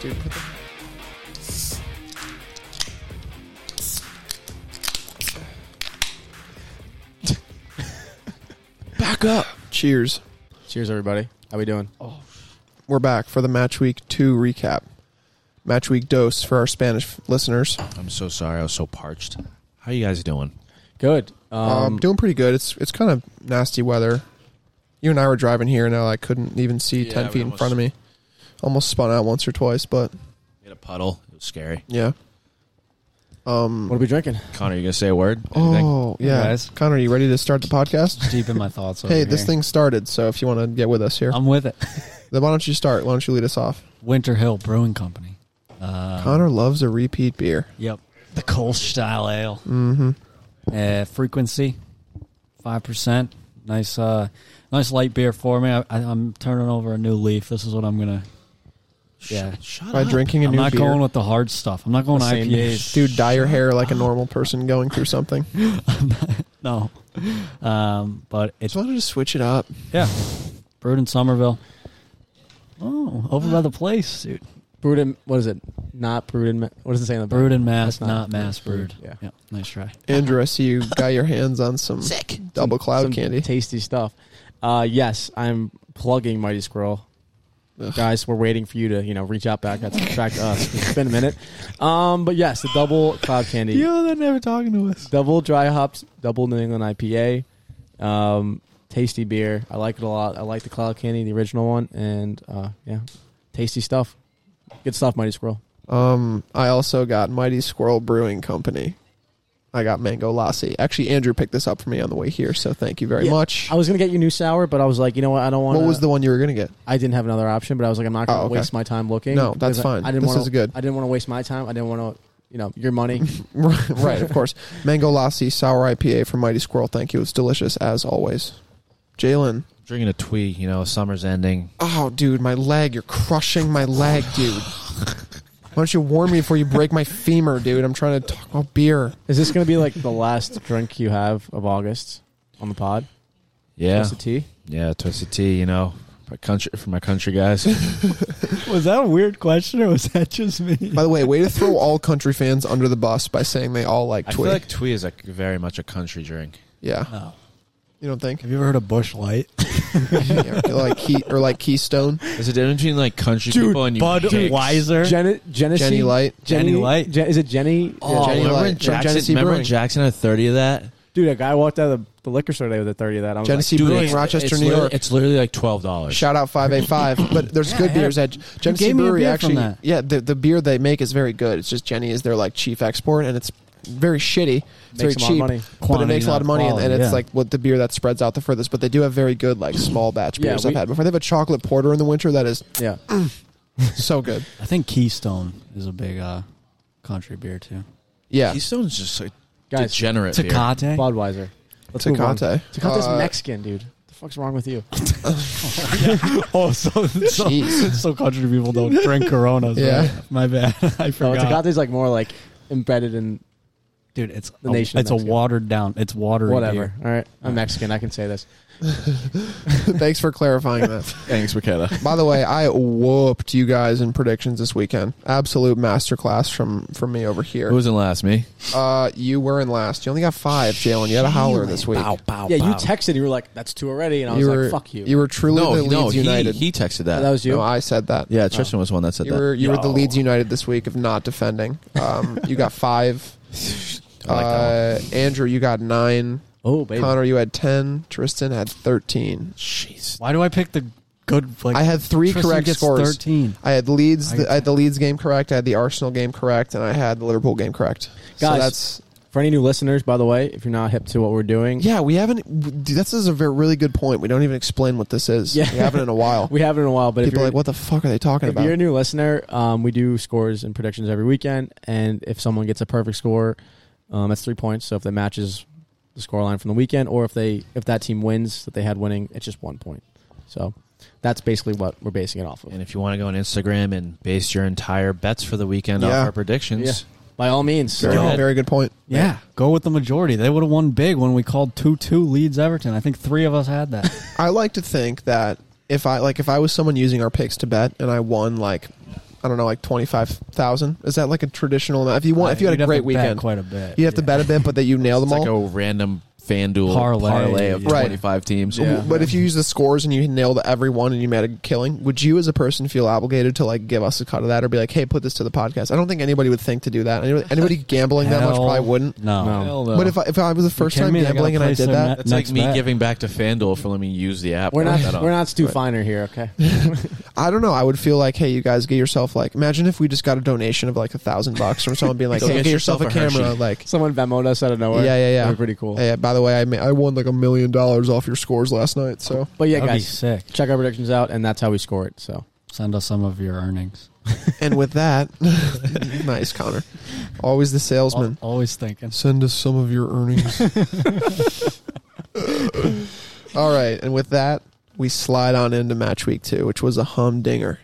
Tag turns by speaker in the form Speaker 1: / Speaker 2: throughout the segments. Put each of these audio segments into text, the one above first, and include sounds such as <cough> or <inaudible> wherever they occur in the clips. Speaker 1: Dude, put the-
Speaker 2: Back up. Cheers.
Speaker 1: Cheers, everybody. How we doing?
Speaker 2: We're back for the match week two recap. Match week dose for our Spanish f- listeners.
Speaker 3: I'm so sorry. I was so parched. How you guys doing?
Speaker 1: Good. Um,
Speaker 2: Um, doing pretty good. It's it's kind of nasty weather. You and I were driving here, and I couldn't even see
Speaker 3: Yeah,
Speaker 2: ten
Speaker 3: we
Speaker 2: feet in
Speaker 3: almost-
Speaker 2: front of me. Almost spun out once or twice, but
Speaker 3: In a puddle. It was scary.
Speaker 2: yeah. Um,
Speaker 1: what are we drinking?
Speaker 3: Connor, you gonna say a word?
Speaker 2: Oh yeah,
Speaker 4: guys.
Speaker 2: Connor, you ready to start the podcast?
Speaker 4: deep in my thoughts. <laughs> Over
Speaker 2: hey, this
Speaker 4: here.
Speaker 2: thing started, so if you want to get with us here,
Speaker 4: I'm with it.
Speaker 2: then why don't you start? Why don't you lead us off?
Speaker 4: Winter Hill Brewing Company. Uh,
Speaker 2: Connor loves a repeat beer.
Speaker 4: yep, the Kolsch style ale. Mm-hmm. Uh, frequency, five percent. Nice, uh, nice light beer for me. I, I, I'm turning over a new leaf. This is what I'm gonna. Yeah,
Speaker 3: Shut
Speaker 2: By
Speaker 3: up.
Speaker 2: drinking a
Speaker 4: I'm
Speaker 2: new
Speaker 4: not
Speaker 2: beer,
Speaker 4: going with the hard stuff. I'm not going
Speaker 1: Same.
Speaker 4: IPAs.
Speaker 2: dude, dye your hair like a normal person going through something.
Speaker 4: <laughs> No, um, but it's
Speaker 2: Just wanted to switch it up.
Speaker 4: yeah, brewed in Somerville. Oh, over by the place, dude.
Speaker 1: Brewed in, what is it? Not brewed in, Ma- what does it say on the
Speaker 4: Brewed in mass,
Speaker 1: That's not-
Speaker 4: not, mass brewed.
Speaker 1: Yeah.
Speaker 4: Yep, nice try.
Speaker 2: Andrew, I see you got your hands on some
Speaker 1: Sick.
Speaker 2: double cloud
Speaker 1: Some
Speaker 2: candy.
Speaker 1: Tasty stuff. Uh, yes, I'm plugging Mighty Squirrel.
Speaker 2: Ugh.
Speaker 1: Guys, we're waiting for you to, you know, reach out back, that's back to us. It's been a minute. Um, but yes, the double cloud candy.
Speaker 2: they're never talking to us.
Speaker 1: double dry hops, double New England IPA. Um, tasty beer. I like it a lot. I like the Cloud Candy, the original one, and uh, yeah, tasty stuff. Good stuff, Mighty Squirrel.
Speaker 2: Um, I also got Mighty Squirrel Brewing Company. I got Mango Lassi. Actually, Andrew picked this up for me on the way here, so thank you very
Speaker 1: Yeah,
Speaker 2: much.
Speaker 1: I was gonna get you new sour, but I was like, you know what? I don't want.
Speaker 2: What was the one you were gonna get?
Speaker 1: <laughs> I didn't have another option, but I was like, I'm not gonna
Speaker 2: Oh, okay.
Speaker 1: waste my time looking.
Speaker 2: No, that's
Speaker 1: because I-
Speaker 2: fine.
Speaker 1: I, didn't
Speaker 2: This
Speaker 1: want
Speaker 2: is good.
Speaker 1: I didn't want to waste my time. I didn't want to, you know, your money.
Speaker 2: right, of course. Mango Lassi Sour IPA from Mighty Squirrel. Thank you. It's delicious as always. Jalen.
Speaker 3: drinking a twee. You know, summer's ending.
Speaker 2: Oh, dude, my leg. You're crushing my leg, dude.
Speaker 1: <sighs>
Speaker 2: Why don't you warn me before you break my femur, dude? I'm trying to talk about beer.
Speaker 1: is this gonna be like the last drink you have of August on the pod?
Speaker 3: Yeah,
Speaker 1: Just a tea.
Speaker 3: yeah. Twisted tea. You know, my country for my country guys.
Speaker 4: Was that a weird question, or was that just me?
Speaker 2: By the way, way to throw all country fans under the bus by saying they all like
Speaker 3: <laughs> I feel
Speaker 2: Twig.
Speaker 3: like twee is like very much a country drink.
Speaker 2: yeah.
Speaker 4: Oh.
Speaker 2: You don't think?
Speaker 4: Have you ever heard of Bush Light?
Speaker 2: Yeah, or like key or like Keystone,
Speaker 3: There's a difference between like country people and you
Speaker 4: Bud
Speaker 3: dicks.
Speaker 4: Weiser.
Speaker 1: Gen- Genesee.
Speaker 2: Jenny Light.
Speaker 4: Jenny Light.
Speaker 1: Gen- is it Jenny?
Speaker 3: Oh,
Speaker 2: Jenny
Speaker 3: remember
Speaker 2: Light
Speaker 3: when
Speaker 2: from
Speaker 3: Jackson?
Speaker 2: Genesee
Speaker 3: Remember when
Speaker 2: Brewing.
Speaker 3: Jackson had thirty of that?
Speaker 1: Dude, a guy walked out of the, the liquor store today with a 30 of that. I was
Speaker 2: Genesee Brewing,
Speaker 3: it's-
Speaker 2: Rochester,
Speaker 3: it's
Speaker 2: New
Speaker 3: literally-
Speaker 2: York.
Speaker 3: It's literally like twelve dollars.
Speaker 2: Shout out five eight five. But there's good
Speaker 4: I had
Speaker 2: beers at Genesee
Speaker 4: gave me a
Speaker 2: Brewery.
Speaker 4: beer from
Speaker 2: actually,
Speaker 4: that.
Speaker 2: yeah, the the beer they make is very good. It's just Jenny is their like chief export, and it's very shitty. It's very
Speaker 1: Makes a lot of
Speaker 2: cheap,
Speaker 1: money.
Speaker 2: but it
Speaker 4: Quantity,
Speaker 2: makes a lot of
Speaker 4: not
Speaker 2: money, and, and
Speaker 4: quality,
Speaker 2: it's
Speaker 4: yeah.
Speaker 2: like what the beer that spreads out the furthest. But they do have very good like small batch
Speaker 1: Yeah,
Speaker 2: beers
Speaker 1: we-
Speaker 2: I've had before. They have a chocolate porter in the winter that is
Speaker 1: like, yeah.
Speaker 2: so good.
Speaker 4: I think Keystone is a big uh, country beer too.
Speaker 2: Yeah,
Speaker 3: Keystone's just like
Speaker 1: Guys,
Speaker 3: degenerate. beer.
Speaker 4: Tecate.
Speaker 1: Budweiser. Let's move on.
Speaker 2: Tecate.
Speaker 1: Tecate's
Speaker 2: Uh,
Speaker 1: Mexican, dude. The fuck's wrong with you?
Speaker 4: <laughs> Oh,
Speaker 2: <laughs>
Speaker 4: so, so,
Speaker 2: Jeez.
Speaker 4: <laughs> so country people don't drink Coronas.
Speaker 2: Yeah.
Speaker 4: right? <laughs> my bad. I
Speaker 1: No,
Speaker 4: forgot.
Speaker 1: Tecate's like more like embedded in
Speaker 4: Dude, it's
Speaker 1: The
Speaker 4: a,
Speaker 1: nation of
Speaker 4: It's a
Speaker 1: Mexico.
Speaker 4: watered down. It's watery.
Speaker 1: whatever.
Speaker 4: beer.
Speaker 1: All right, I'm Mexican. I can say this.
Speaker 2: Thanks for clarifying that.
Speaker 3: Thanks, Makeda.
Speaker 2: By the way, I whooped you guys in predictions this weekend. Absolute masterclass from from me over here.
Speaker 3: Who was in last? Me.
Speaker 2: Uh, you were in last. You only got five, Jalen. You had a howler this week.
Speaker 3: Bow, bow,
Speaker 1: yeah, you
Speaker 3: bow.
Speaker 1: texted. You were like, "That's two already," and I was
Speaker 2: you
Speaker 1: like,
Speaker 2: were
Speaker 1: "Fuck you."
Speaker 2: You were truly
Speaker 3: No,
Speaker 2: the
Speaker 3: no,
Speaker 2: Leeds
Speaker 3: he,
Speaker 2: United.
Speaker 3: he texted that.
Speaker 1: that was you.
Speaker 2: No, I said that.
Speaker 3: yeah, Tristan was one that
Speaker 2: Oh.
Speaker 3: said
Speaker 2: You
Speaker 3: that.
Speaker 2: were you were the
Speaker 4: Yo.
Speaker 2: Leeds United this week of not defending. Um, you got five.
Speaker 3: I like that one.
Speaker 2: uh, Andrew, you got nine.
Speaker 1: oh, baby.
Speaker 2: Connor, you had ten. Tristan had thirteen.
Speaker 3: Jeez.
Speaker 4: Why do I pick the good? Like,
Speaker 2: I had three
Speaker 4: Tristan
Speaker 2: correct
Speaker 4: gets
Speaker 2: scores.
Speaker 4: Thirteen.
Speaker 2: I had Leeds.
Speaker 4: I
Speaker 2: The,
Speaker 4: get
Speaker 2: I had the Leeds game correct. I had the Arsenal game correct, and I had the Liverpool game correct. so
Speaker 1: Guys.
Speaker 2: that's
Speaker 1: For any new listeners, by the way, if you're not hip to what we're doing,
Speaker 2: yeah. We haven't. w- This is a very, really good point. We don't even explain what this is.
Speaker 1: Yeah.
Speaker 2: we haven't in a while.
Speaker 1: <laughs> we haven't in a while. But if
Speaker 2: People
Speaker 1: you're
Speaker 2: are like, what the fuck are they talking
Speaker 1: if you're a
Speaker 2: about?
Speaker 1: new listener, um, we do scores and predictions every weekend, and if someone gets a perfect score, um, that's three points. So if that matches the score line from the weekend, or if they if that team wins that they had winning, it's just one point. So that's basically what we're basing it off of.
Speaker 3: And if you want to go on Instagram and base your entire bets for the weekend
Speaker 2: Yeah.
Speaker 3: off our predictions,
Speaker 1: By all means,
Speaker 2: Very,
Speaker 3: Go.
Speaker 2: very good point.
Speaker 4: Yeah, go with the majority. They would have won big when we called two two leads Everton. I think three of us had that.
Speaker 2: I like to think that if I like if I was someone using our picks to bet and I won like I don't know like twenty five thousand is that like a traditional amount? if you want if you had
Speaker 4: You'd
Speaker 2: a
Speaker 4: have to
Speaker 2: great
Speaker 4: bet
Speaker 2: weekend
Speaker 4: quite a bit.
Speaker 2: you have to
Speaker 4: Yeah.
Speaker 2: bet a bit but that you
Speaker 3: <laughs>
Speaker 2: nail them
Speaker 3: it's like
Speaker 2: all
Speaker 3: a random FanDuel
Speaker 4: Parlay,
Speaker 3: parlay, of
Speaker 4: yeah.
Speaker 2: Right.
Speaker 3: 25 teams.
Speaker 2: So,
Speaker 4: Yeah.
Speaker 2: but if you use the scores and you nailed every one and you made a killing would you as a person feel obligated to like give us a cut of that or be like hey put this to the podcast I don't think anybody would think to do that anybody, anybody gambling that much
Speaker 4: Hell
Speaker 2: probably wouldn't
Speaker 4: No.
Speaker 1: No.
Speaker 4: Hell
Speaker 2: but if I, if I was the first
Speaker 4: kidding
Speaker 2: time
Speaker 4: me? I gotta
Speaker 2: gambling and I
Speaker 4: play
Speaker 2: did
Speaker 4: some
Speaker 2: that
Speaker 4: net-
Speaker 3: That's
Speaker 4: Next
Speaker 3: like me
Speaker 4: bet.
Speaker 3: giving back to FanDuel for letting me use the app.
Speaker 1: we're
Speaker 3: I don't
Speaker 1: not
Speaker 3: know.
Speaker 1: we're not Stu Finer here, okay?
Speaker 2: I don't know. I would feel like, hey, you guys get yourself like. Imagine if we just got a donation of like a thousand bucks from someone being like,
Speaker 3: Go
Speaker 2: hey,
Speaker 3: get
Speaker 2: get yourself a
Speaker 3: yourself a
Speaker 2: camera.
Speaker 3: Hershey.
Speaker 2: Like,
Speaker 1: Someone Venmoed us out of nowhere.
Speaker 2: Yeah, yeah, yeah.
Speaker 1: That'd be pretty cool.
Speaker 2: hey, by the way, I ma- I won like a million dollars off your scores last night. So
Speaker 1: But yeah,
Speaker 4: That'd be
Speaker 1: guys,
Speaker 4: sick.
Speaker 1: check our predictions out, and that's how we score it. So
Speaker 4: Send us some of your earnings.
Speaker 2: and with that, <laughs> nice Connor, always the salesman.
Speaker 4: Al- always thinking.
Speaker 2: Send us some of your
Speaker 4: <laughs>
Speaker 2: earnings. All right, and with that, we slide on into match week two, which was a humdinger.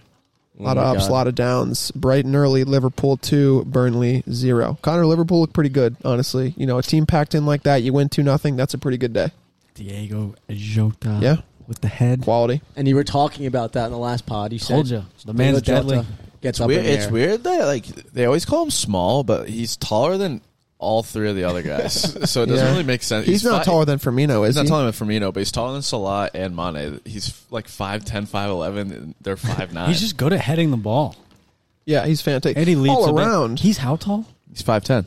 Speaker 2: A lot
Speaker 1: Oh my
Speaker 2: of ups,
Speaker 1: God.
Speaker 2: a lot of downs. Brighton early, Liverpool two, Burnley zero. Connor, Liverpool looked pretty good, honestly. You know, a team packed in like that, you win two nothing. That's a pretty good day.
Speaker 4: Diego Jota.
Speaker 2: Yeah,
Speaker 4: With the head.
Speaker 2: quality.
Speaker 1: And you were talking about that in the last pod. You said
Speaker 4: Told you. The
Speaker 1: Diego
Speaker 4: man's
Speaker 1: Jota
Speaker 4: deadly.
Speaker 1: Gets
Speaker 3: It's
Speaker 1: up
Speaker 3: weird,
Speaker 1: in the
Speaker 3: it's
Speaker 1: air.
Speaker 3: weird that like they always call him small, but he's taller than all three of the
Speaker 2: <laughs>
Speaker 3: other guys. so it doesn't
Speaker 2: Yeah.
Speaker 3: really make sense.
Speaker 2: He's, not
Speaker 3: fi-
Speaker 2: taller than Firmino, is
Speaker 3: He's
Speaker 2: he?
Speaker 3: not taller than Firmino, but he's taller than Salah and Mane. He's like 5'10", 5'11", and they're <laughs> 5'9".
Speaker 4: He's just good at heading the ball.
Speaker 2: yeah, he's fantastic.
Speaker 4: And he leaps a
Speaker 2: all
Speaker 4: bit.
Speaker 2: around.
Speaker 4: He's how tall?
Speaker 3: he's 5'10".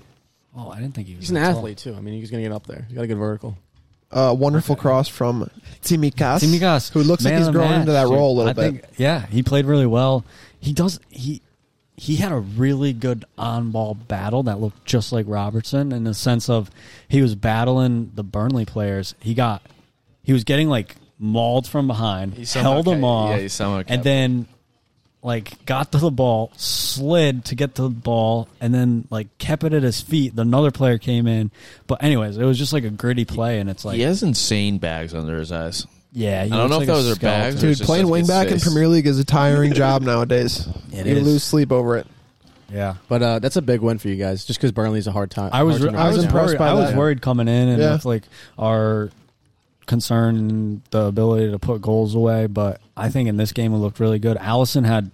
Speaker 4: Oh, I didn't think he was.
Speaker 1: He's an
Speaker 4: that tall.
Speaker 1: athlete too. I mean, he's gonna get up there. He's got a good vertical.
Speaker 2: Uh, wonderful cross from Tsimikas,
Speaker 4: Tsimikas,
Speaker 2: who looks
Speaker 4: man
Speaker 2: like he's
Speaker 4: of the
Speaker 2: growing
Speaker 4: match.
Speaker 2: into that role a little
Speaker 4: I
Speaker 2: bit.
Speaker 4: think- yeah, he played really well. He does. He he had a really good on-ball battle that looked just like Robertson in the sense of he was battling the Burnley players. He got he was getting like mauled from behind,
Speaker 3: He somehow
Speaker 4: held him
Speaker 3: ca-
Speaker 4: off,
Speaker 3: yeah, he somehow
Speaker 4: and
Speaker 3: kept-
Speaker 4: then like got to the ball, slid to get to the ball, and then like kept it at his feet. Then Another player came in, but anyways, it was just like a gritty play, and it's like
Speaker 3: he has insane bags under his eyes.
Speaker 4: yeah, he
Speaker 3: I don't know if
Speaker 4: looks like a
Speaker 3: those are bags
Speaker 4: skeleton.
Speaker 3: or
Speaker 2: Dude,
Speaker 3: just
Speaker 2: playing
Speaker 3: like
Speaker 2: wing
Speaker 3: his
Speaker 2: back in
Speaker 3: face.
Speaker 2: Premier League is a tiring job nowadays.
Speaker 4: It
Speaker 2: you
Speaker 4: is.
Speaker 2: lose sleep over it.
Speaker 4: Yeah.
Speaker 1: But uh, that's a big win for you guys, just because Burnley's a hard time.
Speaker 4: I was
Speaker 1: hard team to
Speaker 4: I was
Speaker 1: knock down.
Speaker 2: impressed
Speaker 4: worried,
Speaker 2: by
Speaker 4: I was
Speaker 2: that.
Speaker 4: worried coming in and
Speaker 2: Yeah.
Speaker 4: with like our concern and the ability to put goals away, but I think in this game it looked really good. Allison had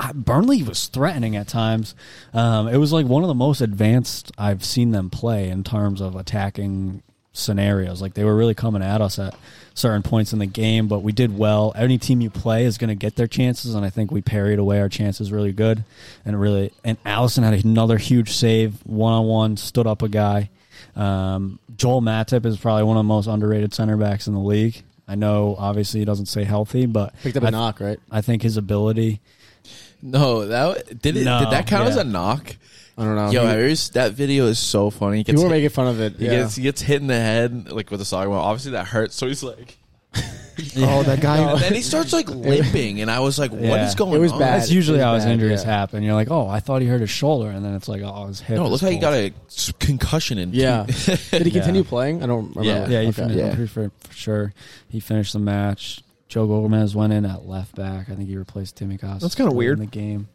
Speaker 4: I- Burnley was threatening at times. Um, it was like one of the most advanced I've seen them play in terms of attacking scenarios. Like they were really coming at us at certain points in the game, but we did well. Any team you play is going to get their chances, and I think we parried away our chances really good. And really, and Allison had another huge save, one on one, stood up a guy. Um, Joel Matip is probably one of the most underrated center backs in the league. I know, obviously, he doesn't stay healthy, but
Speaker 1: picked up a
Speaker 4: I,
Speaker 1: knock, right?
Speaker 4: I think his ability.
Speaker 3: No, that did it.
Speaker 4: No,
Speaker 3: did that count
Speaker 4: yeah.
Speaker 3: as a knock?
Speaker 1: I don't know.
Speaker 3: Yo,
Speaker 1: He-
Speaker 3: I was- that video is so funny. He gets
Speaker 1: people were
Speaker 3: hit-
Speaker 1: making fun of it.
Speaker 3: he
Speaker 1: yeah.
Speaker 3: gets he gets hit in the head like with a soccer ball. Obviously, that hurts. So he's like,
Speaker 2: Oh, that guy.
Speaker 3: and then he starts <laughs> like limping, and I was like, "What is
Speaker 4: Yeah.
Speaker 3: going?"
Speaker 1: It was
Speaker 3: on?
Speaker 1: bad.
Speaker 4: That's usually
Speaker 1: It is
Speaker 4: how his
Speaker 1: bad,
Speaker 4: injuries
Speaker 1: yeah.
Speaker 4: happen. You're like, oh, I thought he hurt his shoulder, and then it's like, oh, his hip.
Speaker 3: No, it
Speaker 4: is
Speaker 3: looks like he
Speaker 4: pulled.
Speaker 3: got a s- concussion
Speaker 1: <laughs>
Speaker 3: in.
Speaker 1: Yeah. Did he
Speaker 4: Yeah.
Speaker 1: continue playing? I don't remember.
Speaker 4: Yeah, he
Speaker 1: Okay.
Speaker 4: finished.
Speaker 2: Yeah.
Speaker 4: I'm pretty sure, for sure he finished the match. Joe Gomez went in at left back. I think he replaced Timmy Costa.
Speaker 2: That's kinda weird.
Speaker 4: in the game.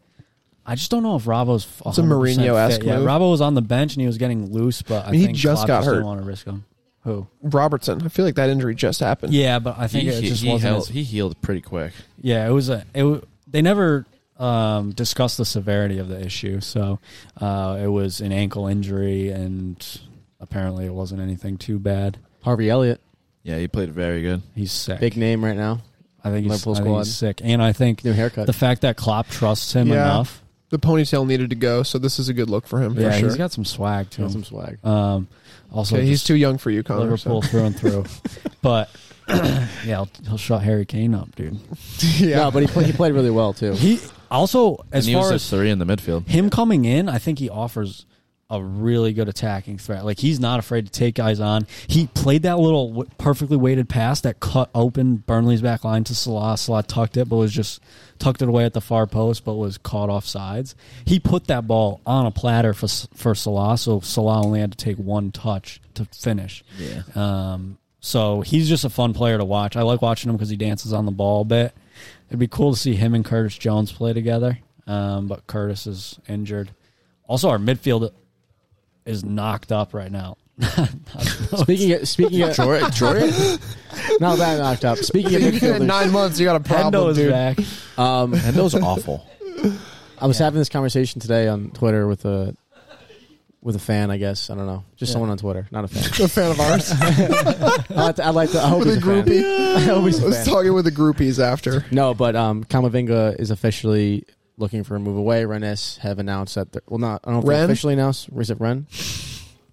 Speaker 4: I just don't know if Rabo's.
Speaker 2: It's a Mourinho-esque
Speaker 4: Yeah,
Speaker 2: move.
Speaker 4: Rabo was on the bench and he was getting loose, but I,
Speaker 2: mean, he
Speaker 4: think
Speaker 2: just
Speaker 4: Klopp
Speaker 2: got hurt.
Speaker 4: Didn't want to risk him. Who?
Speaker 2: Robertson. I feel like that injury just happened.
Speaker 4: Yeah, but I think
Speaker 3: He,
Speaker 4: it
Speaker 3: he,
Speaker 4: just
Speaker 3: he,
Speaker 4: wasn't.
Speaker 3: held,
Speaker 4: as-
Speaker 3: he healed pretty quick.
Speaker 4: Yeah, it was a. It wa- they never um, discussed the severity of the issue, so uh, it was an ankle injury, and apparently it wasn't anything too bad.
Speaker 1: Harvey Elliott,
Speaker 3: Yeah, he played very good.
Speaker 4: He's sick.
Speaker 1: big name right now.
Speaker 4: I think he's,
Speaker 1: Liverpool
Speaker 4: I think
Speaker 1: squad.
Speaker 4: he's sick, and I think
Speaker 1: New haircut.
Speaker 4: the fact that Klopp trusts him
Speaker 2: Yeah.
Speaker 4: enough.
Speaker 2: The ponytail needed to go, so this is a good look for him
Speaker 4: yeah,
Speaker 2: for sure.
Speaker 4: he's got some swag to
Speaker 1: Got some
Speaker 4: him.
Speaker 1: swag.
Speaker 4: Um, also,
Speaker 2: okay, he's
Speaker 4: just
Speaker 2: too young for you, Connor. so-
Speaker 4: Liverpool through
Speaker 2: <laughs>
Speaker 4: and through, but <clears throat> yeah, he'll, he'll shut Harry Kane up, dude.
Speaker 2: yeah.
Speaker 1: No, but he played, he played really well
Speaker 4: <laughs>
Speaker 1: too.
Speaker 4: He also,
Speaker 3: and
Speaker 4: as
Speaker 3: he was
Speaker 4: far as
Speaker 3: a three in the midfield.
Speaker 4: him coming in, I think he offers a really good attacking threat. Like he's not afraid to take guys on. He played that little w- perfectly weighted pass that cut open Burnley's back line to Salah. Salah tucked it, but was just tucked it away at the far post, but was caught off sides. He put that ball on a platter for S- for Salah, so Salah only had to take one touch to finish.
Speaker 3: Yeah.
Speaker 4: Um, so he's just a fun player to watch. I like watching him because he dances on the ball a bit. It'd be cool to see him and Curtis Jones play together, um, but Curtis is injured. Also, our midfield is knocked up right now.
Speaker 1: Speaking of, speaking of
Speaker 3: Jordan, Jordan?
Speaker 1: not that knocked
Speaker 2: <laughs>
Speaker 1: up. Speaking of midfielders,
Speaker 2: nine months, you got a
Speaker 4: Hendo
Speaker 2: problem,
Speaker 4: is
Speaker 2: dude.
Speaker 4: back.
Speaker 1: um,
Speaker 3: and those awful.
Speaker 1: I was having this conversation today on Twitter with a with a fan. I guess I don't know, just
Speaker 4: Yeah.
Speaker 1: someone on Twitter, not a
Speaker 2: <laughs>
Speaker 1: fan.
Speaker 2: A fan of ours.
Speaker 1: <laughs> I like to. I, like to, I hope
Speaker 2: with
Speaker 1: he's
Speaker 2: a
Speaker 1: a fan.
Speaker 2: groupie.
Speaker 1: I hope he's
Speaker 2: I
Speaker 1: a
Speaker 2: was
Speaker 1: fan.
Speaker 2: talking with the groupies after.
Speaker 1: No, but um, Kamavinga is officially looking for a move away. Rennes have announced that. They're, well, not I don't know if they
Speaker 2: Ren?
Speaker 1: officially announced. Is it Ren?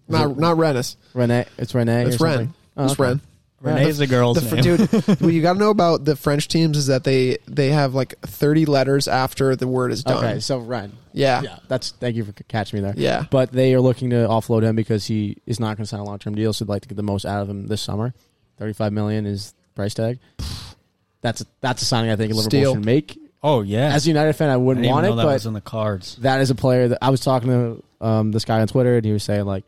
Speaker 2: Not not Renus.
Speaker 1: Rene? It's Rene.
Speaker 2: It's
Speaker 1: or something?
Speaker 2: Ren.
Speaker 1: Oh,
Speaker 2: it's
Speaker 1: okay.
Speaker 2: Ren.
Speaker 4: <laughs> Renee's the girl's
Speaker 2: The fr-
Speaker 4: name.
Speaker 2: dude, what you got to know about the French teams is that they they have like thirty letters after the word is done.
Speaker 1: Okay, so Ren.
Speaker 2: Yeah. yeah,
Speaker 1: Yeah, that's. Thank you for c- catching me there. But they are looking to offload him because he is not going to sign a long term deal. So they'd like to get the most out of him this summer. Thirty five million is the price tag. That's a, that's a signing I think Liverpool
Speaker 2: Steal.
Speaker 1: should make.
Speaker 4: Oh yeah,
Speaker 1: As a United fan, I
Speaker 4: I
Speaker 1: wouldn't
Speaker 4: didn't even
Speaker 1: want
Speaker 4: know
Speaker 1: it,
Speaker 4: that
Speaker 1: but
Speaker 4: was in the cards.
Speaker 1: that is a player that I was talking to um, this guy on Twitter, and he was saying like,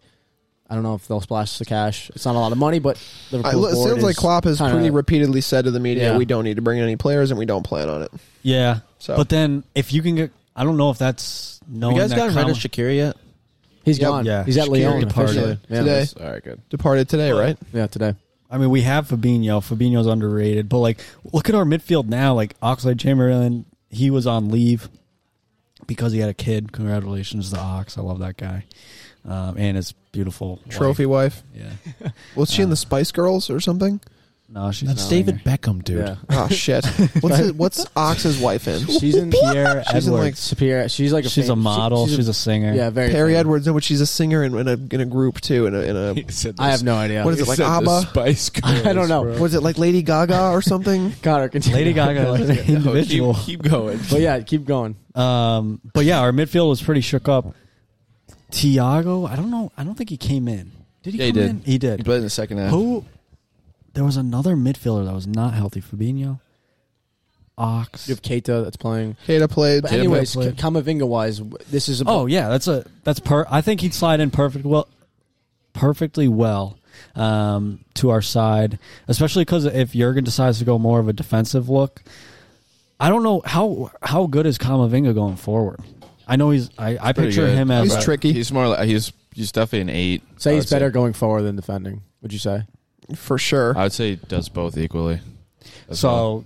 Speaker 1: I don't know if they'll splash the cash. It's not a lot of money, but
Speaker 2: I,
Speaker 1: Liverpool's
Speaker 2: it
Speaker 1: board
Speaker 2: sounds like
Speaker 1: is
Speaker 2: Klopp has
Speaker 1: kinda-
Speaker 2: pretty repeatedly said to the media,
Speaker 1: Yeah.
Speaker 2: "We don't need to bring in any players, and we don't plan on it."
Speaker 4: Yeah,
Speaker 2: So,
Speaker 4: but then if you can get, I don't know if that's knowing
Speaker 3: You guys
Speaker 4: that
Speaker 3: gotten rid
Speaker 4: Colin-
Speaker 3: of Shakira yet?
Speaker 1: he's
Speaker 2: Yep.
Speaker 1: gone.
Speaker 4: Yeah.
Speaker 1: he's at
Speaker 4: Shaqiri
Speaker 1: Lyon
Speaker 4: departed.
Speaker 1: officially. Yeah,
Speaker 2: Today.
Speaker 3: All right, good.
Speaker 2: departed today, right?
Speaker 1: yeah, today.
Speaker 4: I mean, we have Fabinho. Fabinho's underrated, but like, look at our midfield now. Like Oxlade Chamberlain, he was on leave because he had a kid. Congratulations to Ox. I love that guy, um, and his beautiful wife.
Speaker 2: Trophy wife.
Speaker 4: Yeah,
Speaker 2: Was she in
Speaker 1: Uh.
Speaker 2: the Spice Girls or something?
Speaker 4: no, she's
Speaker 3: That's
Speaker 4: not
Speaker 3: David
Speaker 4: in
Speaker 3: Beckham, dude.
Speaker 1: Yeah, <laughs>
Speaker 2: Oh shit! What's his, what's Ox's wife in? <laughs>
Speaker 1: she's in
Speaker 4: there. Pierre
Speaker 2: She's in,
Speaker 4: Edwards.
Speaker 1: Superior. She's like a
Speaker 4: she's a
Speaker 1: fam- she-
Speaker 4: model. she's, a, singer.
Speaker 1: yeah, very
Speaker 2: Perry
Speaker 1: famous.
Speaker 2: Edwards, no, but she's a singer in, in a in a group too. In a, in
Speaker 1: <laughs>
Speaker 3: <laughs>
Speaker 2: a
Speaker 3: said
Speaker 1: I have no idea.
Speaker 2: What is it, like ABBA?
Speaker 3: <laughs> Spice
Speaker 1: <laughs>
Speaker 3: Girls.
Speaker 1: I don't know.
Speaker 3: bro.
Speaker 2: was it like Lady Gaga or something?
Speaker 1: Connor, continue.
Speaker 4: <laughs>
Speaker 1: <laughs>
Speaker 4: Lady Gaga is an
Speaker 3: <laughs>
Speaker 4: individual.
Speaker 3: keep, keep going.
Speaker 1: But yeah, keep going.
Speaker 4: Um, but yeah, our midfield was pretty shook up. Tiago, I don't know. I don't think he came in. Did he?
Speaker 3: Yeah, he
Speaker 4: come
Speaker 3: did.
Speaker 4: In? He did.
Speaker 3: He played in the second half.
Speaker 4: Who? There was another midfielder that was not healthy. Fabinho, Ox.
Speaker 1: You have Keita that's playing.
Speaker 2: Kata played.
Speaker 1: But anyways,
Speaker 4: play.
Speaker 1: Kamavinga wise, this is a
Speaker 4: Oh yeah, that's a that's per. I think he'd slide in perfect well, perfectly well um, to our side, especially because if Jurgen decides to go more of a defensive look, I don't know how how good is Kamavinga going forward. I know he's. I, I
Speaker 3: Pretty
Speaker 4: picture
Speaker 3: good.
Speaker 4: him as
Speaker 2: He's
Speaker 4: a-
Speaker 2: tri- tricky.
Speaker 3: He's more like he's he's definitely an eight.
Speaker 1: say
Speaker 3: I
Speaker 1: he's
Speaker 3: would say.
Speaker 1: better going forward than defending. Would you say?
Speaker 2: for sure.
Speaker 3: I would say he does both equally. as well.
Speaker 4: So,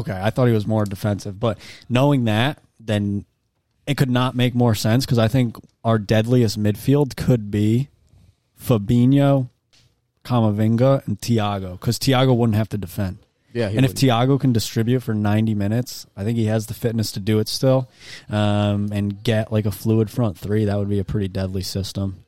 Speaker 4: okay, I thought he was more defensive, but knowing that, then it could not make more sense because I think our deadliest midfield could be Fabinho, Camavinga, and Tiago because Tiago wouldn't have to defend.
Speaker 1: Yeah. he
Speaker 4: and if
Speaker 1: would.
Speaker 4: Tiago can distribute for 90 minutes, I think he has the fitness to do it still um, and get like a fluid front three. That would be a pretty deadly system.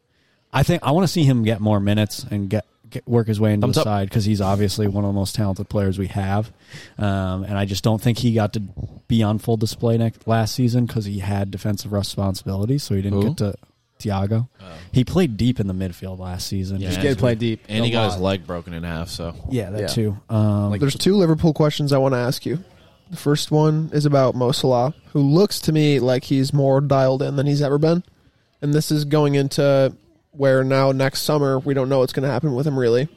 Speaker 4: I think I want to see him get more minutes and get, get work his way into
Speaker 3: Thumbs
Speaker 4: the
Speaker 3: up.
Speaker 4: side because he's obviously one of the most talented players we have. Um, and I just don't think he got to be on full display next, last season because he had defensive responsibilities, so he didn't
Speaker 3: Who?
Speaker 4: get to Tiago.
Speaker 3: Oh.
Speaker 4: He played deep in the midfield last season.
Speaker 3: Yeah.
Speaker 1: He did play deep.
Speaker 3: and he
Speaker 1: a
Speaker 3: got
Speaker 1: lot.
Speaker 3: his leg broken in half. So
Speaker 4: Yeah, that
Speaker 1: Yeah.
Speaker 4: too. Um,
Speaker 3: Like-
Speaker 2: There's two Liverpool questions I want to ask you. The first one is about Mo Salah, who looks to me like he's more dialed in than he's ever been. And this is going into where now next summer we don't know what's going to happen with him really.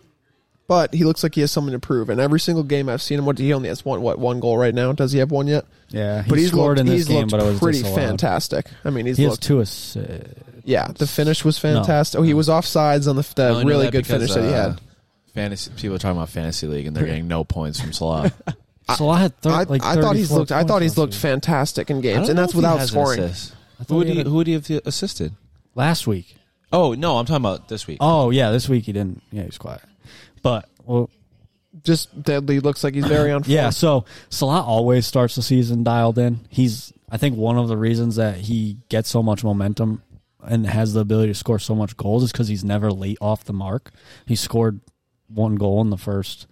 Speaker 2: But he looks like he has something to prove. And every single game I've seen him, what he only has one what one goal right now? Does he have one yet?
Speaker 4: yeah, he
Speaker 2: but he's
Speaker 4: scored
Speaker 2: looked,
Speaker 4: in this
Speaker 2: he's
Speaker 4: game,
Speaker 2: looked
Speaker 4: but it was
Speaker 2: pretty
Speaker 4: disallowed.
Speaker 2: fantastic. I mean, he's
Speaker 4: He has
Speaker 2: looked
Speaker 4: two assists.
Speaker 2: yeah. The finish was
Speaker 4: No.
Speaker 2: fantastic. Oh, he was offsides on the, the
Speaker 3: I only know
Speaker 2: really
Speaker 3: that
Speaker 2: good
Speaker 3: because,
Speaker 2: finish that he
Speaker 3: uh,
Speaker 2: had.
Speaker 3: Fantasy people are talking about fantasy league and they're getting no points from Salah.
Speaker 4: Salah had thir-
Speaker 2: I,
Speaker 4: like
Speaker 2: I thought he's
Speaker 4: 34
Speaker 2: looked. I thought
Speaker 4: points
Speaker 2: he's looked
Speaker 4: last
Speaker 2: fantastic in
Speaker 3: I don't
Speaker 2: games, and
Speaker 3: know
Speaker 2: that's
Speaker 3: if he
Speaker 2: without
Speaker 3: has an
Speaker 2: scoring.
Speaker 3: assist.
Speaker 4: week. I thought
Speaker 3: Who would
Speaker 4: he
Speaker 3: he,
Speaker 4: had a-
Speaker 3: who would he have assisted?
Speaker 4: last week?
Speaker 3: Oh no, I'm talking about this week.
Speaker 4: Oh yeah, this week he didn't. Yeah, he was quiet. But well,
Speaker 2: Just deadly. Looks like he's
Speaker 4: <clears throat>
Speaker 2: very on. form.
Speaker 4: yeah. So Salah always starts the season dialed in. He's I think one of the reasons that he gets so much momentum and has the ability to score so much goals is because he's never late off the mark. He scored one goal in the first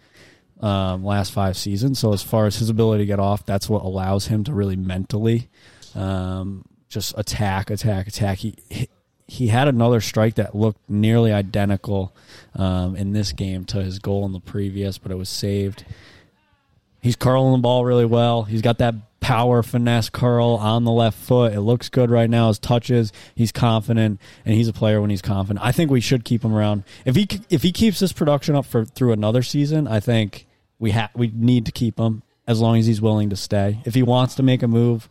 Speaker 4: um, last five seasons. So as far as his ability to get off, that's what allows him to really mentally um, just attack, attack, attack. He, he he had another strike that looked nearly identical um, in this game to his goal in the previous, but it was saved. He's curling the ball really well. He's got that power finesse curl on the left foot. It looks good right now. His touches. He's confident, and he's a player when he's confident. I think we should keep him around. If he if he keeps this production up for through another season, I think we ha- we need to keep him. as long as he's willing to stay. If he wants to make a move,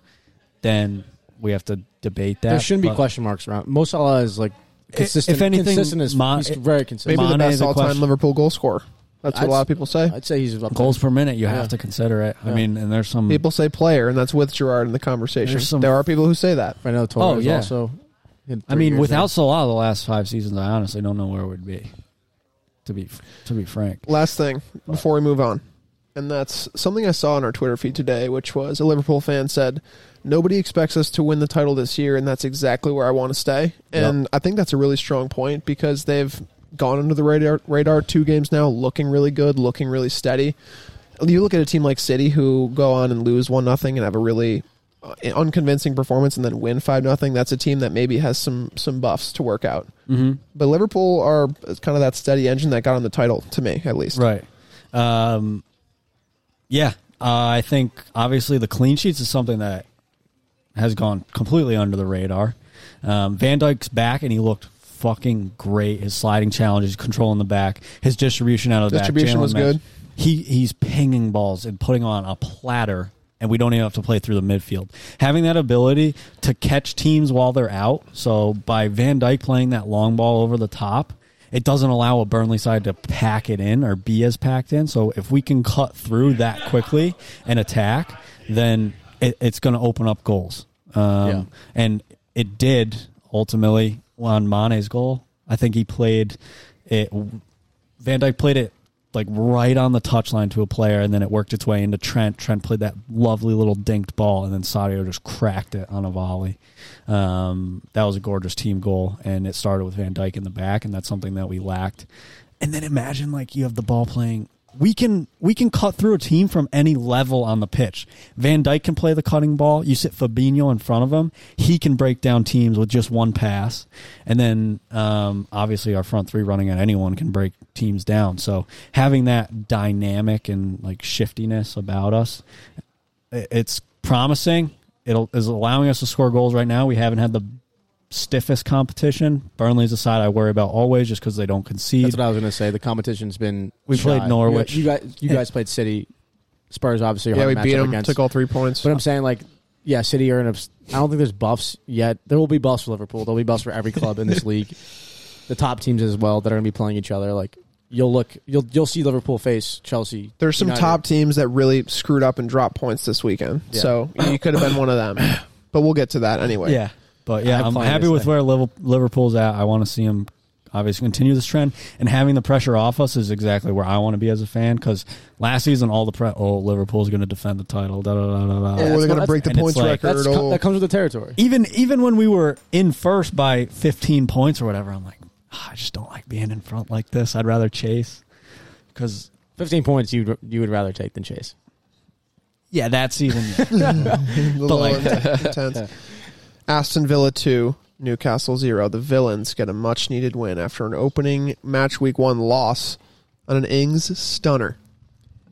Speaker 4: then we have to debate that.
Speaker 1: there shouldn't be
Speaker 4: but
Speaker 1: question marks around. Mo Salah is like consistent.
Speaker 4: if anything,
Speaker 1: consistent is
Speaker 4: Ma-
Speaker 1: he's very
Speaker 2: Maybe
Speaker 1: consistent.
Speaker 4: Mane
Speaker 2: the
Speaker 4: is
Speaker 2: best
Speaker 4: a
Speaker 2: all time
Speaker 4: question.
Speaker 2: Liverpool goal scorer. That's what
Speaker 1: I'd
Speaker 2: a lot
Speaker 1: s-
Speaker 2: of people say.
Speaker 1: I'd say he's up
Speaker 4: Goals per minute, you
Speaker 1: Yeah.
Speaker 4: have to consider it. I
Speaker 1: Yeah.
Speaker 4: mean, and there's some
Speaker 2: People say player, and that's with Gerard in the conversation.
Speaker 4: There's some-
Speaker 2: there are people who say that.
Speaker 1: I know Torres
Speaker 4: Oh, yeah.
Speaker 1: also. in
Speaker 4: I
Speaker 1: three
Speaker 4: mean,
Speaker 1: years
Speaker 4: without Salah, the last five seasons, I honestly don't know where we'd be. To be to be frank,
Speaker 2: Last thing before we move on, and that's something I saw on our Twitter feed today, which was a Liverpool fan said, "Nobody expects us to win the title this year, and that's exactly where I want to stay." And I think that's a really strong point because they've gone under the radar radar two games now, looking really good, looking really steady. You look at a team like City who go on and lose one nothing and have a really uh, unconvincing performance and then win five nothing. That's a team that maybe has some some buffs to work out. Mm-hmm. But Liverpool are kind of that steady engine that got on the title to me, at least.
Speaker 4: right? Um, yeah, uh, I think obviously the clean sheets is something that has gone completely under the radar. Um, Van Dyke's back, and he looked fucking great. His sliding challenges, controlling the back, his distribution out of the back,
Speaker 2: Distribution
Speaker 4: Jalen
Speaker 2: was
Speaker 4: Mims.
Speaker 2: good.
Speaker 4: He he's pinging balls and putting on a platter, and we don't even have to play through the midfield. Having that ability to catch teams while they're out, so by Van Dyke playing that long ball over the top. It doesn't allow a Burnley side to pack it in or be as packed in. So if we can cut through that quickly and attack, then it, it's going to open up goals. Um,
Speaker 1: Yeah.
Speaker 4: and it did ultimately on Mane's goal. I think he played it. Van Dyke played it like right on the touchline to a player, and then it worked its way into Trent. Trent played that lovely little dinked ball, and then Sadio just cracked it on a volley. Um, that was a gorgeous team goal, and it started with Van Dyke in the back, and that's something that we lacked. And then imagine like you have the ball playing. We can we can cut through a team from any level on the pitch. Van Dyke can play the cutting ball. You sit Fabinho in front of him. He can break down teams with just one pass. And then um, obviously our front three running at anyone can break teams down. So having that dynamic and like shiftiness about us, i- it's promising. It is allowing us to score goals right now. We haven't had the stiffest competition. Burnley's a side I worry about always just because they don't concede.
Speaker 1: That's what I was going to say. The competition's been.
Speaker 4: We played
Speaker 1: shy.
Speaker 4: Norwich.
Speaker 1: You guys, you guys played City. Spurs obviously. Are
Speaker 2: Yeah,
Speaker 1: hard
Speaker 2: we
Speaker 1: to match
Speaker 2: beat
Speaker 1: up
Speaker 2: them,
Speaker 1: Against.
Speaker 2: took all three points.
Speaker 1: but I'm saying like, yeah, City are in. A, I don't think there's buffs yet. There will be buffs for Liverpool. There'll be buffs for every
Speaker 2: <laughs>
Speaker 1: club in this league. The top teams as well that are going to be playing each other. Like you'll look, you'll you'll see Liverpool face Chelsea.
Speaker 2: There's some
Speaker 1: United.
Speaker 2: top teams that really screwed up and dropped points this weekend.
Speaker 1: Yeah.
Speaker 2: So you could have been one of them. But we'll get to that anyway.
Speaker 4: Yeah, but yeah,
Speaker 1: I'm
Speaker 4: I'm
Speaker 1: fine
Speaker 4: happy
Speaker 1: with
Speaker 4: with
Speaker 1: that.
Speaker 4: where Liv- Liverpool's at. I want to see them obviously continue this trend, and having the pressure off us is exactly where I want to be as a fan. Because last season, all the pre- oh Liverpool's going to defend the title. Da, da, da, da, da.
Speaker 2: Oh,
Speaker 1: that's
Speaker 2: they're going
Speaker 1: what-
Speaker 2: to break the
Speaker 4: and it's
Speaker 2: points
Speaker 4: like-
Speaker 2: record.
Speaker 1: That's
Speaker 2: oh.
Speaker 1: that comes with the territory.
Speaker 4: Even even when we were in first by 15 points or whatever, I'm like, "Ah, I just don't like being in front like this. I'd rather chase because.
Speaker 1: Fifteen points you you would rather take than Chase.
Speaker 4: Yeah,
Speaker 2: <laughs>
Speaker 4: that season. yeah.
Speaker 2: A little int- intense. Aston Villa 2, Newcastle 0. The Villains get a much needed win after an opening match week one loss on an Ings stunner.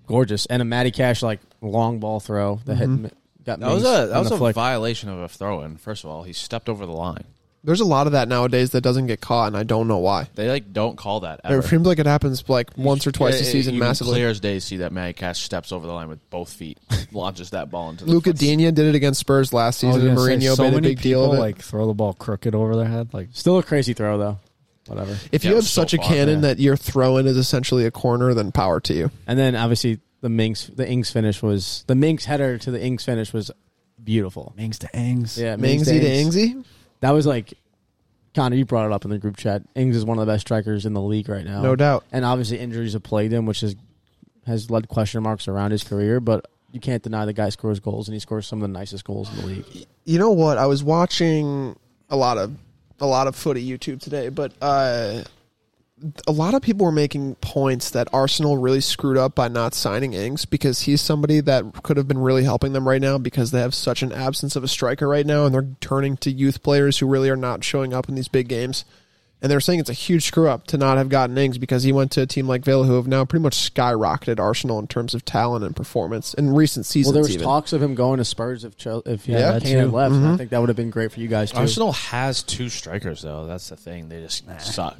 Speaker 1: Gorgeous and a Matty Cash like long ball throw that
Speaker 2: Mm-hmm.
Speaker 1: had got
Speaker 3: That was
Speaker 1: Mings
Speaker 3: a
Speaker 1: on
Speaker 3: that was
Speaker 1: the
Speaker 3: a
Speaker 1: flick.
Speaker 3: violation of a throw in. First of all, he stepped over the line.
Speaker 2: There's a lot of that nowadays that doesn't get caught, and I don't know why.
Speaker 3: They like don't call that
Speaker 2: It
Speaker 3: ever.
Speaker 2: seems like it happens like once or twice a
Speaker 3: Yeah,
Speaker 2: season
Speaker 3: you can
Speaker 2: massively.
Speaker 3: Clear as day, see that Matty Cash steps over the line with both feet, <laughs> launches that ball into the
Speaker 2: Luca
Speaker 3: foot.
Speaker 2: Dina did it against Spurs last
Speaker 4: I was
Speaker 2: season. and
Speaker 4: gonna say,
Speaker 2: Mourinho
Speaker 4: so
Speaker 2: made a
Speaker 4: many
Speaker 2: big deal
Speaker 4: people,
Speaker 2: of it.
Speaker 4: like throw the ball crooked over their head. Like
Speaker 1: Still a crazy throw though. Whatever.
Speaker 2: if
Speaker 3: Yeah,
Speaker 2: you
Speaker 3: it
Speaker 2: have
Speaker 3: was so
Speaker 2: such a
Speaker 3: far,
Speaker 2: cannon
Speaker 3: yeah.
Speaker 2: that your throw in is essentially a corner, then power to you.
Speaker 1: And then obviously the Minx, the Inks finish was the Minx header to the Inks finish was beautiful.
Speaker 4: Mings to Ings.
Speaker 1: Yeah, Minx
Speaker 2: Mingsy to Ingsy?
Speaker 1: That was like, Connor, you brought it up in the group chat. Ings is one of the best strikers in the league right now,
Speaker 2: No doubt.
Speaker 1: And obviously injuries have plagued him, which has has led question marks around his career. But you can't deny the guy scores goals, and he scores some of the nicest goals in the league.
Speaker 2: you know what? I was watching a lot of a lot of footy YouTube today, but uh, a lot of people were making points that Arsenal really screwed up by not signing Ings because he's somebody that could have been really helping them right now because they have such an absence of a striker right now, and they're turning to youth players who really are not showing up in these big games. And they're saying it's a huge screw up to not have gotten Ings because he went to a team like Villa who have now pretty much skyrocketed Arsenal in terms of talent and performance in recent seasons.
Speaker 1: Well, there was
Speaker 2: even.
Speaker 1: talks of him going to Spurs if Chel- if he
Speaker 4: Yeah,
Speaker 1: had
Speaker 4: that
Speaker 1: Kane had
Speaker 4: too. Mm-hmm.
Speaker 1: left. and I think that would have been great for you guys too.
Speaker 3: Arsenal has two strikers though. That's the thing. They just suck.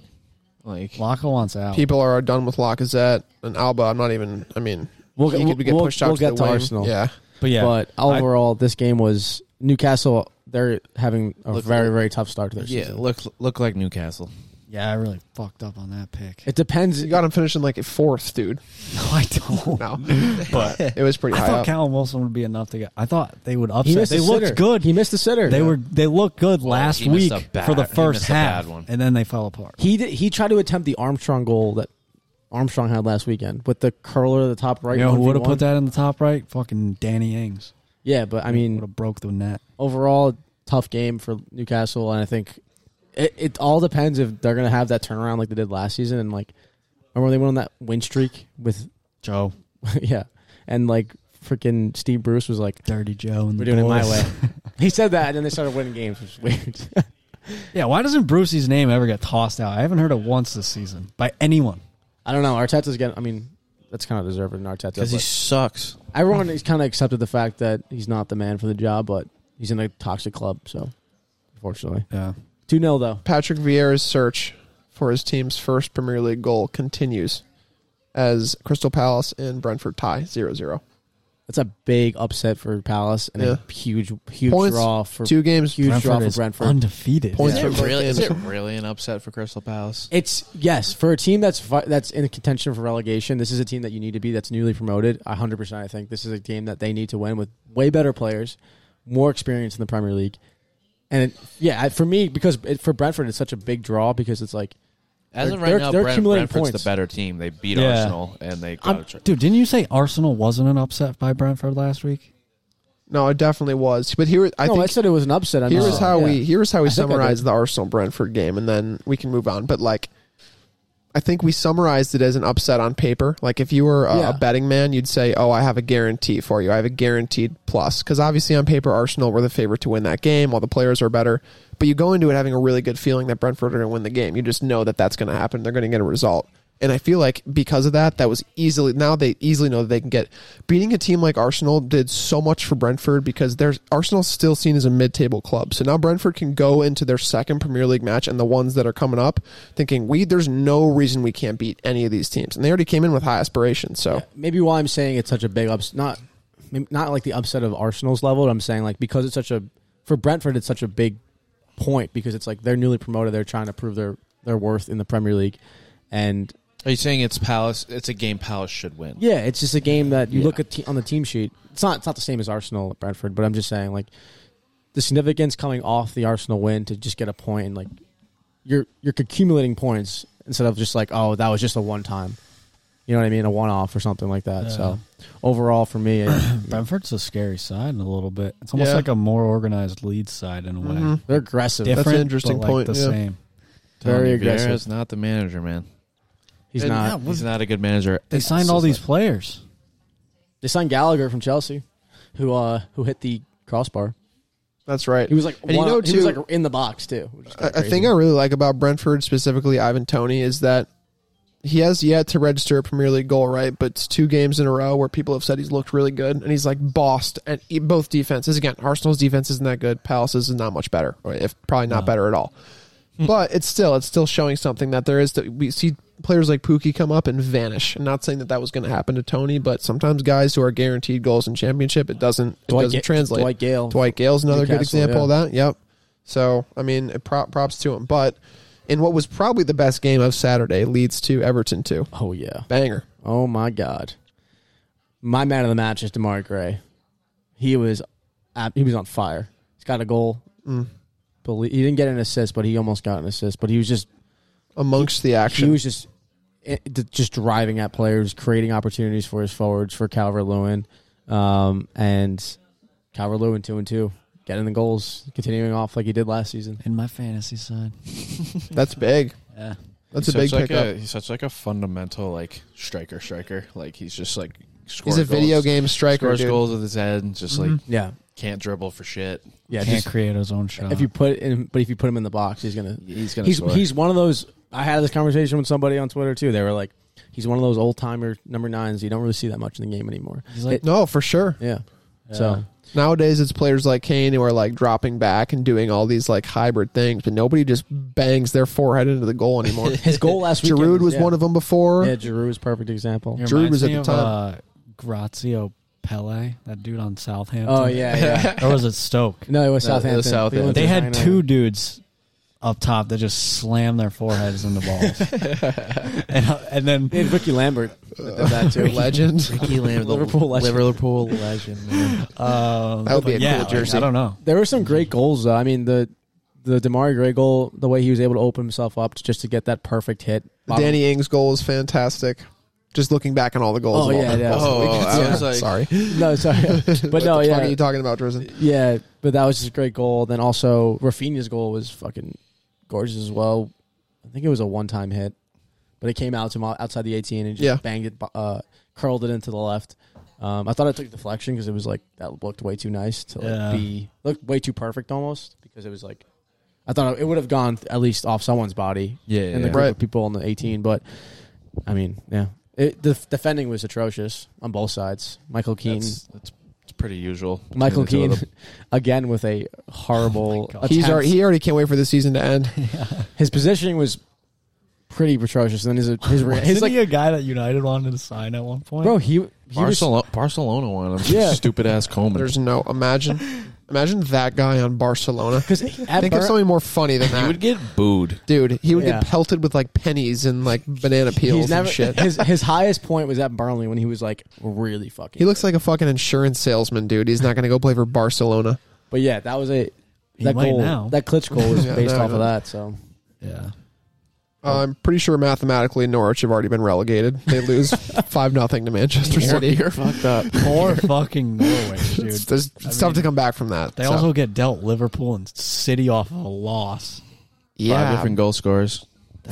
Speaker 3: Like
Speaker 4: Laka wants out.
Speaker 2: people are done with Lacazette and Alba. I'm not even. I mean,
Speaker 1: We'll
Speaker 2: he
Speaker 1: get-
Speaker 2: could get
Speaker 1: we'll-
Speaker 2: pushed out
Speaker 1: we'll
Speaker 2: to
Speaker 1: get
Speaker 2: the
Speaker 1: to
Speaker 2: wing.
Speaker 1: Arsenal.
Speaker 2: Yeah,
Speaker 4: But yeah,
Speaker 1: But overall, this game was Newcastle. They're having a
Speaker 3: Look-
Speaker 1: very very tough start to their
Speaker 3: Yeah,
Speaker 1: season.
Speaker 3: look look like Newcastle.
Speaker 4: yeah, I really fucked up on that pick.
Speaker 1: It depends.
Speaker 2: you got him finishing like at fourth, dude.
Speaker 4: <laughs> no, I don't. <laughs>
Speaker 2: No,
Speaker 4: But
Speaker 2: it was pretty
Speaker 4: I
Speaker 2: high
Speaker 4: thought
Speaker 2: up.
Speaker 4: Callum Wilson would be enough to get. I thought they would
Speaker 1: He
Speaker 4: upset.
Speaker 1: missed
Speaker 4: They
Speaker 1: a
Speaker 4: looked
Speaker 1: sitter.
Speaker 4: good.
Speaker 1: He missed the sitter.
Speaker 4: they were they looked good last
Speaker 3: he
Speaker 4: week
Speaker 3: missed a bad-
Speaker 4: for the
Speaker 3: he
Speaker 4: first
Speaker 3: missed a
Speaker 4: half,
Speaker 3: bad one.
Speaker 4: and then they fell apart.
Speaker 1: He did, he tried to attempt the Armstrong goal that Armstrong had last weekend with the curler to the top right.
Speaker 4: you know who would have
Speaker 1: 1v1.
Speaker 4: put that in the top right? Fucking Danny Ings.
Speaker 1: Yeah, but I
Speaker 4: would
Speaker 1: mean,
Speaker 4: have broke the net.
Speaker 1: overall tough game for Newcastle, and I think it, it all depends if they're gonna have that turnaround like they did last season, and like remember when they went on that win streak with <laughs>
Speaker 4: Joe,
Speaker 1: yeah, and like freaking Steve Bruce was like,
Speaker 4: dirty Joe, and
Speaker 1: "We're
Speaker 4: the
Speaker 1: doing it my
Speaker 4: boys.
Speaker 1: way." <laughs> he said that, and then they started winning games, which is weird.
Speaker 4: <laughs> Yeah, why doesn't Brucey's name ever get tossed out? I haven't heard it once this season by anyone.
Speaker 1: I don't know. Arteta's getting. I mean, that's kind of deserved in Arteta
Speaker 3: Because he
Speaker 1: but-
Speaker 3: sucks.
Speaker 1: Everyone has kind of accepted the fact that he's not the man for the job, but he's in a toxic club. So, unfortunately,
Speaker 4: Yeah,
Speaker 1: two 0 though.
Speaker 2: Patrick Vieira's search for his team's first Premier League goal continues as Crystal Palace and Brentford tie 0-0.
Speaker 1: That's a big upset for Palace and a huge, huge
Speaker 2: Points,
Speaker 1: draw for
Speaker 2: Two games.
Speaker 1: huge draw for
Speaker 4: is
Speaker 1: Brentford.
Speaker 4: undefeated.
Speaker 2: Points
Speaker 3: Is
Speaker 2: for
Speaker 3: it,
Speaker 2: both
Speaker 3: really, is
Speaker 2: teams.
Speaker 3: it really an upset for Crystal Palace?
Speaker 1: it's yes for a team that's fi- that's in contention for relegation. This is a team that you need to be that's newly promoted. hundred percent, I think this is a game that they need to win with way better players, more experience in the Premier League, and it, yeah, I- for me because it, for Brentford it's such a big draw because it's like
Speaker 3: As
Speaker 1: They're-
Speaker 3: of right
Speaker 1: they're-
Speaker 3: now,
Speaker 1: they're
Speaker 3: Brent,
Speaker 1: accumulating
Speaker 3: Brentford's
Speaker 1: points.
Speaker 3: the better team. They beat
Speaker 4: Yeah.
Speaker 3: Arsenal and they got
Speaker 1: I'm-
Speaker 3: a tri-
Speaker 4: Dude, didn't you say Arsenal wasn't an upset by Brentford last week?
Speaker 2: No, it definitely was. But here, I
Speaker 1: no, oh, I
Speaker 2: think
Speaker 1: said it was an upset. I'm
Speaker 2: here
Speaker 1: just-
Speaker 2: is how
Speaker 1: yeah.
Speaker 2: we here is how we
Speaker 1: I think I
Speaker 2: summarize
Speaker 1: did.
Speaker 2: the Arsenal Brentford game, and then we can move on. But like, I think we summarized it as an upset on paper. Like, if you were a,
Speaker 1: Yeah.
Speaker 2: a betting man, you'd say, "Oh, I have a guarantee for you. I have a guaranteed plus." Because obviously, on paper, Arsenal were the favorite to win that game, while the players are better. But you go into it having a really good feeling that Brentford are going to win the game. You just know that that's going to happen. They're going to get a result. And I feel like because of that, that was easily now they easily know that they can get beating a team like Arsenal did so much for Brentford because there's Arsenal's still seen as a mid-table club. So now Brentford can go into their second Premier League match and the ones that are coming up thinking we there's no reason we can't beat any of these teams. And they already came in with high aspirations. So
Speaker 1: maybe why I'm saying it's such a big ups not maybe not like the upset of Arsenal's level. But I'm saying like because it's such a for Brentford, it's such a big point because it's like they're newly promoted. They're trying to prove their their worth in the Premier League, and
Speaker 3: Are you saying it's Palace? It's a game Palace should win.
Speaker 1: yeah, it's just a game that you look at te- on the team sheet. It's not it's not the same as Arsenal at Brentford, but I'm just saying like the significance coming off the Arsenal win to just get a point and like you're you're accumulating points instead of just like oh that was just a one time. You know what I mean? A one off or something like that. So overall for me it-
Speaker 4: Brentford's a scary side in a little bit. It's almost
Speaker 2: Yeah.
Speaker 4: like a more organized lead side in a way.
Speaker 2: Mhm.
Speaker 1: they're aggressive.
Speaker 4: Different,
Speaker 2: interesting
Speaker 4: but, like,
Speaker 2: point,
Speaker 4: The
Speaker 2: yeah.
Speaker 4: same.
Speaker 1: Very
Speaker 3: Tony
Speaker 1: aggressive.
Speaker 3: Vieira's not the manager, man.
Speaker 1: He's
Speaker 2: And
Speaker 1: not.
Speaker 3: He's not a good manager.
Speaker 4: They
Speaker 3: It's
Speaker 4: signed
Speaker 3: just
Speaker 4: all these
Speaker 3: like-
Speaker 4: players.
Speaker 1: They signed Gallagher from Chelsea, who uh who hit the crossbar.
Speaker 2: that's right.
Speaker 1: He was like
Speaker 2: And you
Speaker 1: one-
Speaker 2: know,
Speaker 1: he was
Speaker 2: too-
Speaker 1: like in the box too. which is
Speaker 2: a,
Speaker 1: kinda
Speaker 2: a
Speaker 1: crazy.
Speaker 2: thing I really like about Brentford, specifically Ivan Tony, is that he has yet to register a Premier League goal, right? But it's two games in a row where people have said he's looked really good, and he's like bossed at e- both defenses. Again, Arsenal's defense isn't that good. Palace's is not much better, or if probably not better at all.
Speaker 1: Hmm.
Speaker 2: but it's still it's still showing something that there is that we see players like Pookie come up and vanish. I'm not saying that that was going to happen to Tony, but sometimes guys who are guaranteed goals in championship, it doesn't it
Speaker 1: Dwight
Speaker 2: doesn't
Speaker 1: Ga-
Speaker 2: translate.
Speaker 1: Dwight Gale.
Speaker 2: Dwight Gale's another good
Speaker 1: Newcastle,
Speaker 2: example of
Speaker 1: yeah.
Speaker 2: that. Yep. So I mean, it prop, props to him. But in what was probably the best game of Saturday, leads to Everton two
Speaker 1: Oh yeah.
Speaker 2: banger.
Speaker 1: Oh my god. My man of the match is Demar Gray. He was, ab- he was on fire. He's got a goal.
Speaker 2: Mm.
Speaker 1: Belie- He didn't get an assist, but he almost got an assist. But he was just
Speaker 2: amongst the action.
Speaker 1: He was just eh, d- just driving at players, creating opportunities for his forwards for Calvert Lewin, um, and Calvert Lewin two and two, getting the goals, continuing off like he did last season.
Speaker 4: In my fantasy side.
Speaker 2: That's big.
Speaker 4: Yeah.
Speaker 2: That's
Speaker 3: he's
Speaker 2: a big
Speaker 3: such like
Speaker 2: pickup.
Speaker 3: A, he's such like a fundamental like striker, striker. Like he's just like
Speaker 2: He's
Speaker 3: scores
Speaker 2: a video
Speaker 3: goals,
Speaker 2: game striker,
Speaker 3: Scores
Speaker 2: dude.
Speaker 3: goals with his head. and Just like
Speaker 1: Yeah,
Speaker 3: can't dribble for shit.
Speaker 1: yeah.
Speaker 4: Can't
Speaker 1: Just,
Speaker 4: create his own shot.
Speaker 1: if you put it in, but if you put him in the box, he's gonna.
Speaker 3: He's gonna.
Speaker 1: He's
Speaker 3: score.
Speaker 1: he's one of those. I had this conversation with somebody on Twitter too. They were like, he's one of those old timer number nines. You don't really see that much in the game anymore.
Speaker 4: He's like-
Speaker 1: It-
Speaker 2: No, for sure.
Speaker 1: yeah. So
Speaker 2: Nowadays, it's players like Kane who are like dropping back and doing all these like hybrid things, but nobody just bangs their forehead into the goal
Speaker 3: <laughs>
Speaker 2: anymore.
Speaker 1: his goal last week.
Speaker 2: Giroud was one of them before.
Speaker 1: Yeah, Giroud was a perfect example.
Speaker 4: It
Speaker 2: Giroud was
Speaker 4: uh, reminds
Speaker 2: at
Speaker 4: me
Speaker 2: the
Speaker 4: of,
Speaker 2: time.
Speaker 4: Uh, Grazio Pele, that dude on Southampton.
Speaker 1: Oh yeah, <laughs> yeah.
Speaker 4: or was
Speaker 2: <laughs>
Speaker 4: it Stoke?
Speaker 1: no, it was
Speaker 3: No, it was
Speaker 1: Southampton.
Speaker 3: Southampton.
Speaker 1: went
Speaker 4: They
Speaker 1: to
Speaker 4: had
Speaker 1: China.
Speaker 4: two dudes up top that just slammed their
Speaker 2: <laughs>
Speaker 4: foreheads into balls, and uh, and then
Speaker 1: They had Ricky Lambert. that did that <laughs>
Speaker 2: <laughs>
Speaker 1: too.
Speaker 2: legend.
Speaker 1: <laughs>
Speaker 3: Ricky Lamb, the
Speaker 1: Liverpool legend.
Speaker 3: Liverpool legend. Man.
Speaker 4: um,
Speaker 2: That would be a
Speaker 4: but yeah,
Speaker 2: cool
Speaker 4: like,
Speaker 2: jersey.
Speaker 4: I don't know.
Speaker 1: There were some great goals though. I mean the the Damari Gray goal, the way he was able to open himself up just to get that perfect hit. Bottom-
Speaker 2: Danny Ings' goal is fantastic. Just looking back on all the goals.
Speaker 1: Oh,
Speaker 2: of all
Speaker 1: yeah,
Speaker 2: time. <laughs>
Speaker 1: yeah.
Speaker 3: Oh, I was like- <laughs>
Speaker 2: sorry.
Speaker 1: No, sorry. <laughs> but no,
Speaker 2: what the fuck are
Speaker 1: yeah.
Speaker 2: you talking about, Drizzen?
Speaker 1: Yeah, but that was just a great goal. Then also Rafinha's goal was fucking gorgeous as well. I think it was a one-time hit, but it came out to mo- outside the 18 and just
Speaker 2: Yeah.
Speaker 1: banged it, uh, curled it into the left. Um, I thought it took deflection because it was like that looked way too nice to like
Speaker 4: Yeah.
Speaker 1: be looked way too perfect almost because it was like I thought it would have gone at least off someone's body
Speaker 3: Yeah,
Speaker 1: and the
Speaker 3: yeah.
Speaker 1: group
Speaker 2: Right.
Speaker 1: of people on the 18. But I mean, yeah, it, the f- defending was atrocious on both sides. Michael Keane,
Speaker 3: That's, that's, it's pretty usual. between
Speaker 1: Michael
Speaker 3: the two of
Speaker 1: Keane,
Speaker 3: them.
Speaker 1: again with a horrible.
Speaker 4: Oh my God.
Speaker 2: He's
Speaker 1: attempt.
Speaker 2: already, he already can't wait for the season to
Speaker 1: <laughs>
Speaker 2: end.
Speaker 1: his positioning was pretty atrocious. And then his
Speaker 2: <laughs>
Speaker 1: his, re- his
Speaker 4: Isn't
Speaker 1: like
Speaker 4: he a guy that United wanted to sign at one point?
Speaker 1: bro <laughs> he, he was,
Speaker 3: Barcelona, Barcelona won him.
Speaker 1: Yeah.
Speaker 3: <laughs> Stupid ass Coleman.
Speaker 2: There's no imagine,
Speaker 1: <laughs>
Speaker 2: imagine that guy on Barcelona.
Speaker 1: because
Speaker 2: I
Speaker 1: at
Speaker 2: think there's
Speaker 1: Bar-
Speaker 2: something more funny
Speaker 1: <laughs>
Speaker 2: than
Speaker 3: he
Speaker 2: that,
Speaker 3: would get booed.
Speaker 2: dude. He would
Speaker 1: Yeah.
Speaker 2: get pelted with like pennies and
Speaker 1: <laughs>
Speaker 2: like banana
Speaker 1: he's
Speaker 2: peels
Speaker 1: never
Speaker 2: and
Speaker 1: <laughs>
Speaker 2: shit.
Speaker 1: his his highest point was at Burnley when he was like really fucking.
Speaker 2: He looks like a fucking insurance salesman, dude. He's not gonna go play for Barcelona.
Speaker 1: but yeah, that was a.
Speaker 4: He
Speaker 1: That
Speaker 4: might
Speaker 1: goal,
Speaker 4: now.
Speaker 1: that Klitsch goal
Speaker 2: <laughs>
Speaker 1: was
Speaker 2: Yeah,
Speaker 1: based
Speaker 2: no,
Speaker 1: off
Speaker 2: no.
Speaker 1: of that. So
Speaker 4: yeah.
Speaker 3: Oh.
Speaker 2: Uh, I'm pretty sure mathematically Norwich have already been relegated. They lose
Speaker 1: <laughs>
Speaker 2: five nothing to Manchester City.
Speaker 1: fucked up.
Speaker 4: Uh, Poor fucking Norway, dude.
Speaker 2: It's- There's
Speaker 4: I
Speaker 2: stuff to
Speaker 4: mean,
Speaker 2: come back from that.
Speaker 4: They
Speaker 2: so.
Speaker 4: also get dealt Liverpool and City off of a loss.
Speaker 2: yeah
Speaker 3: Five different goal scorers.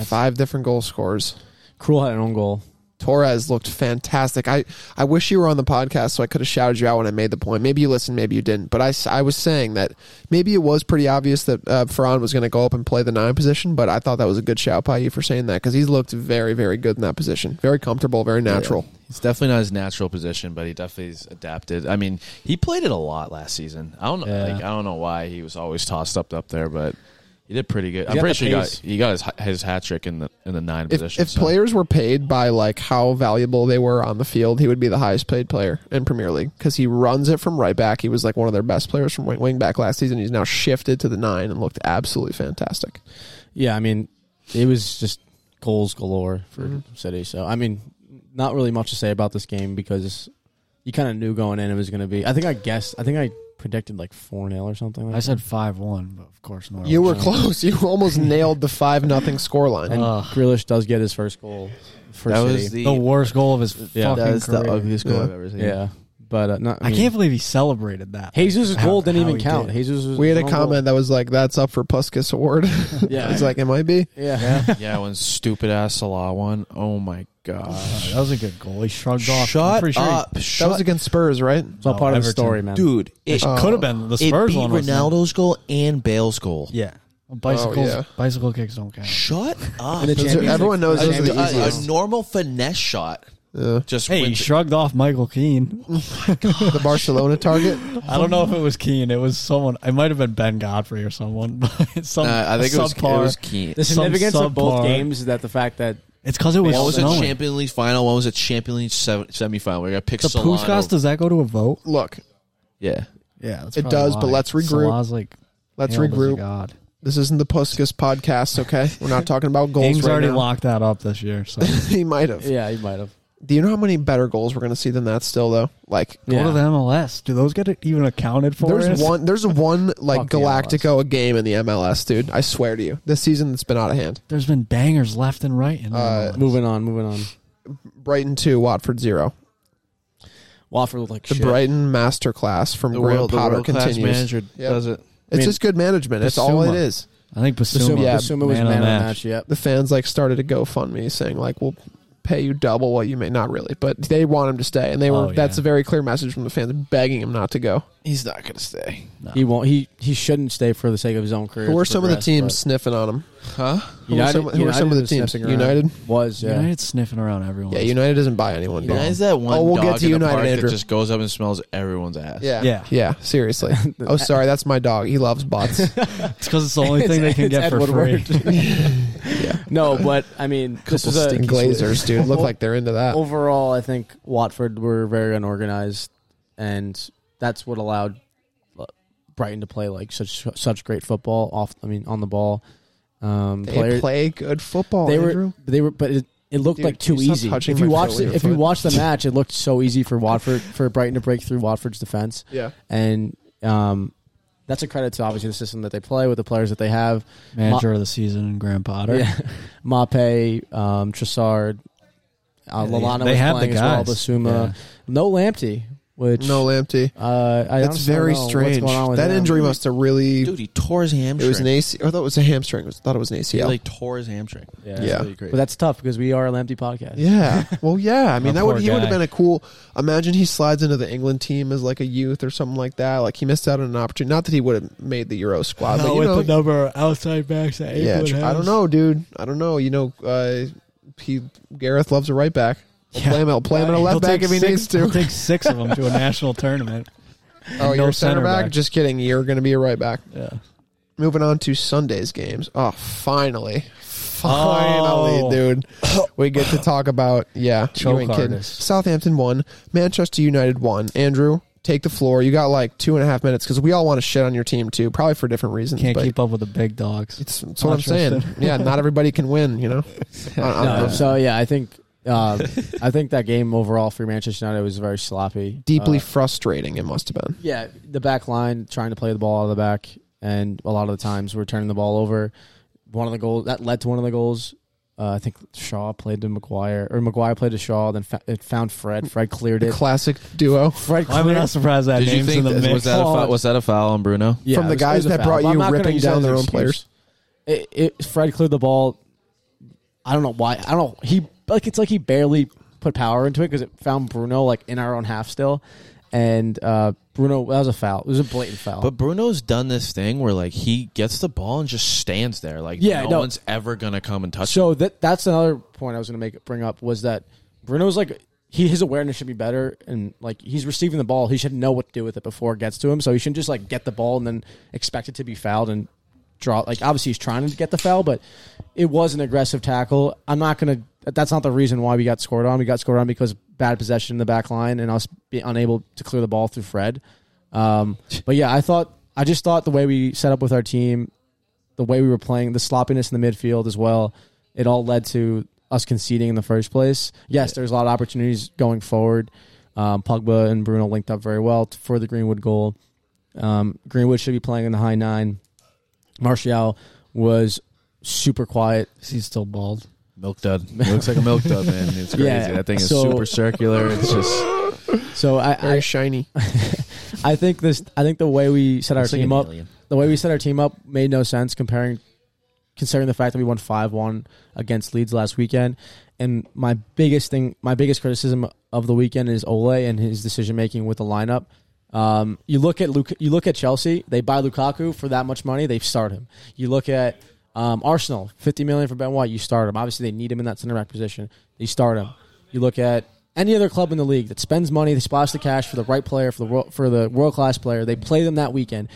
Speaker 2: five different goal scores.
Speaker 1: Cruel had an own goal.
Speaker 2: Torres looked fantastic. I, I wish you were on the podcast so I could have shouted you out when I made the point. Maybe you listened, maybe you didn't. But I, s- I was saying that maybe it was pretty obvious that uh, Ferran was going to go up and play the nine position, but I thought that was a good shout by you for saying that because he's looked very, very good in that position. Very comfortable, very natural.
Speaker 3: It's definitely not his natural position, but he definitely is adapted. I mean, he played it a lot last season. I don't know.
Speaker 4: Yeah.
Speaker 3: Like, I don't know why he was always tossed up up there, but he did pretty good. I'm
Speaker 1: got
Speaker 3: pretty
Speaker 1: the
Speaker 3: sure he got
Speaker 1: pace.
Speaker 3: he got his his hat trick in the in the nine
Speaker 2: If,
Speaker 3: position.
Speaker 2: if
Speaker 3: so.
Speaker 2: players were paid by like how valuable they were on the field, he would be the highest paid player in Premier League because he runs it from right back. He was like one of their best players from wing- wing back last season. He's now shifted to the nine and looked absolutely fantastic.
Speaker 1: Yeah, I mean, it was just goals galore for
Speaker 4: Mm-hmm.
Speaker 1: City. So I mean, not really much to say about this game because you kind of knew going in it was going to be. I think I guessed. I think I predicted like four 0 or something. Like
Speaker 4: I said five one, but of course Norway.
Speaker 2: You were close. <laughs> You almost nailed the five nothing
Speaker 1: that.
Speaker 2: scoreline.
Speaker 1: and
Speaker 4: Ugh.
Speaker 1: Grealish does get his first goal for
Speaker 3: that
Speaker 1: City.
Speaker 3: was the,
Speaker 4: the worst goal of his
Speaker 1: Yeah.
Speaker 4: fucking
Speaker 3: that's
Speaker 4: career.
Speaker 3: the ugliest goal
Speaker 2: Yeah.
Speaker 3: I've ever seen.
Speaker 1: yeah, but uh, not. I,
Speaker 4: I
Speaker 1: mean,
Speaker 4: can't believe he celebrated that.
Speaker 1: Jesus'
Speaker 4: How-
Speaker 1: goal didn't
Speaker 4: how
Speaker 1: even
Speaker 4: he
Speaker 1: count.
Speaker 4: did.
Speaker 1: Jesus was
Speaker 2: We had a
Speaker 1: own goal.
Speaker 2: comment that was like, "That's up for Puskas Award."
Speaker 1: <laughs>
Speaker 2: <laughs>
Speaker 1: Yeah,
Speaker 2: it's like it might be.
Speaker 1: yeah.
Speaker 3: <laughs> yeah, when stupid ass Salah won. Oh my god!
Speaker 4: Uh, that was a good goal. He shrugged off. I'm
Speaker 3: Shut
Speaker 4: pretty sure he-
Speaker 3: up!
Speaker 2: That was
Speaker 3: Shut,
Speaker 2: against Spurs, right?
Speaker 1: It's all
Speaker 4: No,
Speaker 1: part of the
Speaker 4: Everton.
Speaker 1: story, man.
Speaker 3: dude! It,
Speaker 4: It
Speaker 2: Uh,
Speaker 4: could have been the
Speaker 3: it beat
Speaker 4: Spurs one. was-
Speaker 3: Ronaldo's goal and Bale's goal.
Speaker 4: Yeah. Well, bicycles.
Speaker 2: Oh, yeah.
Speaker 4: Bicycle kicks don't count.
Speaker 3: Shut up!
Speaker 1: And the Champions League-
Speaker 2: everyone knows those are the
Speaker 1: Champions League-
Speaker 3: a,
Speaker 2: easiest.
Speaker 3: normal finesse shot. Just
Speaker 4: Hey, he
Speaker 3: went
Speaker 4: shrugged off Michael <laughs> Keane.
Speaker 2: The Barcelona target.
Speaker 4: <laughs> I don't know if it was Keane. It was someone. It might have been Ben Godfrey or someone. <laughs> But some
Speaker 3: Nah, Uh, I think it was, it
Speaker 4: subpar.
Speaker 3: was Keane.
Speaker 1: The
Speaker 4: Some
Speaker 1: significance of both
Speaker 4: subpar-
Speaker 1: games is that the fact that
Speaker 4: It's because it was,
Speaker 3: One was a
Speaker 4: snowing.
Speaker 3: Champions League final. One was a Champions League seven, semifinal. We got to pick
Speaker 4: The
Speaker 3: Solano.
Speaker 4: Puskas, does that go to a vote?
Speaker 2: Look,
Speaker 3: yeah,
Speaker 4: Yeah, that's
Speaker 2: It
Speaker 4: probably
Speaker 2: does, but
Speaker 4: why.
Speaker 2: let's regroup.
Speaker 4: Salah's like
Speaker 2: let's
Speaker 4: hailed as a
Speaker 2: regroup.
Speaker 4: God.
Speaker 2: This isn't the Puskas podcast, okay? We're not talking about goals
Speaker 4: King's
Speaker 2: right
Speaker 4: already
Speaker 2: now.
Speaker 4: locked that up this year. So <laughs>
Speaker 2: <laughs>
Speaker 4: go
Speaker 2: he might have.
Speaker 1: yeah, he might have.
Speaker 2: Do you know how many better goals we're going to see than that? Still, though, like
Speaker 1: Yeah.
Speaker 4: to the MLS. Do those get even accounted for?
Speaker 2: there's one. There's one like
Speaker 1: Fuck the MLS.
Speaker 2: Galactico a game in the MLS, dude. I swear to you, this season it's been out of hand.
Speaker 4: There's been bangers left and right. In the
Speaker 2: Uh,
Speaker 4: MLS.
Speaker 1: Moving on, moving on.
Speaker 2: Brighton two, Watford zero.
Speaker 1: Wofford looked like
Speaker 2: The
Speaker 1: shit.
Speaker 2: Brighton masterclass from Graham Potter
Speaker 3: class
Speaker 2: continues. Yep.
Speaker 3: does it.
Speaker 2: It's
Speaker 1: mean,
Speaker 2: just good management. It's all it
Speaker 4: Basuma.
Speaker 2: is.
Speaker 4: I think
Speaker 1: Basuma,
Speaker 4: Basuma,
Speaker 2: Yeah,
Speaker 1: Basuma was
Speaker 4: man
Speaker 1: man, of
Speaker 4: of the
Speaker 1: the match.
Speaker 4: match.
Speaker 1: Yep.
Speaker 2: The fans like started a GoFundMe saying like we'll pay you double what you may not really, but they want him to stay, and they were.
Speaker 4: Oh,
Speaker 2: That's
Speaker 4: yeah.
Speaker 2: a very clear message from the fans begging him not to go.
Speaker 3: He's not going to stay.
Speaker 4: No.
Speaker 1: He won't. He he shouldn't stay for the sake of his own career.
Speaker 2: Who
Speaker 1: to
Speaker 2: are some of the
Speaker 1: progress,
Speaker 2: teams sniffing on him?
Speaker 3: Huh?
Speaker 1: but
Speaker 2: Who are some, who are some of the
Speaker 1: was
Speaker 2: teams?
Speaker 1: sniffing around.
Speaker 2: United.
Speaker 1: was yeah.
Speaker 4: United's sniffing around everyone.
Speaker 2: Yeah, United doesn't buy anyone. bro.
Speaker 3: United's that one
Speaker 2: Oh, we'll
Speaker 3: dog
Speaker 2: get to
Speaker 3: in the
Speaker 2: United,
Speaker 3: park
Speaker 2: Andrew.
Speaker 3: that just goes up and smells everyone's ass.
Speaker 2: Yeah.
Speaker 4: Yeah.
Speaker 2: Yeah,
Speaker 1: <laughs>
Speaker 2: seriously. oh, sorry, that's my dog. He loves bots.
Speaker 4: It's because <laughs> it's the only thing
Speaker 1: <laughs>
Speaker 4: they can
Speaker 1: It's
Speaker 4: get
Speaker 1: Ed
Speaker 4: for free.
Speaker 1: Woodward.
Speaker 4: <laughs>
Speaker 1: No, but I mean, this is a,
Speaker 2: And Glazers, dude, look like they're into that.
Speaker 1: overall. I think Watford were very unorganized, and that's what allowed uh, Brighton to play like such such great football off. I mean, on the ball. Um,
Speaker 2: They
Speaker 1: player-
Speaker 2: play good football.
Speaker 1: they
Speaker 2: Andrew.
Speaker 1: were they were, but it, it looked
Speaker 2: Dude,
Speaker 1: like too
Speaker 2: you stop
Speaker 1: easy.
Speaker 2: touching
Speaker 1: If you
Speaker 2: my
Speaker 1: watched
Speaker 2: foot with
Speaker 1: it,
Speaker 2: your
Speaker 1: if you
Speaker 2: foot.
Speaker 1: watched the match, it looked so easy for Watford for Brighton to break through Watford's defense,
Speaker 2: yeah.
Speaker 1: and um, that's a credit to obviously the system that they play with the players that they have.
Speaker 4: Manager of the season and Graham Potter.
Speaker 1: Yeah. Mape, um, Tressard, uh,
Speaker 4: Yeah, <laughs> they-
Speaker 1: Lalana
Speaker 4: they
Speaker 1: was
Speaker 4: had the
Speaker 1: playing as well.
Speaker 4: guys.
Speaker 2: Uh,
Speaker 1: Basuma, no Lamptey, which
Speaker 2: No Lamptey.
Speaker 1: uh, I
Speaker 2: That's
Speaker 1: honestly don't
Speaker 2: very
Speaker 1: know what's
Speaker 2: strange.
Speaker 1: going on with
Speaker 2: That
Speaker 1: him.
Speaker 2: injury must have really.
Speaker 3: Dude, he tore his hamstring.
Speaker 2: it was an AC. I thought it was a hamstring. I thought it was an ACL.
Speaker 3: He like tore his hamstring.
Speaker 4: Yeah.
Speaker 2: Yeah.
Speaker 1: but that's tough because we are a Lamptey podcast. <laughs>
Speaker 2: Yeah. Well, yeah. I mean,
Speaker 4: Oh,
Speaker 2: that would
Speaker 4: poor
Speaker 2: he would
Speaker 4: guy.
Speaker 2: have been a cool. Imagine he slides into the England team as like a youth or something like that. Like he missed out on an opportunity. Not that he would have made the Euro squad, but you know,
Speaker 4: number of outside backs that
Speaker 2: yeah. tr- I don't know, dude. I don't know. You know, uh, he Gareth loves a right back. We'll
Speaker 4: Yeah.
Speaker 2: Play him. I'll play him
Speaker 4: <laughs>
Speaker 2: at a left back if he needs to.
Speaker 4: He'll take six of them to
Speaker 2: <laughs>
Speaker 4: a national tournament.
Speaker 2: oh,
Speaker 4: <laughs> no
Speaker 2: you're a center,
Speaker 4: center
Speaker 2: back?
Speaker 4: back.
Speaker 2: Just kidding. You're going to be a right back.
Speaker 4: Yeah.
Speaker 2: Moving on to Sunday's games. Oh, finally. Finally,
Speaker 4: Oh. <coughs>
Speaker 2: dude. We get to talk about, yeah, you
Speaker 4: Choke
Speaker 2: ain't kidding.
Speaker 4: artist.
Speaker 2: Southampton won. Manchester United won. Andrew, take the floor. You got like two and a half minutes because we all want to shit on your team, too, probably for different reasons.
Speaker 4: Can't
Speaker 2: but
Speaker 4: keep up with the big dogs.
Speaker 2: it's, it's what I'm
Speaker 4: Manchester.
Speaker 2: saying. yeah, not everybody can win, you
Speaker 4: <laughs>
Speaker 2: know? I- I don't
Speaker 1: No,
Speaker 2: know.
Speaker 1: so yeah, I think
Speaker 2: <laughs>
Speaker 1: um, I think that game overall for Manchester United was very sloppy,
Speaker 2: Deeply
Speaker 1: Uh,
Speaker 2: frustrating, it must have been.
Speaker 1: yeah, the back line trying to play the ball out of the back, and a lot of the times we're turning the ball over. One of the goals that led to one of the goals. Uh, I think Shaw played to McGuire, or McGuire played to Shaw. Then fa- it found Fred. Fred cleared
Speaker 2: The
Speaker 1: it.
Speaker 2: classic duo.
Speaker 1: <laughs> Fred
Speaker 4: I'm
Speaker 1: cleared.
Speaker 4: not surprised that
Speaker 3: Did you
Speaker 4: name's
Speaker 3: think
Speaker 4: in the
Speaker 3: that,
Speaker 4: mix.
Speaker 3: was that a foul, was that a foul on Bruno?
Speaker 1: Yeah,
Speaker 2: from the
Speaker 1: it was-
Speaker 2: guys
Speaker 1: it was a
Speaker 2: that
Speaker 1: foul,
Speaker 2: brought
Speaker 1: but I'm
Speaker 2: you
Speaker 1: not gonna
Speaker 2: ripping
Speaker 1: use that
Speaker 2: down
Speaker 1: as
Speaker 2: their
Speaker 1: an
Speaker 2: own players.
Speaker 1: excuse. It, it, Fred cleared the ball. I don't know why. I don't. He like it's like he barely put power into it because it found Bruno like in our own half still, and uh, Bruno that was a foul. It was a blatant foul.
Speaker 3: But Bruno's done this thing where like he gets the ball and just stands there, like
Speaker 1: Yeah,
Speaker 3: no,
Speaker 1: no.
Speaker 3: one's ever gonna come and touch him.
Speaker 1: So that that's another point I was going to make bring up was that Bruno's like he his awareness should be better and like he's receiving the ball he should know what to do with it before it gets to him so he shouldn't just like get the ball and then expect it to be fouled and draw like obviously he's trying to get the foul but it was an aggressive tackle I'm not going to that's not the reason why we got scored on we got scored on because bad possession in the back line and us being unable to clear the ball through Fred um, but yeah I thought I just thought the way we set up with our team the way we were playing, the sloppiness in the midfield as well, it all led to us conceding in the first place. Yes, there's a lot of opportunities going forward. Um, Pogba and Bruno linked up very well t- for the Greenwood goal. Um, Greenwood should be playing in the high nine. Martial was super quiet.
Speaker 4: He's still bald.
Speaker 3: Milk dud. It looks like a milk dud, man. It's
Speaker 1: <laughs>
Speaker 3: crazy.
Speaker 1: Yeah.
Speaker 3: That thing is
Speaker 1: So-
Speaker 3: super circular. It's just
Speaker 1: So I,
Speaker 2: Very
Speaker 1: I,
Speaker 2: shiny.
Speaker 1: <laughs> I think this. I think the way we set our
Speaker 3: it's like
Speaker 1: team
Speaker 3: an
Speaker 1: up,
Speaker 3: alien.
Speaker 1: the way we set our team up made no sense comparing considering the fact that we won 5-1 against Leeds last weekend and my biggest thing my biggest criticism of the weekend is Ole and his decision making with the lineup um, you look at Luke, you look at Chelsea they buy Lukaku for that much money they start him you look at um, Arsenal 50 million for Ben White you start him obviously they need him in that center back position they start him you look at any other club in the league that spends money they splash the cash for the right player for the world, for the world class player they play them that weekend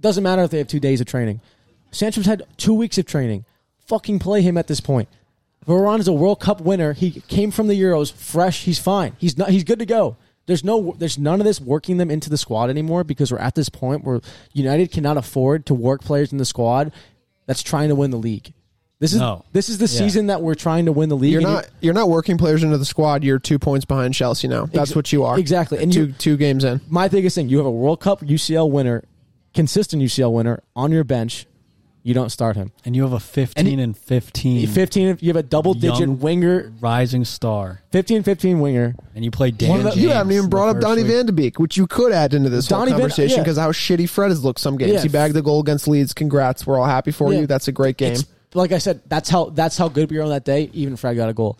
Speaker 1: doesn't matter if they have two days of training. Sancho's had two weeks of training. Fucking play him at this point. Varane is a World Cup winner. He came from the Euros fresh. He's fine. He's not. He's good to go. There's no. There's none of this working them into the squad anymore because we're at this point where United cannot afford to work players in the squad that's trying to win the league. This is
Speaker 4: No.
Speaker 1: this is the
Speaker 4: Yeah.
Speaker 1: season that we're trying to win the league.
Speaker 2: You're
Speaker 1: and
Speaker 2: not you're not working players into the squad. You're two points behind Chelsea now. That's
Speaker 1: Ex-
Speaker 2: what you are
Speaker 1: exactly. And
Speaker 2: two
Speaker 1: you-
Speaker 2: two games in.
Speaker 1: my biggest thing, you have a World Cup UCL winner, consistent UCL winner on your bench. You don't start him.
Speaker 4: And you have a 15 and, 15
Speaker 1: 15 you have a double digit
Speaker 4: Hmm. Young-
Speaker 1: winger
Speaker 4: rising star.
Speaker 1: 15 15 winger
Speaker 4: And you play Dan
Speaker 1: One of the-
Speaker 4: James
Speaker 2: You haven't
Speaker 4: in
Speaker 2: even
Speaker 4: the
Speaker 2: brought up
Speaker 4: first
Speaker 2: Donny
Speaker 4: week.
Speaker 2: Van de Beek, which you could add into this
Speaker 1: Donny
Speaker 2: whole
Speaker 1: Van-
Speaker 2: conversation
Speaker 1: yeah.
Speaker 2: because how shitty Fred has looked some games.
Speaker 1: Yeah.
Speaker 2: He bagged the goal against Leeds. Congrats. We're all happy for
Speaker 1: Yeah.
Speaker 2: you. That's a great game.
Speaker 1: It's- like i said that's how that's how good we were on that day even fred got a goal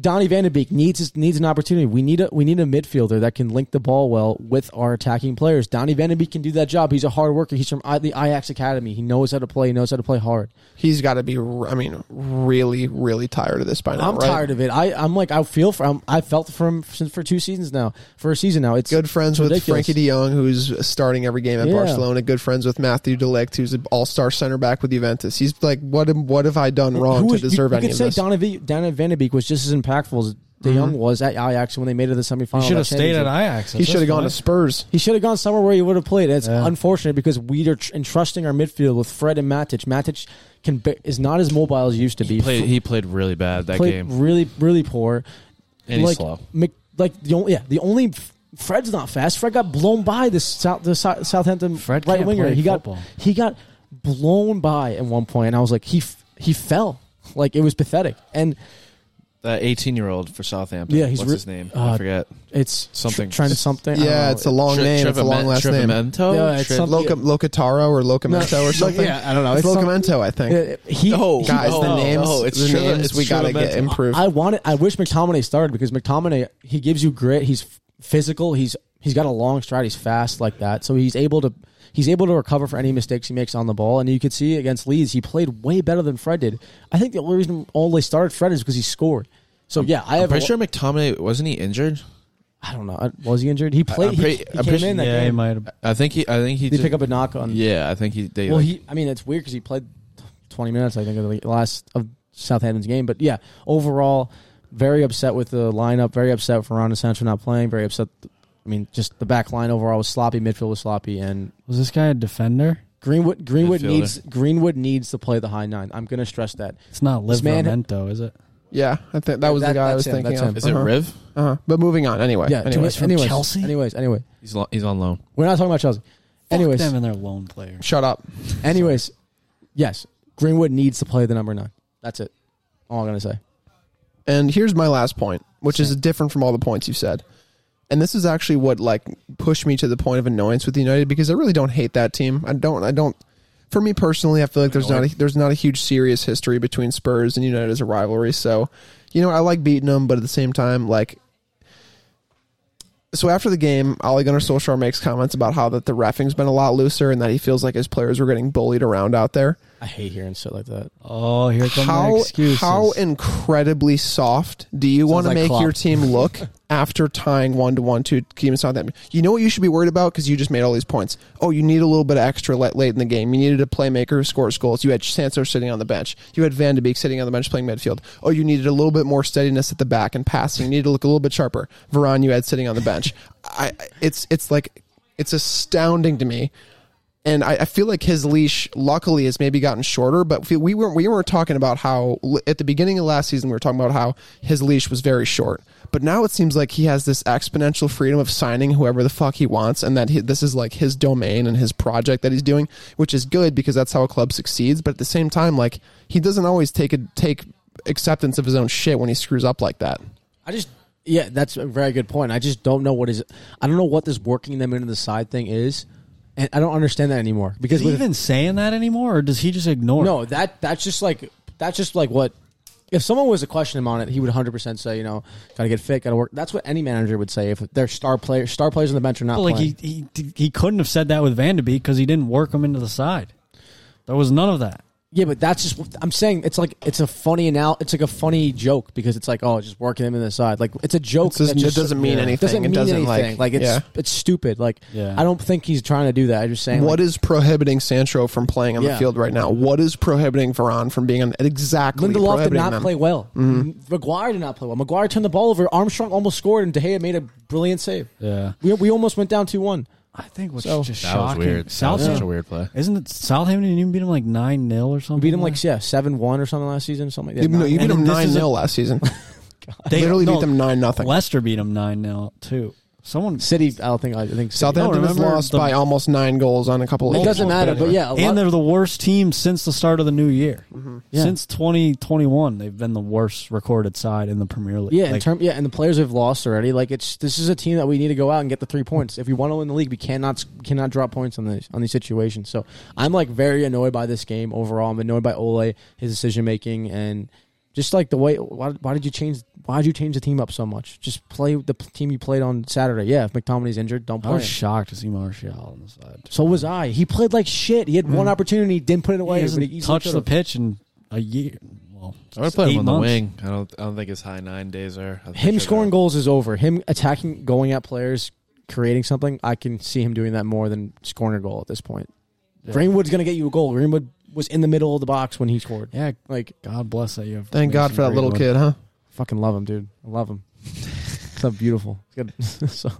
Speaker 1: Donny Van de Beek needs his, needs an opportunity. We need a we need a midfielder that can link the ball well with our attacking players. Donny Van de Beek can do that job. He's a hard worker. He's from I, the Ajax Academy. He knows how to play. He knows how to play hard.
Speaker 2: He's got to be, r- I mean, really, really tired of this by now.
Speaker 1: I'm
Speaker 2: right?
Speaker 1: tired of it. I I'm like I feel for I'm, I felt for him since for two seasons now. For a season now, it's
Speaker 2: Good friends with
Speaker 1: ridiculous.
Speaker 2: Frankie De Jong, who's starting every game at
Speaker 1: Yeah.
Speaker 2: Barcelona. Good friends with Matthew Delict, who's an all-star center back with Juventus. He's like, what? am- What have I done wrong
Speaker 1: Who
Speaker 2: to
Speaker 1: is- you-
Speaker 2: deserve
Speaker 1: you,
Speaker 2: any
Speaker 1: could
Speaker 2: of
Speaker 1: say
Speaker 2: this? Mm-hmm.
Speaker 1: Donovan, Donovan Van de Beek was just as impactful as De Young was at Ajax when they made it to the
Speaker 3: Oh,
Speaker 1: semifinal.
Speaker 4: He should
Speaker 1: of
Speaker 4: have
Speaker 1: that
Speaker 4: stayed
Speaker 1: Champions
Speaker 4: at
Speaker 1: League.
Speaker 4: Ajax.
Speaker 2: he should have gone to Spurs.
Speaker 1: He should have gone somewhere where he would have played. It's
Speaker 4: Yeah.
Speaker 1: unfortunate because we are tr- entrusting our midfield with Fred and Matic. Matic can ba- is not as mobile as he used to be.
Speaker 3: He played, he played really bad that
Speaker 1: Played
Speaker 3: game.
Speaker 1: really, really poor.
Speaker 3: And he's
Speaker 1: like,
Speaker 3: slow.
Speaker 1: Mc- like the only, yeah, the only. Fred's not fast. Fred got blown by this South, the Sou- Southampton
Speaker 4: Fred
Speaker 1: right
Speaker 4: can't
Speaker 1: winger.
Speaker 4: play
Speaker 1: he
Speaker 4: football.
Speaker 1: got he got blown by at one point, and I was like, he f- he fell. Like it was pathetic, and
Speaker 3: That 18 year old for Southampton.
Speaker 1: Yeah, he's
Speaker 3: What's
Speaker 1: re-
Speaker 3: his name?
Speaker 1: uh,
Speaker 3: I forget.
Speaker 1: it's
Speaker 3: Something-
Speaker 1: tr- trying to something. I don't
Speaker 2: Yeah,
Speaker 1: know.
Speaker 2: it's a long
Speaker 3: Tre-
Speaker 2: name. It's a
Speaker 3: Trevemen-
Speaker 2: long last name.
Speaker 3: Trevemento?
Speaker 1: Yeah, it's
Speaker 3: Tre-
Speaker 1: something-
Speaker 2: Loca- Locataro or Locamento or something.
Speaker 1: yeah, I don't know.
Speaker 2: It's,
Speaker 1: It's some-
Speaker 2: Locamento, I think.
Speaker 1: Uh, he,
Speaker 3: No,
Speaker 1: he-
Speaker 2: Guys, the
Speaker 3: Oh,
Speaker 2: names,
Speaker 3: oh, it's
Speaker 2: the
Speaker 3: Treve-
Speaker 2: names
Speaker 3: it's
Speaker 2: we gotta get
Speaker 3: Trevemento.
Speaker 2: improved.
Speaker 1: I want it. I wish McTominay started because McTominay he gives you grit. He's f- physical. He's he's got a long stride. He's fast like that. So he's able to he's able to recover for any mistakes he makes on the ball. And you could see against Leeds, he played way better than Fred did. I think the only reason Ole started Fred is because he scored. So yeah, I
Speaker 3: I'm
Speaker 1: have.
Speaker 3: pretty sure McTominay wasn't he injured?
Speaker 1: I don't know. Was he injured? He played.
Speaker 3: I'm
Speaker 1: he-
Speaker 3: pretty-
Speaker 1: he,
Speaker 3: I'm
Speaker 1: came
Speaker 3: pretty-
Speaker 1: in that
Speaker 4: Yeah, he
Speaker 1: game.
Speaker 4: might have.
Speaker 3: I think he. I think he.
Speaker 1: Did
Speaker 3: just-
Speaker 1: he pick up a knock on?
Speaker 3: Yeah, I think he. They,
Speaker 1: Well,
Speaker 3: like-
Speaker 1: he. I mean, it's weird because he played twenty minutes. I think of the last of Southampton's game. But yeah, overall, very upset with the lineup. Very upset for Ron Sancho not playing. Very upset. I mean, just the back line overall was sloppy. Midfield was sloppy, and
Speaker 4: Was this guy a defender?
Speaker 1: Greenwood. Greenwood
Speaker 3: Midfielder.
Speaker 1: needs Greenwood needs to play the high nine. I'm going to stress that.
Speaker 4: It's not
Speaker 1: This man-
Speaker 4: Livermento, is it?
Speaker 2: yeah, I think that was
Speaker 1: That-
Speaker 2: the guy I
Speaker 1: that's
Speaker 2: was
Speaker 1: him,
Speaker 2: thinking
Speaker 1: that's
Speaker 2: of.
Speaker 1: him.
Speaker 3: is
Speaker 2: uh-huh.
Speaker 3: it Riv?
Speaker 2: Uh-huh. But moving on anyway.
Speaker 1: Yeah.
Speaker 2: Anyways,
Speaker 1: anyways, anyways,
Speaker 4: Chelsea?
Speaker 1: Anyways, anyway,
Speaker 3: He's lo- he's on loan.
Speaker 1: we're not talking about Chelsea. anyways,
Speaker 4: Fuck them and their lone player.
Speaker 2: shut up.
Speaker 1: anyways, yes, Greenwood needs to play the number nine. That's it. All I'm going to say.
Speaker 2: And here's my last point, which is different from all the points you've said. And this is actually what like pushed me to the point of annoyance with United because I really don't hate that team. I don't I don't for me personally, I feel like there's not a, there's not a huge serious history between Spurs and United as a rivalry. So, you know, I like beating them, but at the same time, like so after the game, Ole Gunnar Solskjaer makes comments about how that the refing's been a lot looser and that he feels like his players were getting bullied around out there
Speaker 1: I hate hearing shit like that.
Speaker 4: Oh, here come
Speaker 2: how,
Speaker 4: the excuses.
Speaker 2: How incredibly soft do you want to
Speaker 1: like
Speaker 2: make
Speaker 1: Klopp.
Speaker 2: your team look after tying one to one to keep us on that? You know what you should be worried about because you just made all these points. Oh, you need a little bit of extra late, late in the game. You needed a playmaker who scores goals. You had Sancho sitting on the bench. You had Van de Beek sitting on the bench playing midfield. Oh, you needed a little bit more steadiness at the back and passing. You needed to look a little bit sharper. Varane, you had sitting on the bench. <laughs> I, I- it's it's like it's astounding to me and I, I feel like his leash, luckily, has maybe gotten shorter. But we- we weren't we were talking about how l- at the beginning of last season we were talking about how his leash was very short. But now it seems like he has this exponential freedom of signing whoever the fuck he wants, and that he, this is like his domain and his project that he's doing, which is good because that's how a club succeeds. But at the same time, like he doesn't always take a, take acceptance of his own shit when he screws up like that.
Speaker 1: I just yeah, that's a very good point. I just don't know what is I don't know what this working them into the side thing is, and I don't understand that anymore because
Speaker 4: Is he
Speaker 1: with,
Speaker 4: even saying that anymore, or does he just ignore? it?
Speaker 1: no, that that's just like that's just like what if someone was to question him on it, he would 100% say, you know, got to get fit, got to work. That's what any manager would say if their star player star players on the bench are not
Speaker 4: Well, like
Speaker 1: playing.
Speaker 4: he, he he couldn't have said that with Van de Beek because he didn't work him into the side. There was none of that.
Speaker 1: Yeah, but that's just what I'm saying. It's like it's a funny now. It's like a funny joke because it's like oh, just working him in the side. Like it's a joke.
Speaker 2: It's just-
Speaker 1: that
Speaker 2: it
Speaker 1: just-
Speaker 2: doesn't mean anything.
Speaker 1: Doesn't
Speaker 2: It
Speaker 1: mean
Speaker 2: doesn't, like-
Speaker 1: anything. Like, it's
Speaker 2: yeah.
Speaker 1: it's stupid. Like
Speaker 4: Yeah.
Speaker 1: I don't think he's trying to do that. I'm just saying.
Speaker 2: What is prohibiting Sancho from playing on the
Speaker 1: Yeah.
Speaker 2: field right now? What is prohibiting Varane from being on exactly?
Speaker 1: Lindelof did
Speaker 2: prohibiting
Speaker 1: not
Speaker 2: them? Mm-hmm.
Speaker 1: play well. McGuire did not play well. McGuire turned the ball over. Armstrong almost scored, and De Gea made a brilliant save.
Speaker 4: Yeah,
Speaker 1: We, we almost went down two one.
Speaker 4: I think what's
Speaker 1: So-
Speaker 4: just
Speaker 3: That was
Speaker 4: shocking.
Speaker 3: weird. That was such a
Speaker 4: Southampton,
Speaker 3: weird play.
Speaker 4: isn't it? Southampton didn't even beat him like nine 0 or something.
Speaker 1: We beat him like yeah seven one or something last season. Something like
Speaker 2: You,
Speaker 1: that.
Speaker 2: no, you beat
Speaker 4: And
Speaker 2: them
Speaker 4: this
Speaker 2: nine
Speaker 4: is a-
Speaker 2: 0 last season.
Speaker 4: that.
Speaker 2: They literally beat them nine nothing.
Speaker 4: Leicester beat him nine 0 too. Someone
Speaker 1: City. I don't think. I think City.
Speaker 2: Southampton
Speaker 4: No,
Speaker 2: has
Speaker 4: remember
Speaker 2: lost
Speaker 4: the-
Speaker 2: by almost nine goals on a couple. of
Speaker 1: It
Speaker 2: goals,
Speaker 1: doesn't matter. But
Speaker 2: anyway.
Speaker 1: yeah, a lot,
Speaker 4: and they're the worst team since the start of the new year.
Speaker 2: Mm-hmm.
Speaker 1: Yeah.
Speaker 4: Since 2021, they've been the worst recorded side in the Premier League.
Speaker 1: Yeah, in
Speaker 4: Like,
Speaker 1: term, yeah, and the players have lost already. Like it's this is a team that we need to go out and get the three points. If we want to win the league, we cannot cannot drop points on these on these situations. So I'm like very annoyed by this game overall. I'm annoyed by Ole, his decision making, and Just like the way why, why did you change why did you change the team up so much? Just play the p- team you played on Saturday. Yeah, if McTominay's injured, don't
Speaker 4: I
Speaker 1: play.
Speaker 4: was
Speaker 1: him.
Speaker 4: shocked to see Martial on the side.
Speaker 1: so was I. He played like shit. He had one opportunity, didn't put it away.
Speaker 4: Mm-hmm. he
Speaker 1: but
Speaker 4: hasn't
Speaker 1: he easily
Speaker 4: touched the
Speaker 1: could've.
Speaker 4: pitch in a year. Well,
Speaker 3: I'm gonna put
Speaker 4: eight
Speaker 3: him on the
Speaker 4: months.
Speaker 3: wing. I don't. I don't think his high nine days are. I think
Speaker 1: him
Speaker 3: they're
Speaker 1: scoring
Speaker 3: there.
Speaker 1: goals is over. Him attacking, going at players, creating something. I can see him doing that more than scoring a goal at this point.
Speaker 4: Yeah.
Speaker 1: Greenwood's going to get you a goal. Greenwood was in the middle of the box when he scored.
Speaker 4: Yeah,
Speaker 1: Like,
Speaker 4: God bless that you have.
Speaker 2: Thank God
Speaker 4: Mason
Speaker 2: for that little
Speaker 4: Greenwood.
Speaker 2: kid, huh?
Speaker 1: fucking love him, dude. I love <laughs> him. so beautiful. It's good. <laughs> so,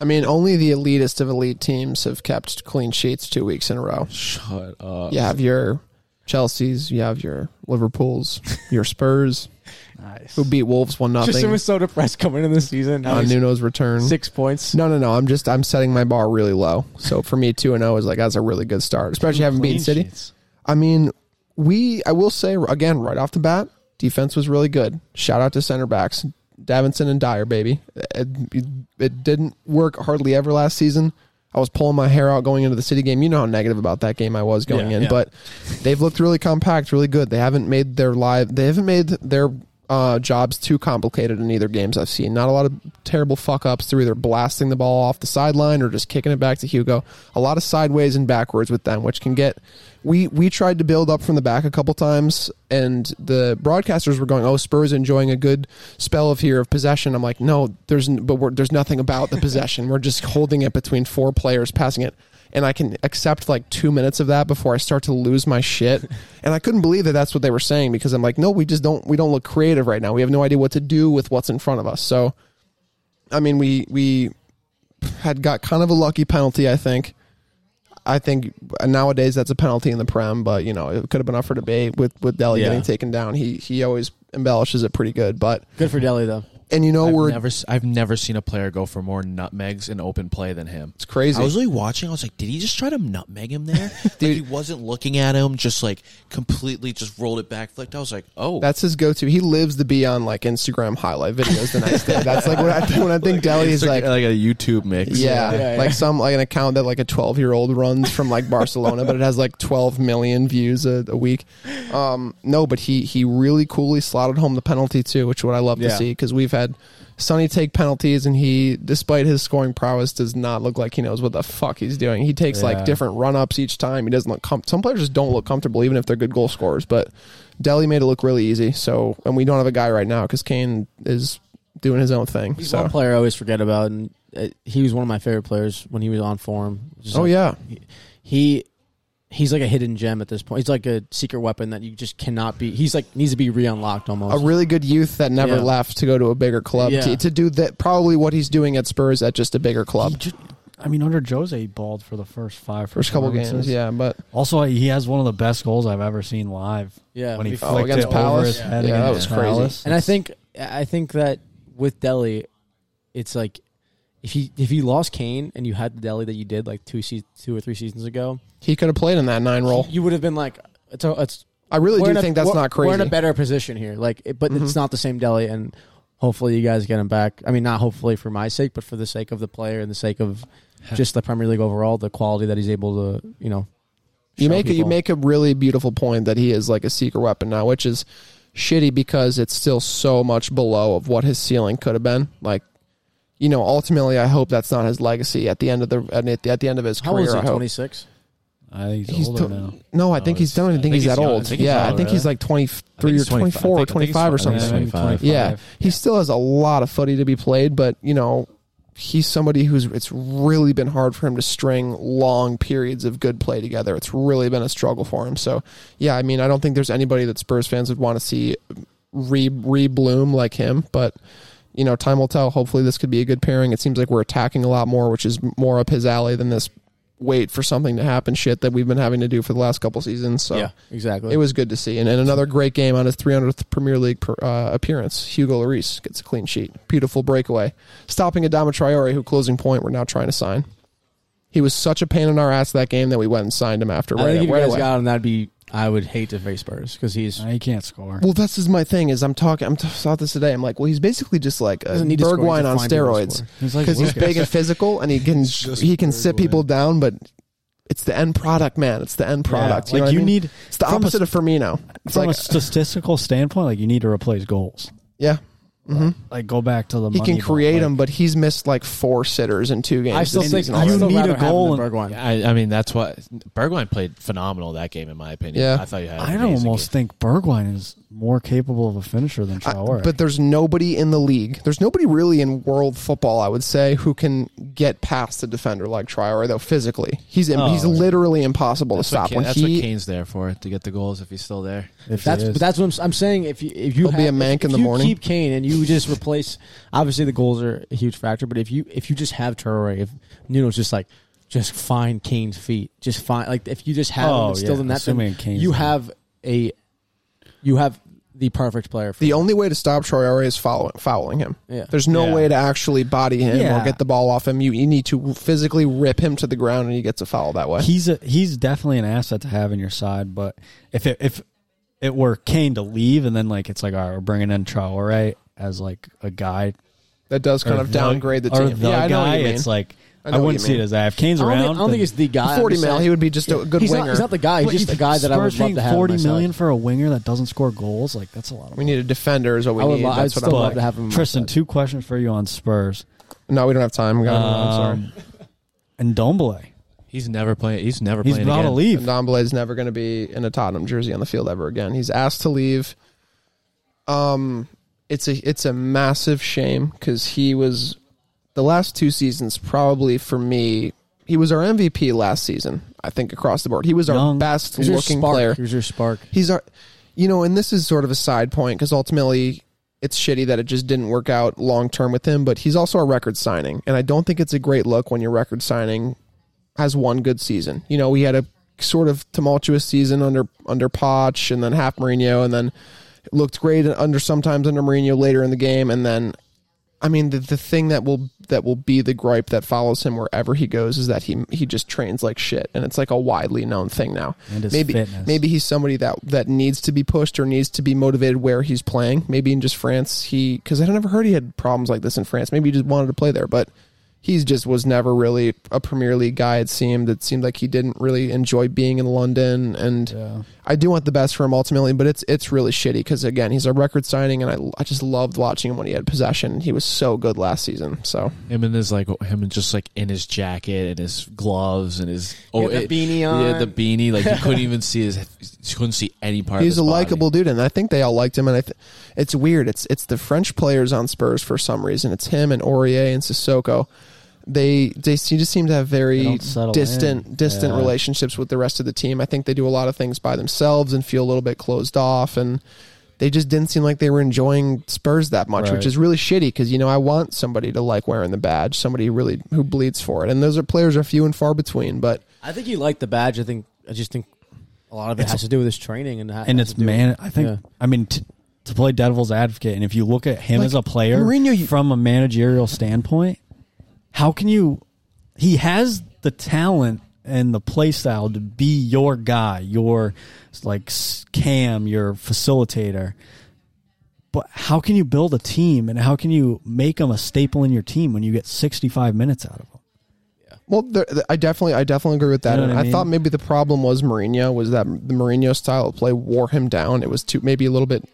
Speaker 2: I mean, only the elitist of elite teams have kept clean sheets two weeks in a row.
Speaker 3: Shut up.
Speaker 2: You have your Chelsea's, you have your Liverpool's, your Spurs,
Speaker 4: Nice.
Speaker 2: who beat Wolves one
Speaker 1: Tristan
Speaker 2: nothing
Speaker 1: was so depressed coming into the season. Now
Speaker 2: on
Speaker 1: he's
Speaker 2: Nuno's return.
Speaker 1: six points.
Speaker 2: No, no, no. I'm just I'm setting my bar really low. So for me, two and zero is like that's a really good start, especially having beaten City. I mean, we I will say again right off the bat, defense was really good. Shout out to center backs Davinson and Dyer, baby. It, it didn't work hardly ever last season. I was pulling my hair out going into the City game. You know how negative about that game I was going
Speaker 3: Yeah,
Speaker 2: in,
Speaker 3: yeah.
Speaker 2: but they've looked really compact, really good. They haven't made their live they haven't made their uh, jobs too complicated in either games I've seen. Not a lot of terrible fuck ups through either blasting the ball off the sideline or just kicking it back to Hugo. A lot of sideways and backwards with them, which can get we we tried to build up from the back a couple times and the broadcasters were going, "Oh, Spurs enjoying a good spell of here of possession." I'm like, "No, there's n- but we're, there's nothing about the possession. We're just holding it between four players passing it." and I can accept like two minutes of that before I start to lose my
Speaker 3: <laughs>
Speaker 2: shit. and I couldn't believe that that's what they were saying because I'm like, no, we just don't we don't look creative right now. We have no idea what to do with what's in front of us. So, I mean, we we had got kind of a lucky penalty, I think. I think nowadays that's a penalty in the prem, but you know it could have been up for debate with with Delhi
Speaker 3: Yeah.
Speaker 2: getting taken down. He he always embellishes it pretty good, but
Speaker 1: Good for Delhi though.
Speaker 2: and you know
Speaker 3: I've
Speaker 2: we're
Speaker 3: never, s- I've never seen a player go for more nutmegs in open play than him.
Speaker 2: it's crazy.
Speaker 5: I was really watching. I was like, did he just try to nutmeg him
Speaker 2: <laughs>
Speaker 5: there? Dude, he wasn't looking at him. Just like completely, just rolled it back, flicked. I was like, oh,
Speaker 2: That's his go-to. He lives to be on like Instagram highlight videos the next day. That's like what I think when I think Delhi is
Speaker 3: It's
Speaker 2: like,
Speaker 3: like a YouTube mix.
Speaker 2: yeah,
Speaker 1: Yeah, yeah.
Speaker 2: like some like an account that like a 12-year-old runs from like Barcelona, but it has like 12 million views a, a week. Um, no, but he he really coolly slotted home the penalty too, which is what I love to
Speaker 1: Yeah.
Speaker 2: see because we've had Sonny take penalties and he, despite his scoring prowess, does not look like he knows what the fuck he's doing. He takes like
Speaker 4: Yeah.
Speaker 2: different run-ups each time. He doesn't look com- some players just don't look comfortable even if they're good goal scorers, but Delhi made it look really easy. So, and we don't have a guy right now because Kane is doing his own thing.
Speaker 1: He's
Speaker 2: so,
Speaker 1: one player I always forget about, and uh, he was one of my favorite players when he was on form. Just
Speaker 2: oh
Speaker 1: like-
Speaker 2: yeah,
Speaker 1: he he's like a hidden gem at this point. He's like a secret weapon that you just cannot be. He's like needs to be re-unlocked
Speaker 2: a
Speaker 1: almost.
Speaker 2: really good youth that never
Speaker 1: Yeah.
Speaker 2: left to go to a bigger club
Speaker 1: Yeah.
Speaker 2: to, to do that. Probably what he's doing at Spurs at just a bigger
Speaker 4: He
Speaker 2: club.
Speaker 4: ju- I mean, under Jose, he balled for the first five
Speaker 2: First couple games,
Speaker 4: performances.
Speaker 2: yeah, but
Speaker 4: Also, he has one of the best goals I've ever seen live.
Speaker 1: yeah,
Speaker 4: when he
Speaker 1: before-
Speaker 2: Oh,
Speaker 4: flicked
Speaker 2: against
Speaker 4: it over
Speaker 2: Palace?
Speaker 4: his head
Speaker 2: Yeah, that
Speaker 4: against
Speaker 2: was crazy.
Speaker 4: Palace.
Speaker 1: and I think I think that with Delhi, it's like if he if you lost Kane and you had the Delhi that you did like two se- two or three seasons ago,
Speaker 2: he could have played in that nine
Speaker 4: Oh.
Speaker 2: role.
Speaker 1: you would have been like, it's a, it's.
Speaker 2: I really
Speaker 1: we're
Speaker 2: do
Speaker 1: in a-
Speaker 2: think that's
Speaker 1: we're-
Speaker 2: not crazy. Mm-hmm.
Speaker 1: We're in a better position here, like, it, but it's not the same Delhi, and hopefully you guys get him back. I mean, not hopefully for my sake, but for the sake of the player and the sake <laughs> of just the Premier League overall, the quality that he's able to, you know,
Speaker 2: You
Speaker 1: show
Speaker 2: make a, you
Speaker 1: people.
Speaker 2: make a really beautiful point that he is like a secret weapon now, which is shitty because it's still so much below of what his ceiling could have been. Like, you know, ultimately, I hope that's not his legacy at the end of the at the, at the end of his
Speaker 1: How old
Speaker 2: career.
Speaker 1: is he?
Speaker 2: I hope.
Speaker 1: Twenty six.
Speaker 4: I think Ah, he's,
Speaker 2: He's
Speaker 4: older
Speaker 2: t-
Speaker 4: now.
Speaker 2: No, I think he's done. I think,
Speaker 3: think
Speaker 2: he's
Speaker 3: he's
Speaker 2: that
Speaker 3: young. Oh, I
Speaker 2: old.
Speaker 3: think he's
Speaker 2: yeah, I
Speaker 3: older,
Speaker 2: think he's
Speaker 3: yeah.
Speaker 2: like twenty three or
Speaker 3: he's 25.
Speaker 2: twenty
Speaker 3: I
Speaker 2: four or
Speaker 3: think- I think
Speaker 2: twenty
Speaker 3: he's
Speaker 2: five or
Speaker 3: 25.
Speaker 2: something.
Speaker 4: Yeah, maybe
Speaker 3: 25.
Speaker 4: 25.
Speaker 2: Yeah. He still has a lot of footy to be played, but you know, he's somebody who's it's really been hard for him to string long periods of good play together. It's really been a struggle for him. So, yeah, I mean, I don't think there's anybody that Spurs fans would want to see re re bloom like him, but you know, time will tell. Hopefully, this could be a good pairing. It seems like we're attacking a lot more, which is more up his alley than this wait for something to happen shit that we've been having to do for the last couple seasons. So,
Speaker 1: yeah, exactly.
Speaker 2: it was good to see. And, and another great game on his 300th Premier League per, uh, appearance. Hugo Lloris gets a clean sheet. Beautiful breakaway. Stopping Adama Traore, who closing point we're now trying to sign. He was such a pain in our ass that game that we went and signed him after.
Speaker 1: I
Speaker 2: Right,
Speaker 1: think if you
Speaker 2: right
Speaker 1: guys
Speaker 2: away. Uh,
Speaker 1: got him, that'd be. I would hate to face Spurs because he's
Speaker 4: Nah, he can't score.
Speaker 2: well, this is my thing. Is I'm talking. I'm t- thought this today. I'm like, well, he's basically just like a
Speaker 1: Doesn't need to score,
Speaker 2: Bergwijn
Speaker 1: he's a
Speaker 2: on
Speaker 1: fine people
Speaker 2: steroids
Speaker 1: scorer.
Speaker 4: He's like
Speaker 2: because he's
Speaker 4: Lucas.
Speaker 2: big and physical and he can he can sit people down, but It's the end product, man. It's the end product.
Speaker 4: like
Speaker 2: know what
Speaker 4: you
Speaker 2: I mean?
Speaker 4: need
Speaker 2: It's the
Speaker 4: from a-
Speaker 2: opposite of Firmino. It's
Speaker 4: from
Speaker 2: like
Speaker 4: a statistical standpoint, like you need to replace goals.
Speaker 2: yeah, hmm
Speaker 4: Like go back to the
Speaker 2: he can
Speaker 4: Moneyball,
Speaker 2: create
Speaker 4: like,
Speaker 2: them, but he's missed like four sitters in two games.
Speaker 1: I still
Speaker 2: this
Speaker 1: think
Speaker 2: season
Speaker 1: I
Speaker 2: already.
Speaker 1: still
Speaker 4: need
Speaker 1: rather
Speaker 4: a
Speaker 1: have him
Speaker 4: goal
Speaker 1: than
Speaker 4: and-
Speaker 1: Bergwijn.
Speaker 5: I, I mean, that's why Bergwijn played phenomenal that game, in my opinion.
Speaker 2: Yeah.
Speaker 5: I thought you had.
Speaker 4: I
Speaker 5: an amazing
Speaker 4: almost think Bergwijn is more capable of a finisher than
Speaker 2: I-
Speaker 4: Traore.
Speaker 2: but there's nobody in the league. There's nobody really in world football, I would say, who can get past the defender like Traore. Though physically, he's im-
Speaker 4: Oh,
Speaker 2: he's
Speaker 4: yeah.
Speaker 2: literally impossible
Speaker 5: Game. That's,
Speaker 2: to stop.
Speaker 5: what, Kane,
Speaker 2: when
Speaker 5: that's
Speaker 2: he
Speaker 5: what Kane's there for to get the goals if he's still there.
Speaker 4: if
Speaker 1: That's
Speaker 4: he
Speaker 1: but
Speaker 4: is,
Speaker 1: that's what I'm, s- I'm saying. If you if you
Speaker 2: He'll be a
Speaker 1: have-
Speaker 2: mank
Speaker 1: if,
Speaker 2: in
Speaker 1: if
Speaker 2: the
Speaker 1: you
Speaker 2: morning.
Speaker 1: keep Kane and you just replace, obviously the goals are a huge factor. But if you if you just have Traore, if Nuno's just like just find Kane's feet, just find like if you just have him
Speaker 4: Oh,
Speaker 1: and still
Speaker 4: yeah,
Speaker 1: in that, then
Speaker 4: assuming Kane's
Speaker 1: you
Speaker 4: there.
Speaker 1: have a you have the perfect player. For
Speaker 2: the only way to stop Traore is following, fouling him.
Speaker 1: Yeah.
Speaker 2: There's no
Speaker 4: Yeah.
Speaker 2: way to actually body him
Speaker 4: Yeah.
Speaker 2: or get the ball off him. You, you need to physically rip him to the ground, and he gets a foul that way.
Speaker 4: he's a, he's definitely an asset to have in your side. But if it, if it were Kane to leave and then like it's like all right, we're bringing in Traore as like a guy
Speaker 2: that does kind
Speaker 4: or
Speaker 2: of downgrade the,
Speaker 4: or
Speaker 2: team.
Speaker 4: the
Speaker 2: yeah, I know
Speaker 4: guy.
Speaker 2: what you mean.
Speaker 4: It's like
Speaker 2: I
Speaker 4: I,
Speaker 2: know what
Speaker 4: wouldn't
Speaker 2: you
Speaker 4: see it
Speaker 2: mean.
Speaker 4: as that. If Kane's
Speaker 1: I don't,
Speaker 4: around,
Speaker 1: think, I don't think
Speaker 4: then-
Speaker 1: it's the guy. I'm
Speaker 2: Forty
Speaker 1: just
Speaker 2: mil,
Speaker 1: saying-
Speaker 2: he would be just a good
Speaker 1: he's
Speaker 2: winger.
Speaker 1: Not, he's not the guy. He's
Speaker 4: What,
Speaker 1: just
Speaker 4: you
Speaker 1: a guy that I would
Speaker 4: Spurs paying
Speaker 1: love to have. on
Speaker 4: Forty
Speaker 1: my
Speaker 4: million
Speaker 1: side.
Speaker 4: for a winger that doesn't score goals, like that's a lot of.
Speaker 2: we need a defender is what we
Speaker 1: I would
Speaker 2: need.
Speaker 1: lo- I
Speaker 2: That's
Speaker 1: would
Speaker 2: what I'm
Speaker 1: still love
Speaker 2: like.
Speaker 1: to have him on my
Speaker 4: Tristan,
Speaker 1: side.
Speaker 4: two questions for you on Spurs.
Speaker 2: No, we don't have time. We got to move on, sorry.
Speaker 4: Um, and Dombele,
Speaker 5: He's never playing. He's never
Speaker 4: he's
Speaker 5: playing
Speaker 4: about to
Speaker 5: again.
Speaker 4: leave.
Speaker 2: Ndombele is never going to be in a Tottenham jersey on the field ever again. He's asked to leave. Um, it's a it's a massive shame because he was the last two seasons probably for me. He was our MVP last season. I think across the board, he was our
Speaker 4: Young.
Speaker 2: best
Speaker 1: He's your
Speaker 2: looking
Speaker 1: spark.
Speaker 2: player.
Speaker 1: Here's your spark.
Speaker 2: He's our, you know, and this is sort of a side point because ultimately it's shitty that it just didn't work out long term with him, but he's also a record signing. And I don't think it's a great look when your record signing has one good season. You know, we had a sort of tumultuous season under, under Poch and then half Mourinho and then it looked great under sometimes under Mourinho later in the game. And then, I mean, the, the thing that will, that will be the gripe that follows him wherever he goes is that he, he just trains like shit. And it's like a widely known thing now
Speaker 4: And his
Speaker 2: maybe
Speaker 4: fitness.
Speaker 2: maybe he's somebody that that needs to be pushed or needs to be motivated where he's playing. Maybe in just France, he because I never heard he had problems like this in France. Maybe he just wanted to play there, but he's just was never really a Premier League guy. It seemed it seemed like he didn't really enjoy being in London, and
Speaker 4: Yeah.
Speaker 2: I do want the best for him ultimately, but it's it's really shitty because again he's a record signing, and I I just loved watching him when he had possession. He was so good last season, so.
Speaker 5: Him and his like him and just like in his jacket and his gloves and his oh
Speaker 1: the
Speaker 5: it-
Speaker 1: beanie on.
Speaker 5: Yeah, the beanie. Like you couldn't even see his. You couldn't see any part.
Speaker 2: He's a
Speaker 5: of his body.
Speaker 2: likable dude, and I think they all liked him. And I, th- it's weird. It's it's the French players on Spurs for some reason. It's him and Aurier and Sissoko. They they seem, just seem to have
Speaker 4: They
Speaker 2: very
Speaker 4: don't settle
Speaker 2: distant
Speaker 4: in.
Speaker 2: distant
Speaker 4: Yeah.
Speaker 2: relationships with the rest of the team. I think they do a lot of things by themselves and feel a little bit closed off and. They just didn't seem like they were enjoying Spurs that much,
Speaker 4: Right.
Speaker 2: which is really shitty because you know I want somebody to like wearing the badge, somebody really who bleeds for it, and those are players are few and far between. But
Speaker 1: I think he liked the badge. I think I just think a lot of it
Speaker 4: It's-
Speaker 1: has to do with his training and ha-
Speaker 4: and
Speaker 1: has
Speaker 4: it's
Speaker 1: to do with-
Speaker 4: man. I think
Speaker 1: yeah.
Speaker 4: I mean t- to play devil's advocate, and if you look at him
Speaker 2: Like,
Speaker 4: as a player
Speaker 2: Mourinho, you-
Speaker 4: from a managerial standpoint, how can you? He has the talent and the play style to be your guy, your like s- cam, your facilitator. But how can you build a team and how can you make him a staple in your team when you get sixty five minutes out of him?
Speaker 2: Well, there, th- I definitely, I definitely agree with that.
Speaker 4: You know
Speaker 2: and
Speaker 4: what
Speaker 2: I,
Speaker 4: I mean?
Speaker 2: thought maybe the problem was Mourinho was that the Mourinho style of play wore him down. It was too maybe a little bit,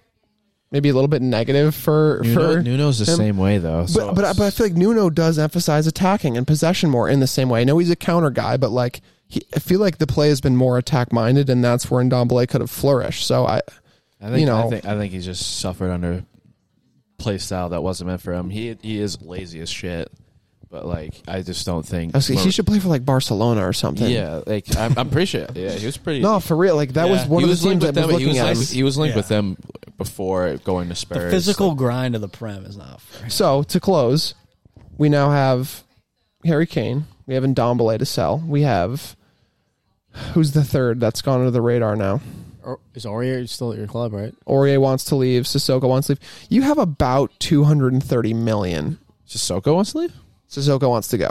Speaker 2: maybe a little bit negative for
Speaker 5: Nuno,
Speaker 2: for.
Speaker 5: Nuno's the
Speaker 2: him.
Speaker 5: same way though.
Speaker 2: but
Speaker 5: so
Speaker 2: but I- but I feel like Nuno does emphasize attacking and possession more in the same way. I know he's a counter guy, but like he, I feel like the play has been more attack minded, and that's where Ndombele could have flourished. So I,
Speaker 5: I think,
Speaker 2: you know-
Speaker 5: I think I think he just suffered under play style that wasn't meant for him. He he is lazy as shit, but like I just don't think
Speaker 2: I was, he should play for like Barcelona or something.
Speaker 5: Yeah, like I'm, I'm pretty sure. Yeah, he was pretty.
Speaker 2: No, for real. Like that
Speaker 5: yeah.
Speaker 2: was one
Speaker 5: He
Speaker 2: of the
Speaker 5: linked
Speaker 2: teams that
Speaker 5: with them-
Speaker 2: was
Speaker 5: he
Speaker 2: looking
Speaker 5: was
Speaker 2: at
Speaker 5: linked,
Speaker 2: him.
Speaker 5: He was linked
Speaker 4: Yeah.
Speaker 5: with them before going to Spurs.
Speaker 4: The physical grind of the prem is not. Fair.
Speaker 2: So to close, we now have Harry Kane. We have Ndombele to sell. We have who's the third that's gone under the radar now.
Speaker 1: Or- is Aurier still at your club, right?
Speaker 2: Aurier wants to leave. Sissoko wants to leave. You have about two hundred and thirty million.
Speaker 5: Sissoko wants to leave.
Speaker 2: Sissoko wants to go.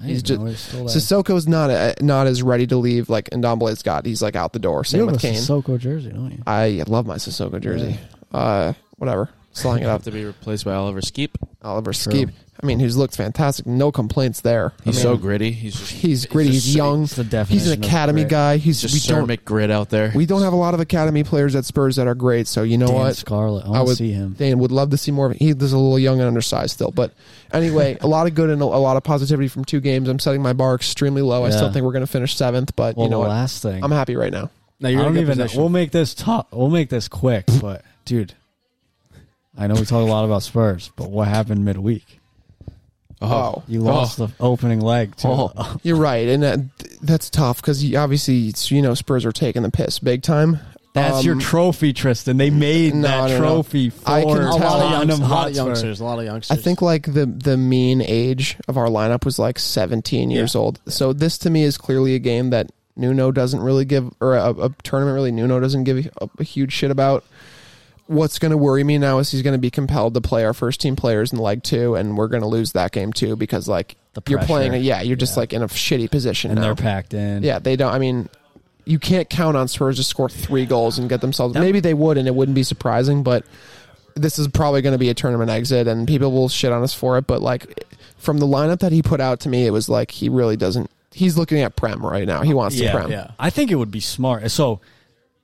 Speaker 4: I didn't
Speaker 2: He's
Speaker 4: know
Speaker 2: ju-
Speaker 4: he was still there.
Speaker 2: Sissoko's not a, not as ready to leave like Ndombele's got. He's like out the door. Same
Speaker 4: You have
Speaker 2: with
Speaker 4: a
Speaker 2: Kane.
Speaker 4: Sissoko jersey, don't you?
Speaker 2: I love my Sissoko jersey. Uh, whatever. Slowing it
Speaker 3: Have
Speaker 2: up.
Speaker 3: <laughs> to be replaced by Oliver Skeep.
Speaker 2: Oliver Skeep. I mean, who's looked fantastic. No complaints there. I
Speaker 3: He's
Speaker 2: mean,
Speaker 3: so gritty. He's just
Speaker 2: he's gritty. He's,
Speaker 3: just-
Speaker 2: young.
Speaker 4: It's the definition.
Speaker 2: He's an
Speaker 4: of
Speaker 2: academy
Speaker 4: grit.
Speaker 2: guy. He's
Speaker 3: just
Speaker 2: we
Speaker 3: Sir
Speaker 2: don't
Speaker 3: McGrit out there.
Speaker 2: we don't have a lot of academy players at Spurs that are great. So you know
Speaker 4: Dan
Speaker 2: what?
Speaker 4: Scarlett. I
Speaker 2: I
Speaker 4: want to
Speaker 2: would-
Speaker 4: see him.
Speaker 2: Dan would love to see more of it. He is a little young and undersized still. But anyway,
Speaker 4: <laughs>
Speaker 2: a lot of good and a, a lot of positivity from two games. I'm setting my bar extremely low. I
Speaker 4: Yeah.
Speaker 2: still think we're going to finish seventh, but
Speaker 4: Well,
Speaker 2: you know
Speaker 4: the
Speaker 2: what?
Speaker 4: last thing.
Speaker 2: I'm happy right now.
Speaker 1: Now
Speaker 4: I
Speaker 1: you're in
Speaker 4: don't
Speaker 1: a good
Speaker 4: even.
Speaker 1: position.
Speaker 4: We'll make this tough. We'll make this
Speaker 2: <laughs>
Speaker 4: quick. But dude, I know we talk a lot about Spurs, but what happened midweek?
Speaker 2: Oh,
Speaker 4: You lost the opening leg to uh,
Speaker 2: Oh. you're right, and that, that's tough because obviously it's, you know Spurs are taking the piss big time.
Speaker 4: That's your
Speaker 2: Um,
Speaker 4: trophy, Tristan. They made
Speaker 2: No, no,
Speaker 4: that
Speaker 2: no.
Speaker 4: trophy for
Speaker 2: I can
Speaker 1: a lot of
Speaker 4: Tottenham
Speaker 1: youngsters, a lot of
Speaker 4: Hotspur.
Speaker 1: youngsters, a lot of
Speaker 2: I
Speaker 1: youngsters.
Speaker 2: think like the the mean age of our lineup was like 17 years old. So this to me is clearly a game that Nuno doesn't really give, or a, a tournament really Nuno doesn't give a, a huge shit about. What's going to worry me now is he's going to be compelled to play our first team players in leg two, and we're going to lose that game too because like
Speaker 4: The
Speaker 2: you're playing, a,
Speaker 4: pressure.
Speaker 2: yeah, you're just
Speaker 4: Yeah.
Speaker 2: like in a shitty position
Speaker 4: and
Speaker 2: now.
Speaker 4: they're packed in.
Speaker 2: yeah, they don't. I mean, you can't count on Spurs to score three goals and get themselves. Maybe they would, and it wouldn't be surprising. But this is probably going to be a tournament exit, and people will shit on us for it. But like from the lineup that he put out to me, it was like he really doesn't. He's looking at Prem right now. He wants to Prem.
Speaker 1: yeah.
Speaker 4: I think it would be smart. So,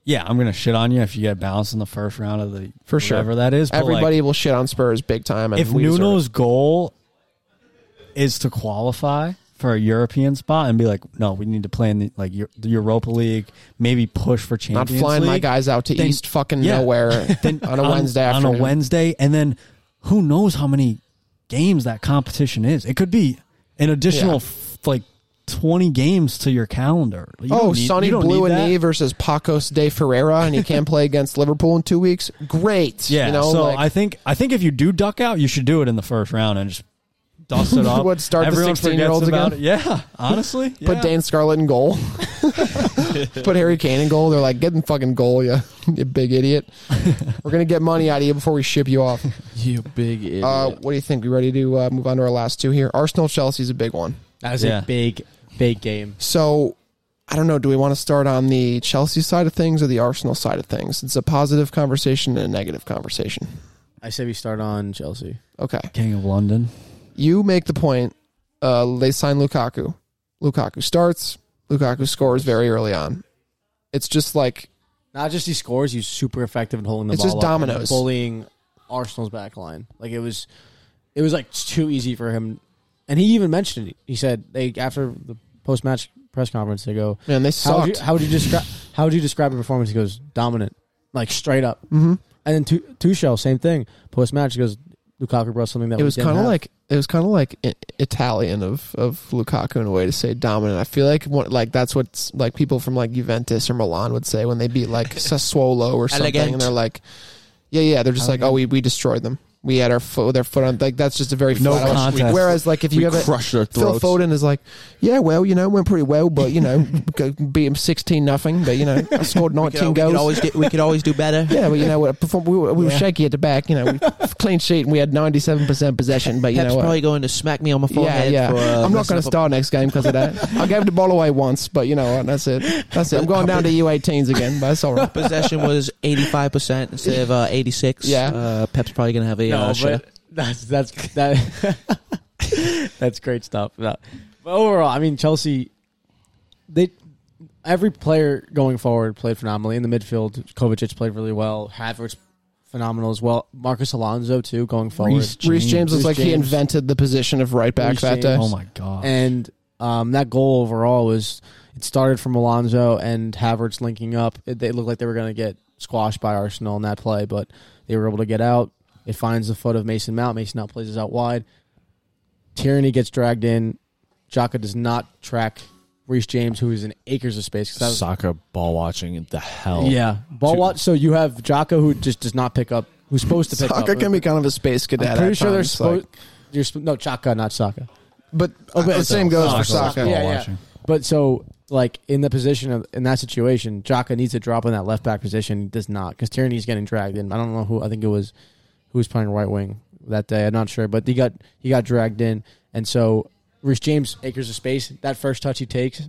Speaker 4: yeah, I'm gonna shit on you if you get bounced in the first round of the
Speaker 2: For sure.
Speaker 4: whatever that is. but, like,
Speaker 2: Everybody will shit on Spurs big time. And
Speaker 4: if
Speaker 2: we deserve
Speaker 4: Nuno's goal is to qualify for a European spot and be like, no, we need to play in the, like Eu- the Europa League, maybe push for
Speaker 2: it. not
Speaker 4: Champions
Speaker 2: flying my
Speaker 4: League,
Speaker 2: guys out to
Speaker 4: then-
Speaker 2: East fucking
Speaker 4: yeah.
Speaker 2: nowhere
Speaker 4: <laughs> Then
Speaker 2: on a Wednesday
Speaker 4: on
Speaker 2: afternoon.
Speaker 4: a Wednesday, and then who knows how many games that competition is? It could be an additional
Speaker 2: Yeah.
Speaker 4: f- like twenty games to your calendar. You
Speaker 2: Oh,
Speaker 4: don't need-
Speaker 2: Sonny
Speaker 4: you don't
Speaker 2: Blue
Speaker 4: need
Speaker 2: and
Speaker 4: that.
Speaker 2: me versus Pacos de Ferreira, and he can't play against Liverpool in two weeks. Great.
Speaker 4: Yeah,
Speaker 2: You know,
Speaker 4: so
Speaker 2: like-
Speaker 4: I think I think if you do duck out, you should do it in the first round and just dust
Speaker 2: <laughs>
Speaker 4: it off.
Speaker 2: What, start the
Speaker 4: Everyone
Speaker 2: 16-year-olds
Speaker 4: forgets about
Speaker 2: again?
Speaker 4: it. Yeah, honestly, yeah.
Speaker 2: <laughs> Put Dan Scarlett in goal. <laughs> Put Harry Kane in goal. They're like, get in fucking goal, you, <laughs> you big
Speaker 4: <laughs>
Speaker 2: idiot. We're going to get money out of you before we ship you off.
Speaker 3: You big idiot.
Speaker 2: Uh, what do you think? We ready to uh, move on to our last two here? Arsenal Chelsea's a big one.
Speaker 1: that was
Speaker 4: Yeah.
Speaker 1: a big, big game.
Speaker 2: So I don't know. Do we want to start on the Chelsea side of things or the Arsenal side of things? It's a positive conversation and a negative conversation.
Speaker 1: I say we start on Chelsea.
Speaker 2: Okay.
Speaker 4: King of London.
Speaker 2: You make the point. Uh, they sign Lukaku. Lukaku starts. Lukaku scores very early on. It's just like
Speaker 1: Not just he scores; he's super effective in holding the
Speaker 2: It's
Speaker 1: ball.
Speaker 2: just
Speaker 1: up and
Speaker 2: dominoes.
Speaker 1: bullying Arsenal's back line. Like it was, it was like too easy for him. And he even mentioned it. He said they after the post match press conference, they go,
Speaker 2: man, they
Speaker 1: "How would
Speaker 2: sucked.
Speaker 1: you, how would you describe how would you describe a performance?" He goes, "Dominant, like straight up."
Speaker 2: Mhm.
Speaker 1: And then Tu- Tuchel, same thing. Post match, he goes, "Lukaku brought something that
Speaker 2: it was
Speaker 1: kind of
Speaker 2: like it was kind of like I- Italian of of Lukaku in a way to say dominant. I feel like what, like that's what like people from like Juventus or Milan would say when they beat like Sassuolo or something,
Speaker 5: Elegant.
Speaker 2: and they're like, yeah, yeah, they're just like, oh, we we destroyed them. We had our foot, their foot on like that's just a very
Speaker 4: No
Speaker 2: flat out-
Speaker 4: contest.
Speaker 2: Whereas like if
Speaker 3: we
Speaker 2: you have a
Speaker 3: crushed their
Speaker 2: Phil
Speaker 3: throats.
Speaker 2: Foden is like, yeah, well, you know, went pretty well, but
Speaker 5: <laughs>
Speaker 2: you know, go- beat him sixteen nothing, but you know, I scored
Speaker 5: We could, al-
Speaker 2: nineteen
Speaker 5: we could
Speaker 2: goals.
Speaker 5: always do, we could always do
Speaker 2: <laughs>
Speaker 5: better.
Speaker 2: yeah, well, you
Speaker 5: <laughs>
Speaker 2: know, what, perform- we were, we were shaky at the back. You know, we clean sheet and we had ninety-seven percent possession, but you
Speaker 5: Pep's
Speaker 2: know what?
Speaker 5: probably going to smack me on my forehead.
Speaker 2: Yeah, yeah.
Speaker 5: For, uh, messing
Speaker 2: I'm not going to
Speaker 5: up a-
Speaker 2: start next game because
Speaker 5: <laughs>
Speaker 2: of that. I gave the ball away once, but you know what? That's it. That's it. I'm going down to U18s again, but that's all
Speaker 5: <laughs>
Speaker 2: right.
Speaker 5: Possession
Speaker 2: <laughs>
Speaker 5: was 85 percent instead of uh, 86.
Speaker 2: Yeah.
Speaker 5: uh, Pep's probably going to have a
Speaker 1: no,
Speaker 5: uh, shitter.
Speaker 1: but that's that's that <laughs> that's great stuff. No. But overall, I mean Chelsea, they every player going forward played phenomenally in the midfield. Kovacic played really well. Havertz phenomenal as well. Marcus Alonso too going forward.
Speaker 4: Reece
Speaker 2: Reese James looks
Speaker 1: Reece
Speaker 2: like he
Speaker 1: James.
Speaker 2: invented the position of right back
Speaker 1: Reece
Speaker 2: that day.
Speaker 4: Oh my god!
Speaker 1: And um, that goal overall was it started from Alonso and Havertz linking up. It, they looked like they were going to get squashed by Arsenal in that play, but they were able to get out. It finds the foot of Mason Mount. Mason Mount plays it out wide. Tyranny gets dragged in. Jaka does not track Reece James, who is in acres of space. 'cause that was-
Speaker 3: soccer ball watching the hell.
Speaker 1: yeah, ball
Speaker 3: Two-
Speaker 1: watch. So you have Jaka who just does not pick up. Who's supposed to pick
Speaker 2: Saka
Speaker 1: up?
Speaker 2: can be kind of a space cadet.
Speaker 1: I'm pretty
Speaker 2: at
Speaker 1: sure they're
Speaker 2: times,
Speaker 1: supposed.
Speaker 2: like-
Speaker 1: you're sp- no Chaka, not Saka.
Speaker 2: but
Speaker 1: Okay,
Speaker 2: the same
Speaker 4: Oh,
Speaker 2: goes for
Speaker 4: Saka.
Speaker 2: Saka.
Speaker 1: Yeah,
Speaker 4: Ball
Speaker 1: yeah.
Speaker 4: watching.
Speaker 1: But so, like in the position of in that situation, Jaka needs to drop in that left back position. He does not because Tierney's getting dragged in. I don't know who. I think it was who was playing right wing that day. I'm not sure, but he got he got dragged in, and so Reece James acres of space. That first touch he takes.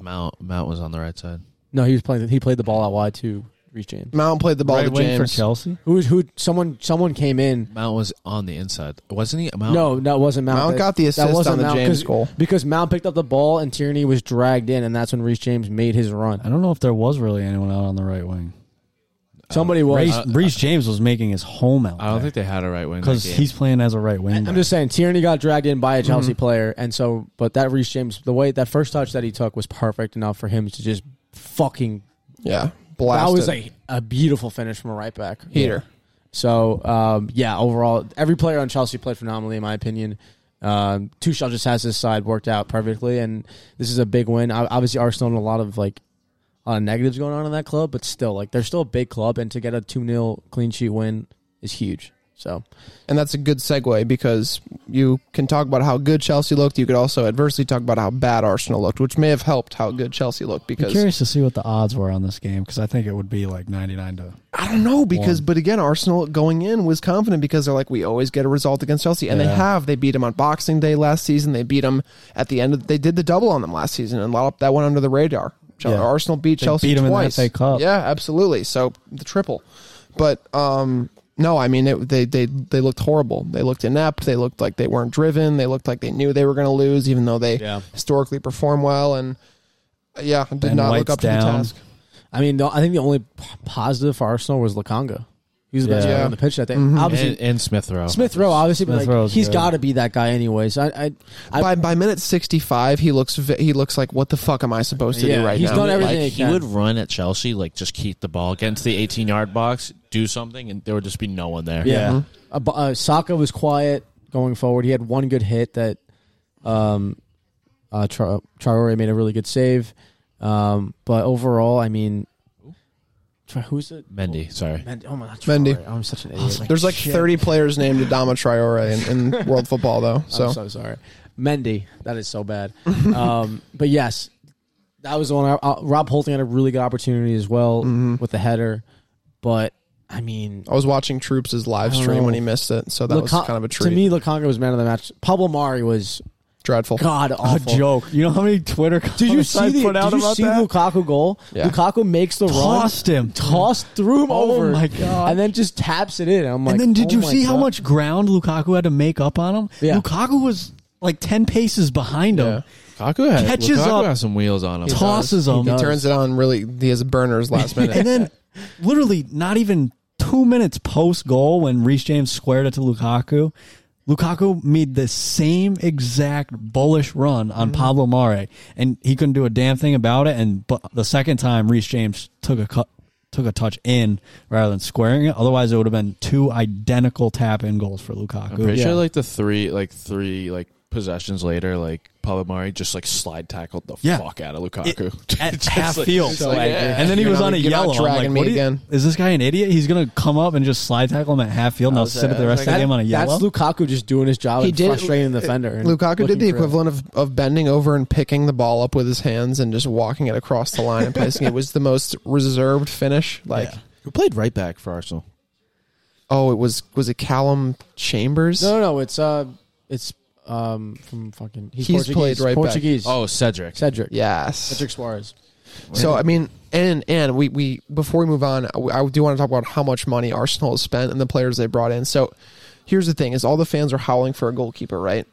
Speaker 5: Mount Mount was on the right side.
Speaker 1: No, he was playing. He played the ball out wide to Reece James.
Speaker 2: Mount played the ball
Speaker 4: right
Speaker 2: to
Speaker 4: wing for
Speaker 2: James.
Speaker 4: Chelsea.
Speaker 1: Who was who? Someone someone came in.
Speaker 5: Mount was on the inside, wasn't he? Mount,
Speaker 1: No, that wasn't Mount.
Speaker 2: Mount
Speaker 1: That-
Speaker 2: got the assist
Speaker 1: that wasn't
Speaker 2: on the
Speaker 1: Mount,
Speaker 2: James
Speaker 1: 'cause-
Speaker 2: goal.
Speaker 1: because Mount picked up the ball and Tierney was dragged in, and that's when Reece James made his
Speaker 4: I
Speaker 2: Uh,
Speaker 1: run.
Speaker 4: don't know if there was really anyone out on the right wing.
Speaker 1: Somebody was. Uh,
Speaker 2: uh,
Speaker 4: Reece, Reece James was making his home out
Speaker 5: I don't think they had a right wing.
Speaker 4: because he's playing as a right
Speaker 1: I-
Speaker 4: wing.
Speaker 1: I'm just saying Tierney got dragged in by a Chelsea player, and so but that Reece James, the way that first touch that he took was perfect enough for him to just fucking.
Speaker 2: Yeah, blasted.
Speaker 1: That was a a beautiful finish from a right back
Speaker 2: heater.
Speaker 1: So um, yeah, overall, every player on Chelsea played phenomenally, in my opinion. Um, Tuchel just has his side worked out perfectly, and this is a big win. Ob- Obviously, Arsenal had a lot of like a lot of negatives going on in that club, but still, like they're still a big club, and to get a two 0 clean sheet win is huge. So
Speaker 2: And that's a good segue because you can talk about how good Chelsea looked. You could also adversely talk about how bad Arsenal looked, which may have helped how good Chelsea looked
Speaker 4: I'm
Speaker 2: because
Speaker 4: curious to see what the odds were on this game because I think it would be like 99 to.
Speaker 2: I don't know because
Speaker 4: One.
Speaker 2: but again Arsenal going in was confident because they're like we always get a result against Chelsea and they
Speaker 4: Yeah.
Speaker 2: have they beat them on Boxing Day last season they beat them at the end of, they did the double on them last season and a lot of that went under the radar. Chel-
Speaker 4: Yeah.
Speaker 2: Arsenal beat
Speaker 4: They
Speaker 2: Chelsea
Speaker 4: beat 'em in the
Speaker 2: twice.
Speaker 4: FA Cup.
Speaker 2: Yeah, absolutely. So the triple, but um, no, I mean it, they they they looked horrible. They looked inept. They looked like they weren't driven. They looked like they knew they were going to lose, even though they
Speaker 1: Yeah.
Speaker 2: historically perform well. And uh, yeah, did
Speaker 4: Ben
Speaker 2: not
Speaker 4: White's
Speaker 2: look up to the
Speaker 4: down.
Speaker 2: task.
Speaker 1: I mean, the, I think the only p- positive for Arsenal was Lakanga. He was the best
Speaker 4: Yeah.
Speaker 1: player on the pitch that day.
Speaker 2: Mm-hmm.
Speaker 1: Obviously,
Speaker 5: and, and Smith Rowe.
Speaker 1: Smith Rowe, obviously, but
Speaker 4: Smith
Speaker 1: like,
Speaker 4: Rowe's
Speaker 1: he's
Speaker 4: good.
Speaker 1: got to be that guy anyways. I, I, I
Speaker 2: by by minute sixty five, he looks vi- he looks like what the fuck am I supposed to
Speaker 1: Yeah,
Speaker 2: do right
Speaker 1: he's
Speaker 2: now?
Speaker 1: done everything
Speaker 5: Like
Speaker 1: he
Speaker 5: he
Speaker 1: can.
Speaker 5: would run at Chelsea, like just keep the ball, get into the 18 yard box, do something, and there would just be no one there.
Speaker 1: Yeah. Uh, bu- uh, Saka was quiet going forward. He had one good hit that um, uh, Tra- Traore made a really good save. Um, but overall, I mean, Tra- who's it?
Speaker 5: Mendy, sorry.
Speaker 1: Mendy. Oh my God,
Speaker 2: Mendy.
Speaker 1: Traore. I'm such an idiot.
Speaker 2: There's like
Speaker 1: Shit.
Speaker 2: thirty players named Adama Traore in,
Speaker 1: <laughs>
Speaker 2: in world football though. So,
Speaker 1: I'm so sorry. Mendy, that is so
Speaker 4: <laughs>
Speaker 1: bad. um, but yes, that was the one. I, uh, Rob Holting had a really good opportunity as well
Speaker 4: Mm-hmm.
Speaker 1: with the header. But I mean,
Speaker 2: I was watching Troops' live
Speaker 1: I don't
Speaker 2: stream
Speaker 1: know.
Speaker 2: when he missed it, so
Speaker 4: Oh,
Speaker 2: that was
Speaker 1: Luka-
Speaker 2: kind of a treat.
Speaker 1: To me, Lakanga was man of the match. Pablo Mari was
Speaker 2: Dreadful.
Speaker 1: god
Speaker 4: A
Speaker 1: awful.
Speaker 4: joke. You know how many Twitter comments
Speaker 1: Did you see
Speaker 4: I
Speaker 1: the,
Speaker 4: put out
Speaker 1: did you
Speaker 4: about
Speaker 1: see
Speaker 4: that?
Speaker 1: Lukaku goal?
Speaker 2: Yeah.
Speaker 1: Lukaku makes the
Speaker 4: Tossed
Speaker 1: run,
Speaker 4: him.
Speaker 1: tossed, threw him
Speaker 4: Oh
Speaker 1: over,
Speaker 4: my God.
Speaker 1: and then just taps it in. I'm like,
Speaker 4: and then did
Speaker 1: oh
Speaker 4: you
Speaker 1: my
Speaker 4: see how
Speaker 1: God.
Speaker 4: much ground Lukaku had to make up on him?
Speaker 1: Yeah.
Speaker 4: Lukaku was like 10 paces behind him.
Speaker 2: Yeah.
Speaker 5: Kaku had,
Speaker 4: Catches
Speaker 5: Lukaku
Speaker 4: up.
Speaker 5: has some wheels on him.
Speaker 4: tosses
Speaker 1: He
Speaker 4: him.
Speaker 1: does.
Speaker 2: He turns it on really. He has burners last
Speaker 1: <laughs>
Speaker 2: minute.
Speaker 4: and then literally not even two minutes post goal when Reece James squared it to Lukaku, Lukaku made the same exact bullish run on Pablo Mare, and he couldn't do a damn thing about it. And but the second time, Reece James took a cut. Took a touch in rather than squaring it. Otherwise, it would have been two identical tap in goals for Lukaku.
Speaker 5: I'm pretty
Speaker 1: Yeah.
Speaker 5: sure like the three, like three, like possessions later, like Palomari just like slide tackled the
Speaker 4: Yeah.
Speaker 5: fuck out of Lukaku
Speaker 4: at
Speaker 5: Just,
Speaker 4: half
Speaker 5: like,
Speaker 4: field.
Speaker 5: just, like, yeah.
Speaker 4: And then he
Speaker 2: You're
Speaker 4: was
Speaker 2: not-
Speaker 4: on a
Speaker 2: you're not
Speaker 4: yellow. I'm like,
Speaker 2: dragging me
Speaker 4: what do you-
Speaker 2: again.
Speaker 4: Is this guy an idiot? He's going to come up and just slide tackle him at half field and I'll sit at the rest of the
Speaker 1: That-
Speaker 4: game on a yellow?
Speaker 1: That's Lukaku just doing his job
Speaker 2: He
Speaker 1: and
Speaker 2: did-
Speaker 1: frustrating the defender. and
Speaker 2: Lukaku
Speaker 1: looking
Speaker 2: did the
Speaker 1: for it.
Speaker 2: equivalent of, of bending over and picking the ball up with his hands and just walking it across the line and placing it. it was the most reserved finish. Like,
Speaker 5: Who played right back for Arsenal?
Speaker 2: oh, it was was it Callum Chambers?
Speaker 1: No, no, no. It's uh, it's um from fucking. He's,
Speaker 2: He's
Speaker 1: Portuguese,
Speaker 2: played right back.
Speaker 1: Portuguese.
Speaker 5: Oh, Cedric.
Speaker 1: Cedric.
Speaker 2: Yes.
Speaker 1: Cedric Suarez.
Speaker 2: So I mean, and and we we before we move on, I I do want to talk about how much money Arsenal has spent and the players they brought in. So here's the thing: is all the fans are howling for a goalkeeper, right?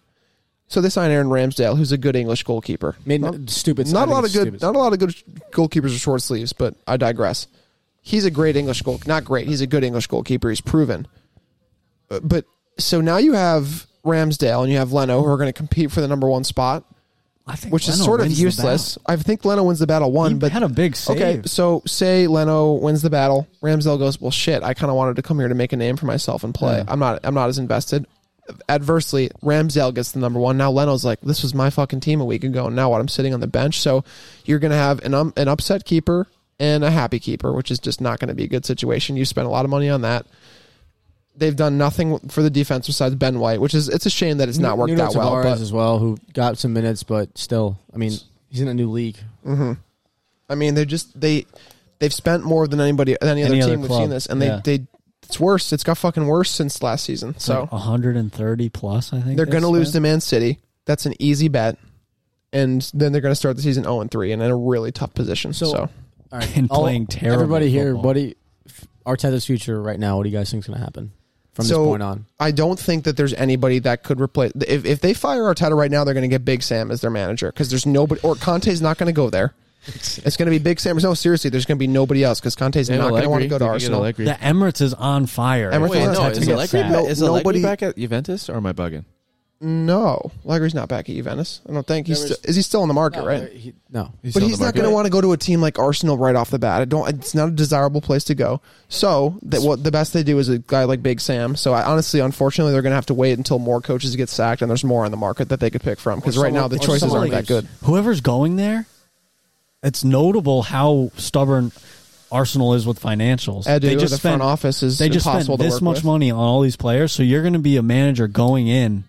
Speaker 2: So they signed Aaron Ramsdale, who's a good English goalkeeper.
Speaker 1: I mean,
Speaker 2: Not-
Speaker 1: stupid. I
Speaker 2: not a
Speaker 1: think
Speaker 2: lot of
Speaker 1: it's
Speaker 2: good,
Speaker 1: stupid.
Speaker 2: not a lot of good goalkeepers are short sleeves, but I digress. He's a great English goal, not great. He's a good English goalkeeper. He's proven. Uh, But so now you have Ramsdale and you have Leno, who are going to compete for the number one spot,
Speaker 4: I think
Speaker 2: which is
Speaker 4: Leno
Speaker 2: sort of
Speaker 4: wins the
Speaker 2: useless. I think Leno wins the battle one,
Speaker 4: battle. He
Speaker 2: but
Speaker 4: had a big save.
Speaker 2: okay. So say Leno wins the battle, Ramsdale goes, well, shit. I kind of wanted to come here to make a name for myself and play.
Speaker 4: Yeah.
Speaker 2: I'm not, I'm not as invested. Adversely, Ramsdale gets the number one. Now Leno's like, this was my fucking team a week ago, and now what? I'm sitting on the bench. So you're gonna have an um, an upset keeper and a happy keeper, which is just not going to be a good situation. You spent a lot of money on that. They've done nothing for the defense besides Ben White, which is it's a shame that it's not worked
Speaker 1: Nuno
Speaker 2: out well.
Speaker 1: Tavares
Speaker 2: But
Speaker 1: as well, who got some minutes, but still, I mean, he's in a new league.
Speaker 2: I mean, they're just they they've spent more than anybody than any, other
Speaker 4: Any other
Speaker 2: team. We've
Speaker 4: club,
Speaker 2: seen this, and
Speaker 4: yeah.
Speaker 2: they they it's worse. It's got fucking worse since last season.
Speaker 4: It's
Speaker 2: so
Speaker 4: like 130 plus, I Oh, think.
Speaker 2: they're going to
Speaker 4: that's
Speaker 2: lose to
Speaker 4: been.
Speaker 2: Man City. That's oh an easy bet, and then they're going to start the season zero and three and in a really tough position. So,
Speaker 1: So- All right.
Speaker 4: <laughs> And
Speaker 1: all-
Speaker 4: playing terrible
Speaker 1: Everybody here,
Speaker 4: football.
Speaker 1: what do you, Arteta's future right now? What do you guys think's going to happen from
Speaker 2: So-
Speaker 1: this point on?
Speaker 2: I don't think that there's anybody that could replace. If, if they fire Arteta right now, they're going to get Big Sam as their manager because there's nobody. Or Conte's not going to go
Speaker 4: <laughs>
Speaker 2: there. It's going to be Big Sam. No, seriously, there's going to be nobody else because Conte's not going to want to go to Arsenal.
Speaker 4: The Emirates is on fire.
Speaker 2: Emirates
Speaker 3: Wait,
Speaker 2: Wait,
Speaker 3: no,
Speaker 2: no,
Speaker 3: is
Speaker 2: it's
Speaker 3: Allegri,
Speaker 2: sad.
Speaker 3: back, is Allegri
Speaker 2: Nobody-
Speaker 3: back at Juventus or am I bugging?
Speaker 2: No, Lagrie's not back at Juventus. I don't think he's.
Speaker 1: There was-
Speaker 2: sti- is he still on the market? right.
Speaker 1: Uh, He- no.
Speaker 2: but he's not going to want to go to a team like Arsenal right off the bat. I don't. It's not a desirable place to go. So that what the best they do is a guy like Big Sam. So I honestly, unfortunately, they're going to have to wait until more coaches get sacked and there's more on the market that they could pick from because
Speaker 1: Or
Speaker 2: right now
Speaker 1: someone-
Speaker 2: the
Speaker 1: or
Speaker 2: choices
Speaker 1: someone
Speaker 2: aren't that good.
Speaker 1: leaves.
Speaker 4: Whoever's going there, it's notable how stubborn Arsenal is with financials.
Speaker 2: Edu, the front office is
Speaker 4: they just spent
Speaker 2: impossible to
Speaker 4: this
Speaker 2: work
Speaker 4: much
Speaker 2: with.
Speaker 4: money on all these players. So you're going to be a manager going in,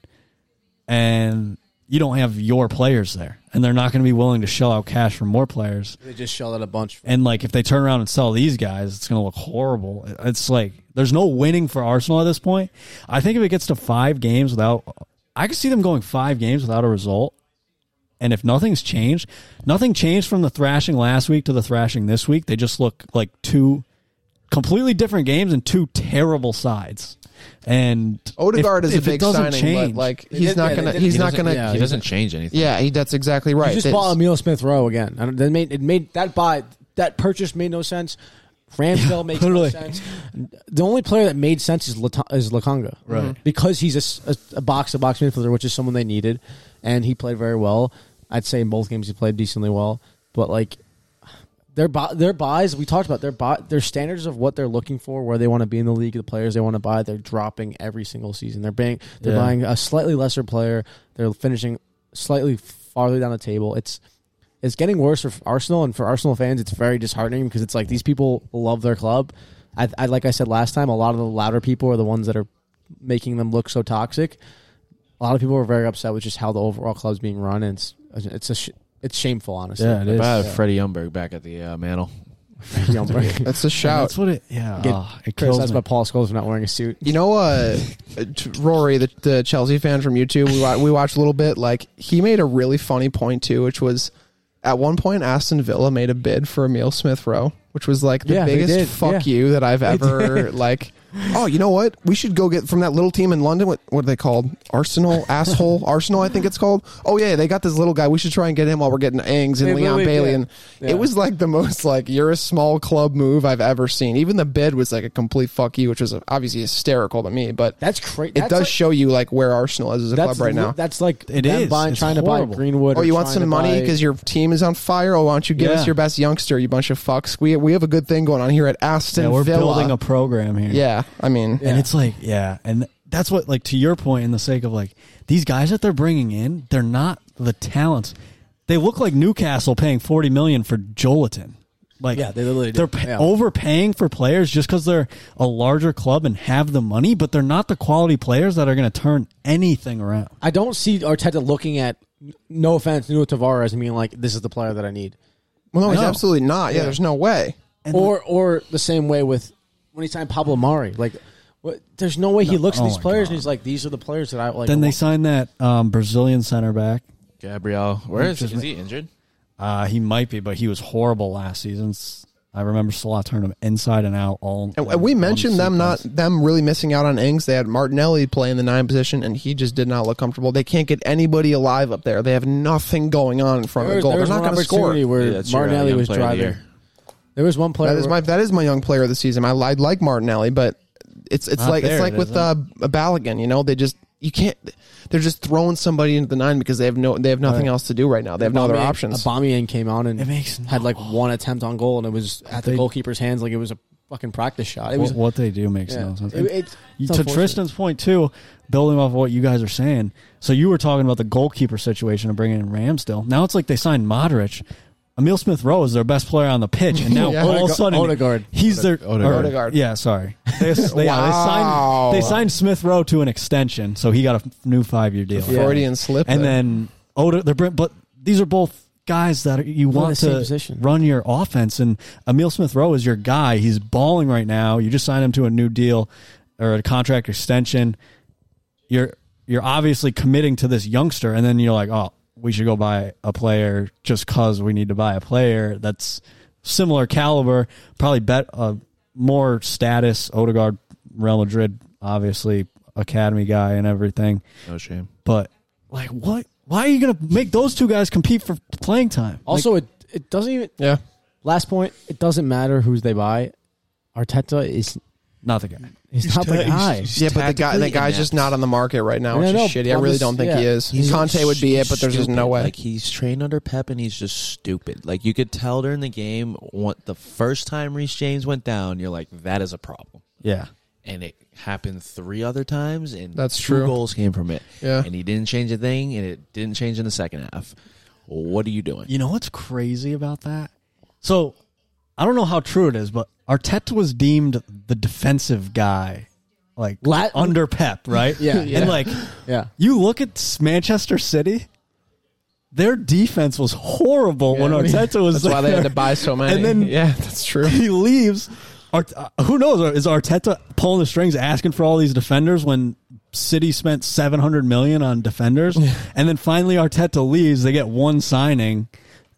Speaker 4: and you don't have your players there, and they're not going to be willing to shell out cash for more players.
Speaker 1: They just shelled out a bunch.
Speaker 4: And like if they turn around and sell these guys, it's going to look horrible. It's like there's no winning for Arsenal at this point. I think if it gets to 5 games without I could see them going 5 games without a result. And if nothing's changed, nothing changed from the thrashing last week to the thrashing this week. They just look like two completely different games and two terrible sides. And
Speaker 2: Odegaard
Speaker 4: if,
Speaker 2: is
Speaker 4: if
Speaker 2: a
Speaker 4: it
Speaker 2: big
Speaker 4: doesn't
Speaker 2: signing,
Speaker 4: change,
Speaker 2: but like
Speaker 1: They
Speaker 2: he's
Speaker 1: did-
Speaker 2: not
Speaker 1: yeah, they
Speaker 2: going to.
Speaker 1: did-
Speaker 2: He's
Speaker 1: he
Speaker 2: not
Speaker 1: doesn't-
Speaker 2: going to.
Speaker 1: yeah,
Speaker 5: he doesn't change anything.
Speaker 2: Yeah, he, that's exactly right.
Speaker 1: You just
Speaker 2: It's-
Speaker 1: bought Emil Smith Rowe again. I don't, that made it made that buy that purchase made no sense. Ramsdale makes
Speaker 4: literally.
Speaker 1: no sense. The only player that made sense is Lata- is Lakanga, right? Because he's a s- a- a box to box midfielder, which is someone they needed, and he played very well. I'd say in both games he played decently well, but like their bu- their buys we talked about their buy their standards of what they're looking for, where they want to be in the league, the players they want to buy, they're dropping every single season. They're buying they're
Speaker 4: Yeah.
Speaker 1: buying a slightly lesser player. They're finishing slightly farther down the table. It's it's getting worse for Arsenal and for Arsenal fans. It's very disheartening because it's like these people love their club. I, I like I said last time, a lot of the louder people are the ones that are making them look so toxic. A lot of people are very upset with just how the overall club's being run, and it's it's a sh- it's shameful, honestly.
Speaker 4: yeah, it is.
Speaker 5: About
Speaker 4: Yeah.
Speaker 5: Freddie Umberg back at the uh, mantle.
Speaker 1: <laughs>
Speaker 2: That's
Speaker 4: <laughs>
Speaker 2: a
Speaker 4: And
Speaker 2: shout.
Speaker 4: That's what it yeah.
Speaker 1: Get
Speaker 4: ah, it kills
Speaker 1: Criticized by
Speaker 4: me.
Speaker 1: Paul Scholes for not wearing a suit.
Speaker 2: You know, uh, t- Rory, the, the Chelsea fan from YouTube, we wa- we watched a little bit. Like he made a really funny point too, which was at one point Aston Villa made a bid for Emil Smith Rowe, which was like the
Speaker 1: Yeah, they
Speaker 2: biggest
Speaker 1: did,
Speaker 2: fuck
Speaker 1: yeah.
Speaker 2: you that I've ever <laughs> like. Oh, you know what? We should go get from that little team in London. What what are they called? Arsenal asshole <laughs> Arsenal, I think it's called. Oh yeah, they got this little guy. We should try and get him while we're getting Ings and
Speaker 1: They
Speaker 2: Leon
Speaker 1: literally-
Speaker 2: Bailey.
Speaker 1: yeah.
Speaker 2: And
Speaker 1: Yeah.
Speaker 2: it was like the most like you're a small club move I've ever seen. Even the bid was like a complete fuck you, which was uh, obviously hysterical to me. But
Speaker 1: That's crazy.
Speaker 2: it does show you like where Arsenal is as a club right now.
Speaker 1: That's like
Speaker 4: It
Speaker 1: them
Speaker 4: is.
Speaker 1: Buying,
Speaker 4: It's
Speaker 1: trying to
Speaker 4: horrible.
Speaker 1: buy Greenwood.
Speaker 2: Oh,
Speaker 1: or
Speaker 2: you want
Speaker 1: trying
Speaker 2: some
Speaker 1: to
Speaker 2: money
Speaker 1: buy-
Speaker 2: because your team is on fire? Oh, why don't you give
Speaker 4: Yeah.
Speaker 2: us your best youngster, you bunch of fucks? We we have a good thing going on here at Aston
Speaker 4: Yeah, we're
Speaker 2: Villa.
Speaker 4: building a program here.
Speaker 2: yeah, I mean,
Speaker 4: And it's like, yeah, and that's what like to your point in the sake of like these guys that they're bringing in, they're not the talents. They look like Newcastle paying 40 million for Jolatin. Like
Speaker 1: Yeah, they literally do.
Speaker 4: they're pa-
Speaker 1: Yeah.
Speaker 4: overpaying for players just cuz they're a larger club and have the money, but they're not the quality players that are going to turn anything around.
Speaker 1: I don't see Arteta looking at. No offense, Nuno Tavares, and being like, "This is the player that I need,"
Speaker 2: well, no, it's
Speaker 4: No.
Speaker 2: absolutely not. Yeah, there's no way.
Speaker 1: or or the same way with when he signed Pablo Mari. Like, what, there's no way he looks at
Speaker 4: oh
Speaker 1: these
Speaker 4: my
Speaker 1: players
Speaker 4: God.
Speaker 1: and he's like, "These are the players that I like."
Speaker 4: then they
Speaker 1: want."
Speaker 4: signed that um, Brazilian center back.
Speaker 5: Gabriel, where is,
Speaker 4: Just
Speaker 5: is
Speaker 4: ma-
Speaker 5: he injured?
Speaker 4: Uh, he might be, but he was horrible last season. S- I remember Salah turned him inside and out all.
Speaker 2: And, and we
Speaker 4: one
Speaker 2: mentioned them
Speaker 4: sequence.
Speaker 2: not them really missing out on Ings. They had Martinelli playing the nine position, and he just did not look comfortable. They can't get anybody alive up there. They have nothing going on in front
Speaker 1: There
Speaker 2: of
Speaker 1: was-
Speaker 2: the goal.
Speaker 1: there
Speaker 2: They're
Speaker 1: was
Speaker 2: not
Speaker 1: one
Speaker 2: going to score.
Speaker 1: opportunity where
Speaker 5: Yeah, that's your, uh,
Speaker 1: Martinelli
Speaker 5: young
Speaker 1: was
Speaker 5: player of the
Speaker 1: driving.
Speaker 5: year.
Speaker 1: there was one player.
Speaker 2: That is
Speaker 1: where-
Speaker 2: my that is my young player of the season. I lied like Martinelli, but it's it's
Speaker 4: Not
Speaker 2: like
Speaker 4: there,
Speaker 2: it's like
Speaker 4: it
Speaker 2: with
Speaker 4: isn't.
Speaker 2: uh, Balogun. You know, they just you can't. They're just throwing somebody into the nine because they have no they have nothing else to do right now. They have no other
Speaker 1: Aubameyang-
Speaker 2: options.
Speaker 1: Aubameyang came on and
Speaker 4: It makes no-
Speaker 1: had like one attempt on goal, and it was at the
Speaker 4: They-
Speaker 1: goalkeeper's hands, like it was a fucking practice shot. It
Speaker 4: What-
Speaker 1: was
Speaker 4: what, they do makes no sense.
Speaker 1: It- it's-
Speaker 4: You-
Speaker 1: it's
Speaker 4: to
Speaker 1: unfortunate.
Speaker 4: Tristan's point too, building off of what you guys are saying. So you were talking about the goalkeeper situation and bringing in Ramsdale. Now it's like they signed Modric. Emil Smith Rowe is their best player on the pitch, and
Speaker 1: <laughs>
Speaker 4: now
Speaker 2: Yeah.
Speaker 4: all of
Speaker 1: Odega-
Speaker 4: a sudden
Speaker 1: Odegaard.
Speaker 4: he's their
Speaker 3: Odegaard.
Speaker 4: or-
Speaker 2: Odegaard.
Speaker 4: Yeah, sorry. <laughs> They, they, yeah, they
Speaker 2: Wow.
Speaker 4: signed they signed Smith Rowe to an extension, so he got a f- new five year deal.
Speaker 2: Freudian slip.
Speaker 4: And
Speaker 2: there.
Speaker 4: then Oda, they're bring- but these are both guys that are, you
Speaker 1: They're
Speaker 4: want
Speaker 1: the same
Speaker 4: to
Speaker 1: position.
Speaker 4: run your offense, and Emil Smith Rowe is your guy. He's balling right now. You just signed him to a new deal or a contract extension. You're you're obviously committing to this youngster, and then you're like, oh, we should go buy a player just because we need to buy a player. That's similar caliber, probably bet uh, more status. Odegaard, Real Madrid, obviously academy guy and everything.
Speaker 5: No shame.
Speaker 4: But like, what? Why are you gonna make those two guys compete for playing time? Like,
Speaker 1: Also, it it doesn't even.
Speaker 2: Yeah.
Speaker 1: Last point, it doesn't matter who's they buy. Arteta is
Speaker 4: not the guy.
Speaker 1: he's not the
Speaker 2: Yeah,
Speaker 1: guy.
Speaker 2: but the guy, the
Speaker 5: tactically
Speaker 2: guy's just
Speaker 5: inept.
Speaker 2: not on the market right now,
Speaker 1: No,
Speaker 2: which
Speaker 1: no,
Speaker 2: is shitty. I
Speaker 1: I'm
Speaker 2: really
Speaker 1: just-
Speaker 2: don't think
Speaker 1: yeah.
Speaker 2: he is. Conte would be it, but there's just no
Speaker 5: stupid.
Speaker 2: way.
Speaker 5: Like he's trained under Pep and he's just stupid. Like you could tell during the game what the first time Reece James went down, you're like, that is a problem.
Speaker 4: Yeah,
Speaker 5: And it happened three other times and
Speaker 2: That's
Speaker 5: two
Speaker 2: true.
Speaker 5: goals came from it.
Speaker 2: Yeah.
Speaker 5: And he didn't change a thing and it didn't change in the second half. What are you doing?
Speaker 4: You know what's crazy about that? So, I don't know how true it is, but Arteta was deemed the defensive guy, like
Speaker 1: Lat-
Speaker 4: under Pep, right?
Speaker 1: Yeah, yeah.
Speaker 4: and like
Speaker 1: Yeah.
Speaker 4: you look at s- Manchester City, their defense was horrible when
Speaker 2: I mean,
Speaker 4: Arteta was
Speaker 2: That's why they had
Speaker 4: there.
Speaker 2: to buy so many.
Speaker 4: And then-
Speaker 2: yeah, that's true.
Speaker 4: <laughs> he leaves. Art- uh, who knows? Is Arteta pulling the strings, asking for all these defenders when City spent seven hundred million on defenders, and then finally Arteta leaves. They get one signing,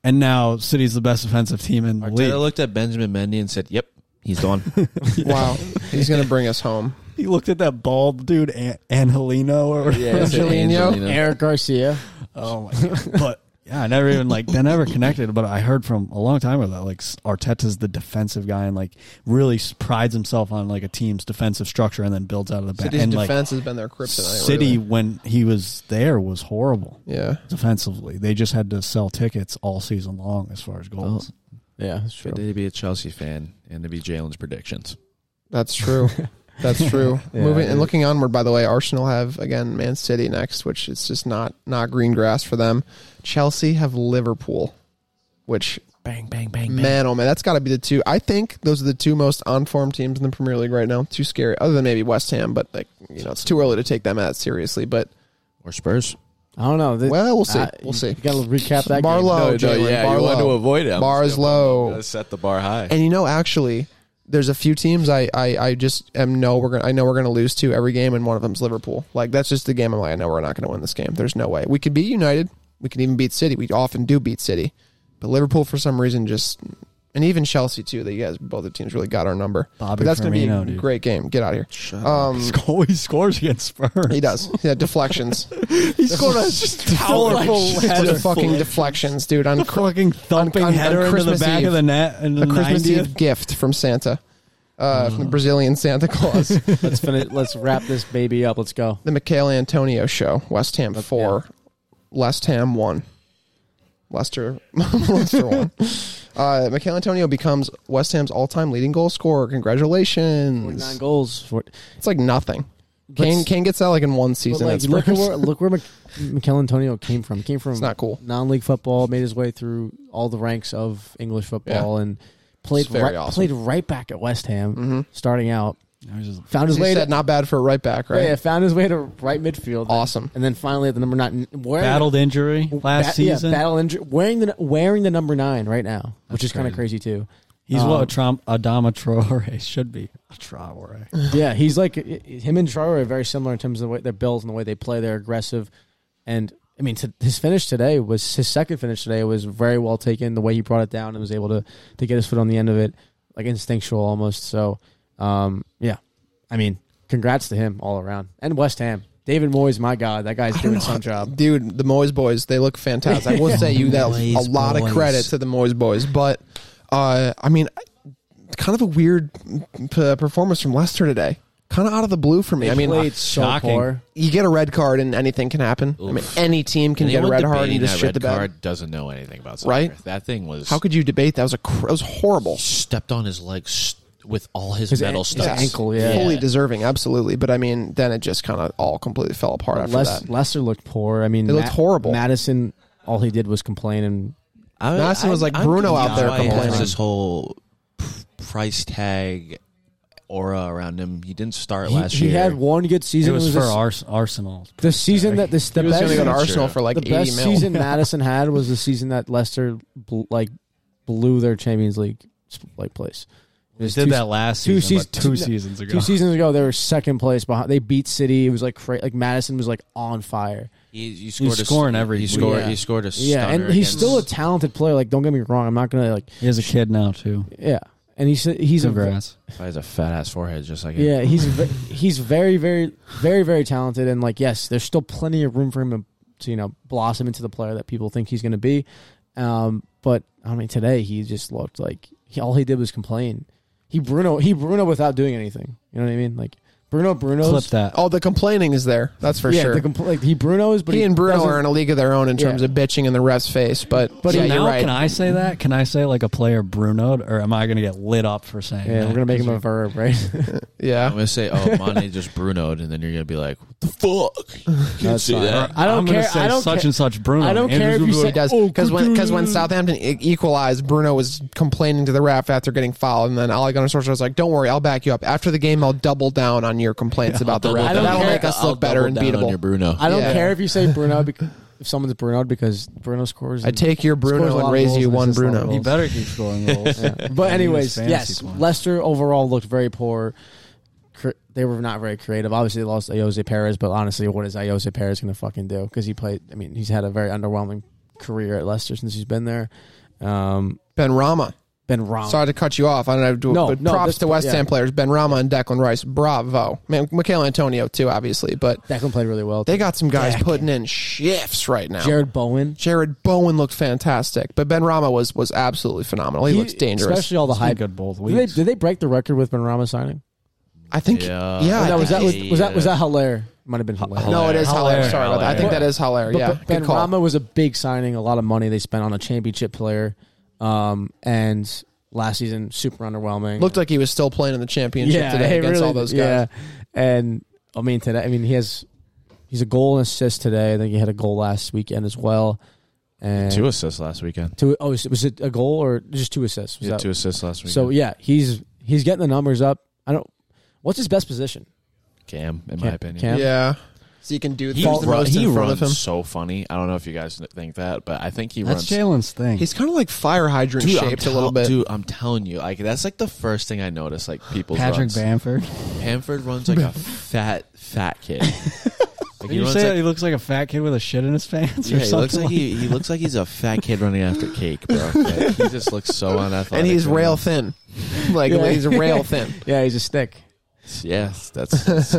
Speaker 4: and now City's the best defensive team in the
Speaker 5: Taylor
Speaker 4: league.
Speaker 5: looked at Benjamin Mendy and said, Yep, he's
Speaker 2: <laughs>
Speaker 5: gone.
Speaker 2: <laughs> Wow, he's gonna bring us home.
Speaker 4: He looked at that bald dude, An- Angelino, or
Speaker 5: yeah, it's
Speaker 2: Angelino.
Speaker 1: Eric Garcia.
Speaker 4: <laughs> oh my god! But yeah, I never even like they never connected. But I heard from a long time ago that like Arteta's the defensive guy and like really prides himself on like a team's defensive structure and then builds out of the back.
Speaker 2: City's
Speaker 4: and, like,
Speaker 2: defense has been their kryptonite. really.
Speaker 4: City when he was there was horrible
Speaker 2: yeah,
Speaker 4: defensively. They just had to sell tickets all season long as far as goals.
Speaker 1: Yeah, that's true.
Speaker 5: Good to be a Chelsea fan and to be Jalen's predictions.
Speaker 2: that's true. That's true.
Speaker 1: Yeah,
Speaker 2: Moving
Speaker 1: it-
Speaker 2: and looking onward, by the way, Arsenal have again Man City next, which it's just not not green grass for them. Chelsea have Liverpool, which
Speaker 5: Bang, bang, bang, bang.
Speaker 2: man, oh man, that's got to be the two. I think those are the two most on form teams in the Premier League right now. Too scary, other than maybe West Ham, but like you know, it's too early to take them that seriously. But
Speaker 5: Or Spurs.
Speaker 1: I don't know. They-
Speaker 2: well, we'll see.
Speaker 1: uh,
Speaker 2: we'll
Speaker 1: you-
Speaker 2: see.
Speaker 1: You got to recap that. game.
Speaker 2: Barlow, Jalen, Barlow.
Speaker 5: avoid it.
Speaker 2: Bar is low.
Speaker 5: set the bar high.
Speaker 2: Oh. And you know, actually, there's a few teams I, I, I just am know we're gonna I know we're gonna lose to every game, and one of them's Liverpool. Like that's just the game. I'm like, I know we're not gonna win this game. There's no way we could beat United. We could even beat City. We often do beat City, but Liverpool for some reason just and even Chelsea too. That you guys both the teams really got our number.
Speaker 4: Bobby
Speaker 2: but that's gonna
Speaker 4: Firmino,
Speaker 2: be a
Speaker 4: dude.
Speaker 2: great game. Get out of here. um,
Speaker 4: <laughs> Sco- he scores against Spurs.
Speaker 2: he does. Yeah, deflections.
Speaker 4: He scored a just <laughs> powerful header,
Speaker 2: Just fucking deflections, dude. On cr-
Speaker 4: fucking thumping
Speaker 2: on- on
Speaker 4: header into the
Speaker 2: Christmas
Speaker 4: back
Speaker 2: Eve.
Speaker 4: of the net and the
Speaker 2: a Christmas
Speaker 4: 90th.
Speaker 2: Eve gift from Santa, uh, from the Brazilian Santa
Speaker 1: <laughs>
Speaker 2: Claus.
Speaker 1: Let's finish. Let's wrap this baby up. Let's go.
Speaker 2: the Mikhail Antonio show. West Ham four, West Ham one, Leicester <laughs> Leicester
Speaker 1: <laughs>
Speaker 2: one. Uh, Mikhail Antonio becomes West Ham's all-time leading goal scorer.
Speaker 1: Nine
Speaker 2: Congratulations!
Speaker 1: goals. For,
Speaker 2: It's like nothing. Kane Kane gets that like in one
Speaker 1: but
Speaker 2: season.
Speaker 1: like,
Speaker 2: That's
Speaker 1: look at where look where Mc, Mikel Antonio came from. He came from
Speaker 2: it's not cool.
Speaker 1: non-league football, made his way through all the ranks of English football, and played
Speaker 2: It's very
Speaker 1: right,
Speaker 2: awesome. Mm-hmm.
Speaker 1: played right back at West Ham, starting out.
Speaker 4: I was just-
Speaker 1: Found his
Speaker 2: He
Speaker 1: way
Speaker 2: said
Speaker 1: to
Speaker 2: not bad for a right back, right?
Speaker 1: yeah, found his way to right midfield.
Speaker 2: Awesome.
Speaker 1: and then finally at the number nine, wearing,
Speaker 4: battled injury last
Speaker 1: Ba- yeah,
Speaker 4: season.
Speaker 1: battle injury, wearing the wearing the number nine right now, which
Speaker 4: That's
Speaker 1: is kind of crazy too.
Speaker 4: He's what
Speaker 1: Um,
Speaker 4: a Trom- Adama Traore <laughs> should be. A Traore.
Speaker 1: yeah, he's like i- i- him and Traore are very similar in terms of the way their builds and the way they play. They're aggressive, and I mean to, his finish today was his second finish today was very well taken. The way he brought it down and was able to to get his foot on the end of it, like instinctual almost. So, um, yeah, I mean, congrats to him all around and West Ham. David Moyes, my God, that guy's doing some job.
Speaker 2: Dude, the Moyes boys, they look fantastic. I will say you that a
Speaker 4: Moyes
Speaker 2: lot of
Speaker 4: boys.
Speaker 2: credit to the Moyes boys, but uh, I mean, kind of a weird p- performance from Leicester today. Kind of out of the blue for me. I mean,
Speaker 1: played so
Speaker 4: shocking.
Speaker 1: poor.
Speaker 2: you get a red card and anything can happen. I mean,
Speaker 5: Oof.
Speaker 2: any team can get a
Speaker 5: Anyone
Speaker 2: red card and
Speaker 5: debating
Speaker 2: just
Speaker 5: that
Speaker 2: shit
Speaker 5: red
Speaker 2: the bed.
Speaker 5: card doesn't know anything about soccer.
Speaker 2: Right?
Speaker 5: That thing was
Speaker 2: How could you debate that? Was a cr- that was horrible.
Speaker 5: stepped on his legs with all his,
Speaker 1: His
Speaker 5: metal
Speaker 1: an- his
Speaker 5: stuff.
Speaker 1: ankle, yeah.
Speaker 2: fully deserving, absolutely. But I mean, then it just kind of all completely fell apart after
Speaker 1: Les-
Speaker 2: that.
Speaker 1: Lester looked poor. I mean,
Speaker 2: They looked horrible.
Speaker 1: Madison, all he did was complain and
Speaker 5: I,
Speaker 2: Madison was like
Speaker 5: I'm
Speaker 2: Bruno out
Speaker 5: confused
Speaker 2: there
Speaker 5: why he has
Speaker 2: complaining.
Speaker 5: This whole p- price tag aura around him. He didn't start
Speaker 1: he,
Speaker 5: last
Speaker 1: he
Speaker 5: year.
Speaker 1: had one good
Speaker 4: It
Speaker 1: season.
Speaker 4: was,
Speaker 1: the
Speaker 4: for
Speaker 1: s-
Speaker 4: Ars- Arsenal.
Speaker 1: the season that this the
Speaker 2: He was
Speaker 1: best
Speaker 2: going to go to
Speaker 5: Sure.
Speaker 2: Arsenal for like
Speaker 1: the
Speaker 2: eighty
Speaker 1: best
Speaker 2: mil.
Speaker 1: season Madison had was the season that Leicester bl- like blew their Champions League sp- like place. It
Speaker 4: They
Speaker 1: was
Speaker 4: did
Speaker 1: two-
Speaker 4: that last
Speaker 1: two
Speaker 4: season. but
Speaker 1: seas-
Speaker 4: two
Speaker 1: two-
Speaker 4: seasons ago.
Speaker 1: two seasons ago. They were second place behind. They beat City. It was like cra- like Madison was like on fire.
Speaker 5: He, he scored a-
Speaker 4: scoring every
Speaker 5: He
Speaker 4: week.
Speaker 5: scored.
Speaker 1: Yeah.
Speaker 5: He scored a.
Speaker 1: Yeah,
Speaker 5: stunner
Speaker 1: and he's
Speaker 5: against-
Speaker 1: still a talented player. Like, don't get me wrong. I'm not gonna like.
Speaker 4: He has a kid now too.
Speaker 1: Yeah, and he's he's a
Speaker 4: Congrats.
Speaker 5: He has a fat ass forehead, just like
Speaker 1: yeah he's ve- he's very very very very talented and like yes there's still plenty of room for him to, to you know blossom into the player that people think he's going to be um but i mean today he just looked like he, all he did was complain he bruno he bruno without doing anything you know what i mean like bruno
Speaker 4: Clip
Speaker 1: bruno's
Speaker 4: that.
Speaker 2: All Oh, the complaining is there. That's for
Speaker 1: yeah
Speaker 2: sure.
Speaker 1: the compl- like he bruno's but
Speaker 2: he and Bruno
Speaker 1: doesn't-
Speaker 2: are in a league of their own in
Speaker 1: Yeah.
Speaker 2: terms of bitching in the ref's face. But
Speaker 1: But
Speaker 2: but
Speaker 1: he-
Speaker 2: yeah, you're
Speaker 4: now
Speaker 2: right.
Speaker 4: can I say that? Can I say like a player Bruno, or am I going to get lit up for saying?
Speaker 1: yeah
Speaker 4: that?
Speaker 1: we're gonna make him a
Speaker 2: <laughs>
Speaker 1: verb right
Speaker 2: yeah,
Speaker 5: I'm gonna say, oh, Mane just Brunoed, and then you're gonna be like, what the fuck? You can't
Speaker 1: That's
Speaker 5: see
Speaker 1: fine.
Speaker 5: that.
Speaker 1: i don't
Speaker 4: I'm
Speaker 1: care
Speaker 4: Gonna say
Speaker 1: i don't
Speaker 4: such
Speaker 1: care
Speaker 4: and such Bruno.
Speaker 1: I don't
Speaker 4: Andrews
Speaker 1: care if
Speaker 4: will
Speaker 1: you
Speaker 4: be
Speaker 1: say-
Speaker 4: like,
Speaker 2: does
Speaker 1: Oh,
Speaker 2: because when
Speaker 1: good
Speaker 2: because when
Speaker 1: dude.
Speaker 2: Southampton e- equalized, Bruno was complaining to the ref after getting fouled, and then Ole Gunnar Solskjaer was like, "Don't worry, I'll back you up." After the game, I'll double down on your complaints about the ref.
Speaker 1: I don't
Speaker 2: That'll
Speaker 1: care.
Speaker 2: make us
Speaker 5: I'll
Speaker 2: look better
Speaker 5: double
Speaker 2: and
Speaker 5: down on
Speaker 2: beatable.
Speaker 5: your Bruno.
Speaker 1: i don't
Speaker 2: Yeah.
Speaker 1: care if you say bruno because if someone's bruno because bruno scores
Speaker 2: I take your
Speaker 1: Scores a
Speaker 2: Bruno
Speaker 1: lot
Speaker 2: and
Speaker 1: of
Speaker 2: raise
Speaker 1: goals
Speaker 2: you
Speaker 1: and
Speaker 2: one
Speaker 1: assists a lot of
Speaker 2: Bruno.
Speaker 1: goals.
Speaker 4: he better keep <laughs>
Speaker 2: <laughs>
Speaker 4: scoring goals.
Speaker 1: But
Speaker 4: He
Speaker 1: anyways,
Speaker 4: needs fantasy
Speaker 1: yes,
Speaker 4: points.
Speaker 1: Leicester overall looked very poor. Cre- They were not very creative. Obviously, they lost Iose Perez, but honestly, what is Iose Perez going to fucking do? Because he played. I mean, he's had a very underwhelming career at Leicester since he's been there. Um,
Speaker 2: Ben Rama.
Speaker 1: been wrong.
Speaker 2: Sorry to cut you off. I don't know. Do,
Speaker 1: No,
Speaker 2: but
Speaker 1: no,
Speaker 2: props
Speaker 1: this-
Speaker 2: to West
Speaker 1: yeah.
Speaker 2: Ham players Ben Rama and Declan Rice. Bravo, man. Michael Antonio too, obviously, but
Speaker 1: Declan played really well.
Speaker 2: they got some guys
Speaker 1: Declan.
Speaker 2: putting in shifts right now. Jared,
Speaker 1: Jared Bowen.
Speaker 2: Bowen looked fantastic, but Ben Rama was was absolutely phenomenal. He, looks dangerous.
Speaker 1: especially all the
Speaker 4: He's been
Speaker 1: hype. Did
Speaker 4: good both
Speaker 1: they,
Speaker 4: weeks.
Speaker 1: did they break the record with Ben Rama signing?
Speaker 2: I think. Yeah,
Speaker 5: Yeah.
Speaker 2: I
Speaker 1: Oh, no,
Speaker 2: think
Speaker 1: was that
Speaker 2: he-
Speaker 1: was, was that was that Hilaire? Might have been Hilaire.
Speaker 2: No, it is Hilaire.
Speaker 4: Hilaire.
Speaker 2: Sorry about that. I think
Speaker 1: Hilaire.
Speaker 2: that is Hilaire.
Speaker 1: But
Speaker 2: Yeah,
Speaker 1: Ben
Speaker 2: good call.
Speaker 1: Rama was a big signing. A lot of money they spent on a championship player, um, and last season super underwhelming.
Speaker 2: looked like he was still playing in the championship today
Speaker 1: he
Speaker 2: against
Speaker 1: really-
Speaker 2: all those guys.
Speaker 1: Yeah, and I mean today. I mean he has he's a goal and assist today. I think he had a goal last weekend as well. And
Speaker 5: Two assists last weekend.
Speaker 1: two- oh, was it- was it a goal or just two assists? Was
Speaker 5: He had
Speaker 1: that-
Speaker 5: two assists last weekend.
Speaker 1: so yeah, he's he's getting the numbers up. I don't. What's his best position?
Speaker 5: Cam, in
Speaker 1: Cam-
Speaker 5: my opinion.
Speaker 1: Cam?
Speaker 2: Yeah.
Speaker 1: Yeah.
Speaker 2: So you can do
Speaker 5: He,
Speaker 2: things the
Speaker 5: run-
Speaker 2: most
Speaker 5: he
Speaker 2: in front
Speaker 5: runs
Speaker 2: of him.
Speaker 5: so funny. I don't know if you guys think that, but I think he runs
Speaker 4: That's Jalen's thing.
Speaker 2: He's kind of like fire hydrant
Speaker 5: Dude, I'm
Speaker 2: shaped
Speaker 5: tell-
Speaker 2: a little bit.
Speaker 5: Dude, I'm telling you, like that's like the first thing I noticed. Like people,
Speaker 4: Patrick
Speaker 5: runs.
Speaker 4: Bamford.
Speaker 5: Bamford runs like a fat, fat kid. Like,
Speaker 4: Did you
Speaker 5: runs
Speaker 4: say
Speaker 5: like-
Speaker 4: he looks like a fat kid with a shit in his <laughs> pants
Speaker 5: yeah,
Speaker 4: or
Speaker 5: he
Speaker 4: something?
Speaker 5: looks like he, he looks like he's a fat kid running after cake, bro. Like, he just looks so unathletic.
Speaker 2: and he's
Speaker 5: right
Speaker 2: rail
Speaker 5: <laughs> now.
Speaker 2: thin. <laughs> Like
Speaker 1: Yeah.
Speaker 2: he's rail thin.
Speaker 1: Yeah, he's a stick.
Speaker 5: Yes, <laughs> that's, that's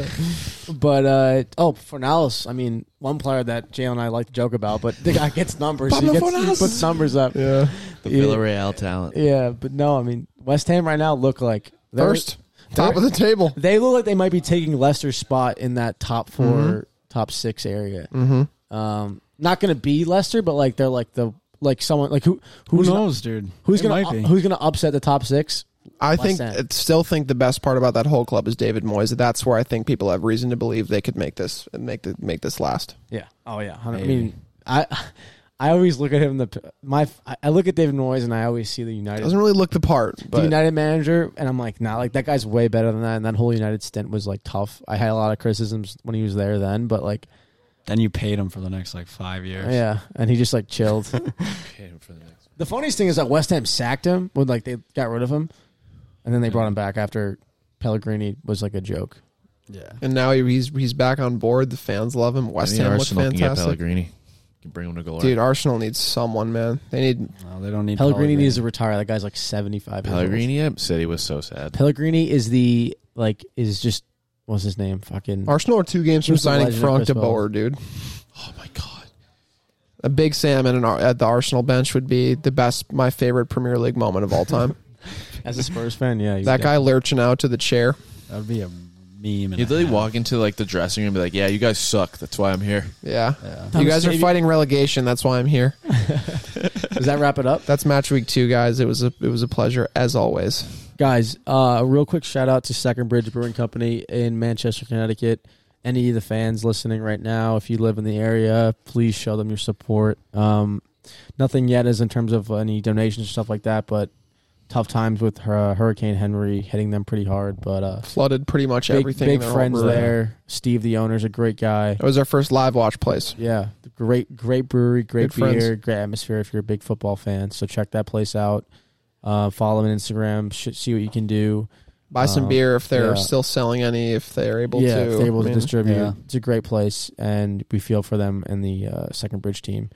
Speaker 1: But uh, oh, Fornals. I mean, one player that Jalen and I like to joke about, but the guy gets numbers. he,
Speaker 5: Pablo
Speaker 1: gets, he
Speaker 5: Fornals.
Speaker 1: puts numbers up.
Speaker 2: Yeah.
Speaker 5: the
Speaker 1: <laughs> Yeah.
Speaker 5: Villarreal talent.
Speaker 1: Yeah, but no, I mean West Ham right now look like they're-
Speaker 2: First, top of the table.
Speaker 1: They look like they might be taking Leicester's spot in that top 4 top six area. Mm-hmm. Um, not going to be Leicester, but like they're like the like someone like who
Speaker 4: Who
Speaker 1: who's gonna-
Speaker 4: knows, dude?
Speaker 1: who's
Speaker 4: It
Speaker 1: gonna
Speaker 4: might be.
Speaker 1: who's gonna upset the top six?
Speaker 2: I
Speaker 1: West
Speaker 2: think uh,
Speaker 1: Ham.
Speaker 2: still think the best part about that whole club is David Moyes. That's where I think people have reason to believe they could make this make the, make this last.
Speaker 1: Yeah. Oh yeah. I mean, I <laughs> I always look at him the my I look at David Moyes and I always see the United
Speaker 2: Doesn't really look the part,
Speaker 1: the
Speaker 2: but
Speaker 1: United manager, and I'm like, nah, like that guy's way better than that. And that whole United stint was like tough. I had a lot of criticisms when he was there then, but like,
Speaker 4: Then you paid him for the next like five years.
Speaker 1: yeah, and he just like <laughs> chilled. The funniest thing is that West Ham sacked him when like they got rid of him, and then they brought him back after Pellegrini was like a joke.
Speaker 4: yeah.
Speaker 2: and now he's he's back on board. The fans love him. West
Speaker 5: Maybe
Speaker 2: Ham looks
Speaker 5: Arsenal can get
Speaker 2: fantastic.
Speaker 5: Pellegrini. Can bring him to Galore.
Speaker 2: Dude, Arsenal needs someone, man. They need
Speaker 4: No, they don't
Speaker 1: Pellegrini,
Speaker 4: need Pellegrini.
Speaker 1: needs to retire. That guy's like seventy five.
Speaker 5: Pellegrini at City was so sad.
Speaker 1: Pellegrini is the like is just what's his name? Fucking
Speaker 2: Arsenal are two games
Speaker 1: He
Speaker 2: from
Speaker 1: was the
Speaker 2: signing
Speaker 1: legend of
Speaker 2: Frank de
Speaker 1: Chris
Speaker 2: Boer, dude.
Speaker 5: Oh my god.
Speaker 2: A big Sam and an, Ar- at the Arsenal bench would be the best, my favorite Premier League moment of
Speaker 5: <laughs>
Speaker 2: all time.
Speaker 1: as a Spurs fan, yeah, he's
Speaker 2: that
Speaker 1: dead.
Speaker 2: guy lurching out to the chair.
Speaker 4: That would be a meme. And
Speaker 5: He'd literally
Speaker 4: a half.
Speaker 5: walk into like the dressing room and be like, "Yeah, you guys suck. That's why I'm here."
Speaker 2: Yeah.
Speaker 4: Yeah.
Speaker 2: You
Speaker 1: Thomas
Speaker 2: guys are
Speaker 1: Davy-
Speaker 2: fighting relegation. That's why I'm here.
Speaker 1: Does that wrap it up?
Speaker 2: That's match week two, guys. It was a it was a pleasure as always.
Speaker 1: Guys, uh, a real quick shout out to Second Bridge Brewing Company in Manchester, Connecticut. Any of the fans listening right now, if you live in the area, please show them your support. Um, nothing yet is in terms of any donations or stuff like that, but tough times with uh, Hurricane Henry hitting them pretty hard. But uh,
Speaker 2: Flooded pretty much
Speaker 1: big,
Speaker 2: everything. in
Speaker 1: big
Speaker 2: their
Speaker 1: friends
Speaker 2: home brewery.
Speaker 1: there. Steve, the owner's a great guy.
Speaker 2: It was our first live watch place.
Speaker 1: Yeah, great, great brewery, great
Speaker 2: Good friends.
Speaker 1: beer, great atmosphere. If you're a big football fan, so check that place out. Uh, follow him on Instagram. Sh- see what you can do.
Speaker 2: Buy some
Speaker 1: Um,
Speaker 2: beer if they're
Speaker 1: yeah.
Speaker 2: still selling any. If they're able
Speaker 1: yeah,
Speaker 2: to,
Speaker 1: if they're able
Speaker 2: I
Speaker 1: to
Speaker 2: mean,
Speaker 1: distribute.
Speaker 4: yeah.
Speaker 1: It's a great place, and we feel for them and the uh, Second Bridge team.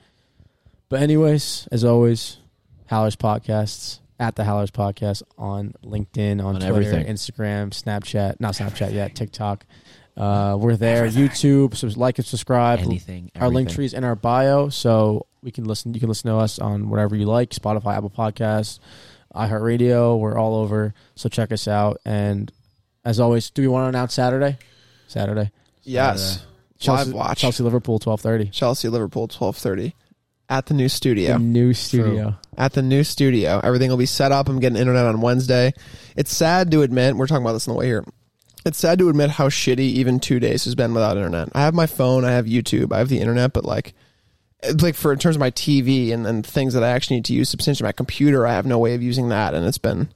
Speaker 1: But anyways, as always, Howlers Podcasts at the Howlers Podcast on LinkedIn,
Speaker 5: On
Speaker 1: on, Twitter,
Speaker 5: everything.
Speaker 1: Instagram, Snapchat, not Snapchat yet, TikTok. Uh, we're there. YouTube, so like and subscribe.
Speaker 5: Anything.
Speaker 1: Our link
Speaker 5: everything.
Speaker 1: trees in our bio, so we can listen. You can listen to us on whatever you like: Spotify, Apple Podcasts, iHeartRadio. We're all over, so check us out. And as always, do we want to announce Saturday? Saturday,
Speaker 2: Yes,
Speaker 1: Chelsea,
Speaker 2: live watch Chelsea,
Speaker 1: Chelsea Liverpool, twelve thirty.
Speaker 2: Liverpool twelve thirty at the new studio.
Speaker 1: The new studio.
Speaker 2: at the new studio. Everything will be set up. I'm getting internet on Wednesday. It's sad to admit, we're talking about this on the way here. It's sad to admit how shitty even two days has been without internet. I have my phone, I have YouTube, I have the internet, but like, it's like for in terms of my TV and, and things that I actually need to use substantially, my computer, I have no way of using that, and it's been.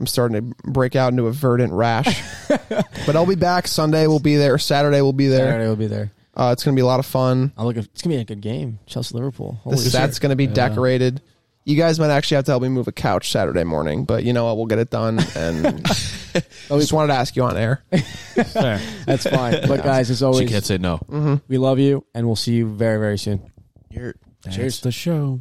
Speaker 2: I'm starting to break out into a verdant rash, but I'll be back Sunday. We'll be there. Saturday we'll be there.
Speaker 1: Saturday will be there.
Speaker 2: Uh, it's gonna be a lot of fun.
Speaker 1: I'm looking. It's gonna be a good game. Chelsea Liverpool. Holy
Speaker 2: This
Speaker 1: shit.
Speaker 2: that's going to be decorated. You guys might actually have to help me move a couch Saturday morning, but you know what? We'll get it done.
Speaker 1: <laughs>
Speaker 2: And I just wanted to ask you on air.
Speaker 4: Fair.
Speaker 1: <laughs> that's
Speaker 2: <laughs>
Speaker 1: fine. But guys, as
Speaker 3: She
Speaker 1: always,
Speaker 2: Mm-hmm.
Speaker 3: can't say no.
Speaker 1: we love you, and we'll see you very, very soon.
Speaker 5: You're-
Speaker 4: That's the show.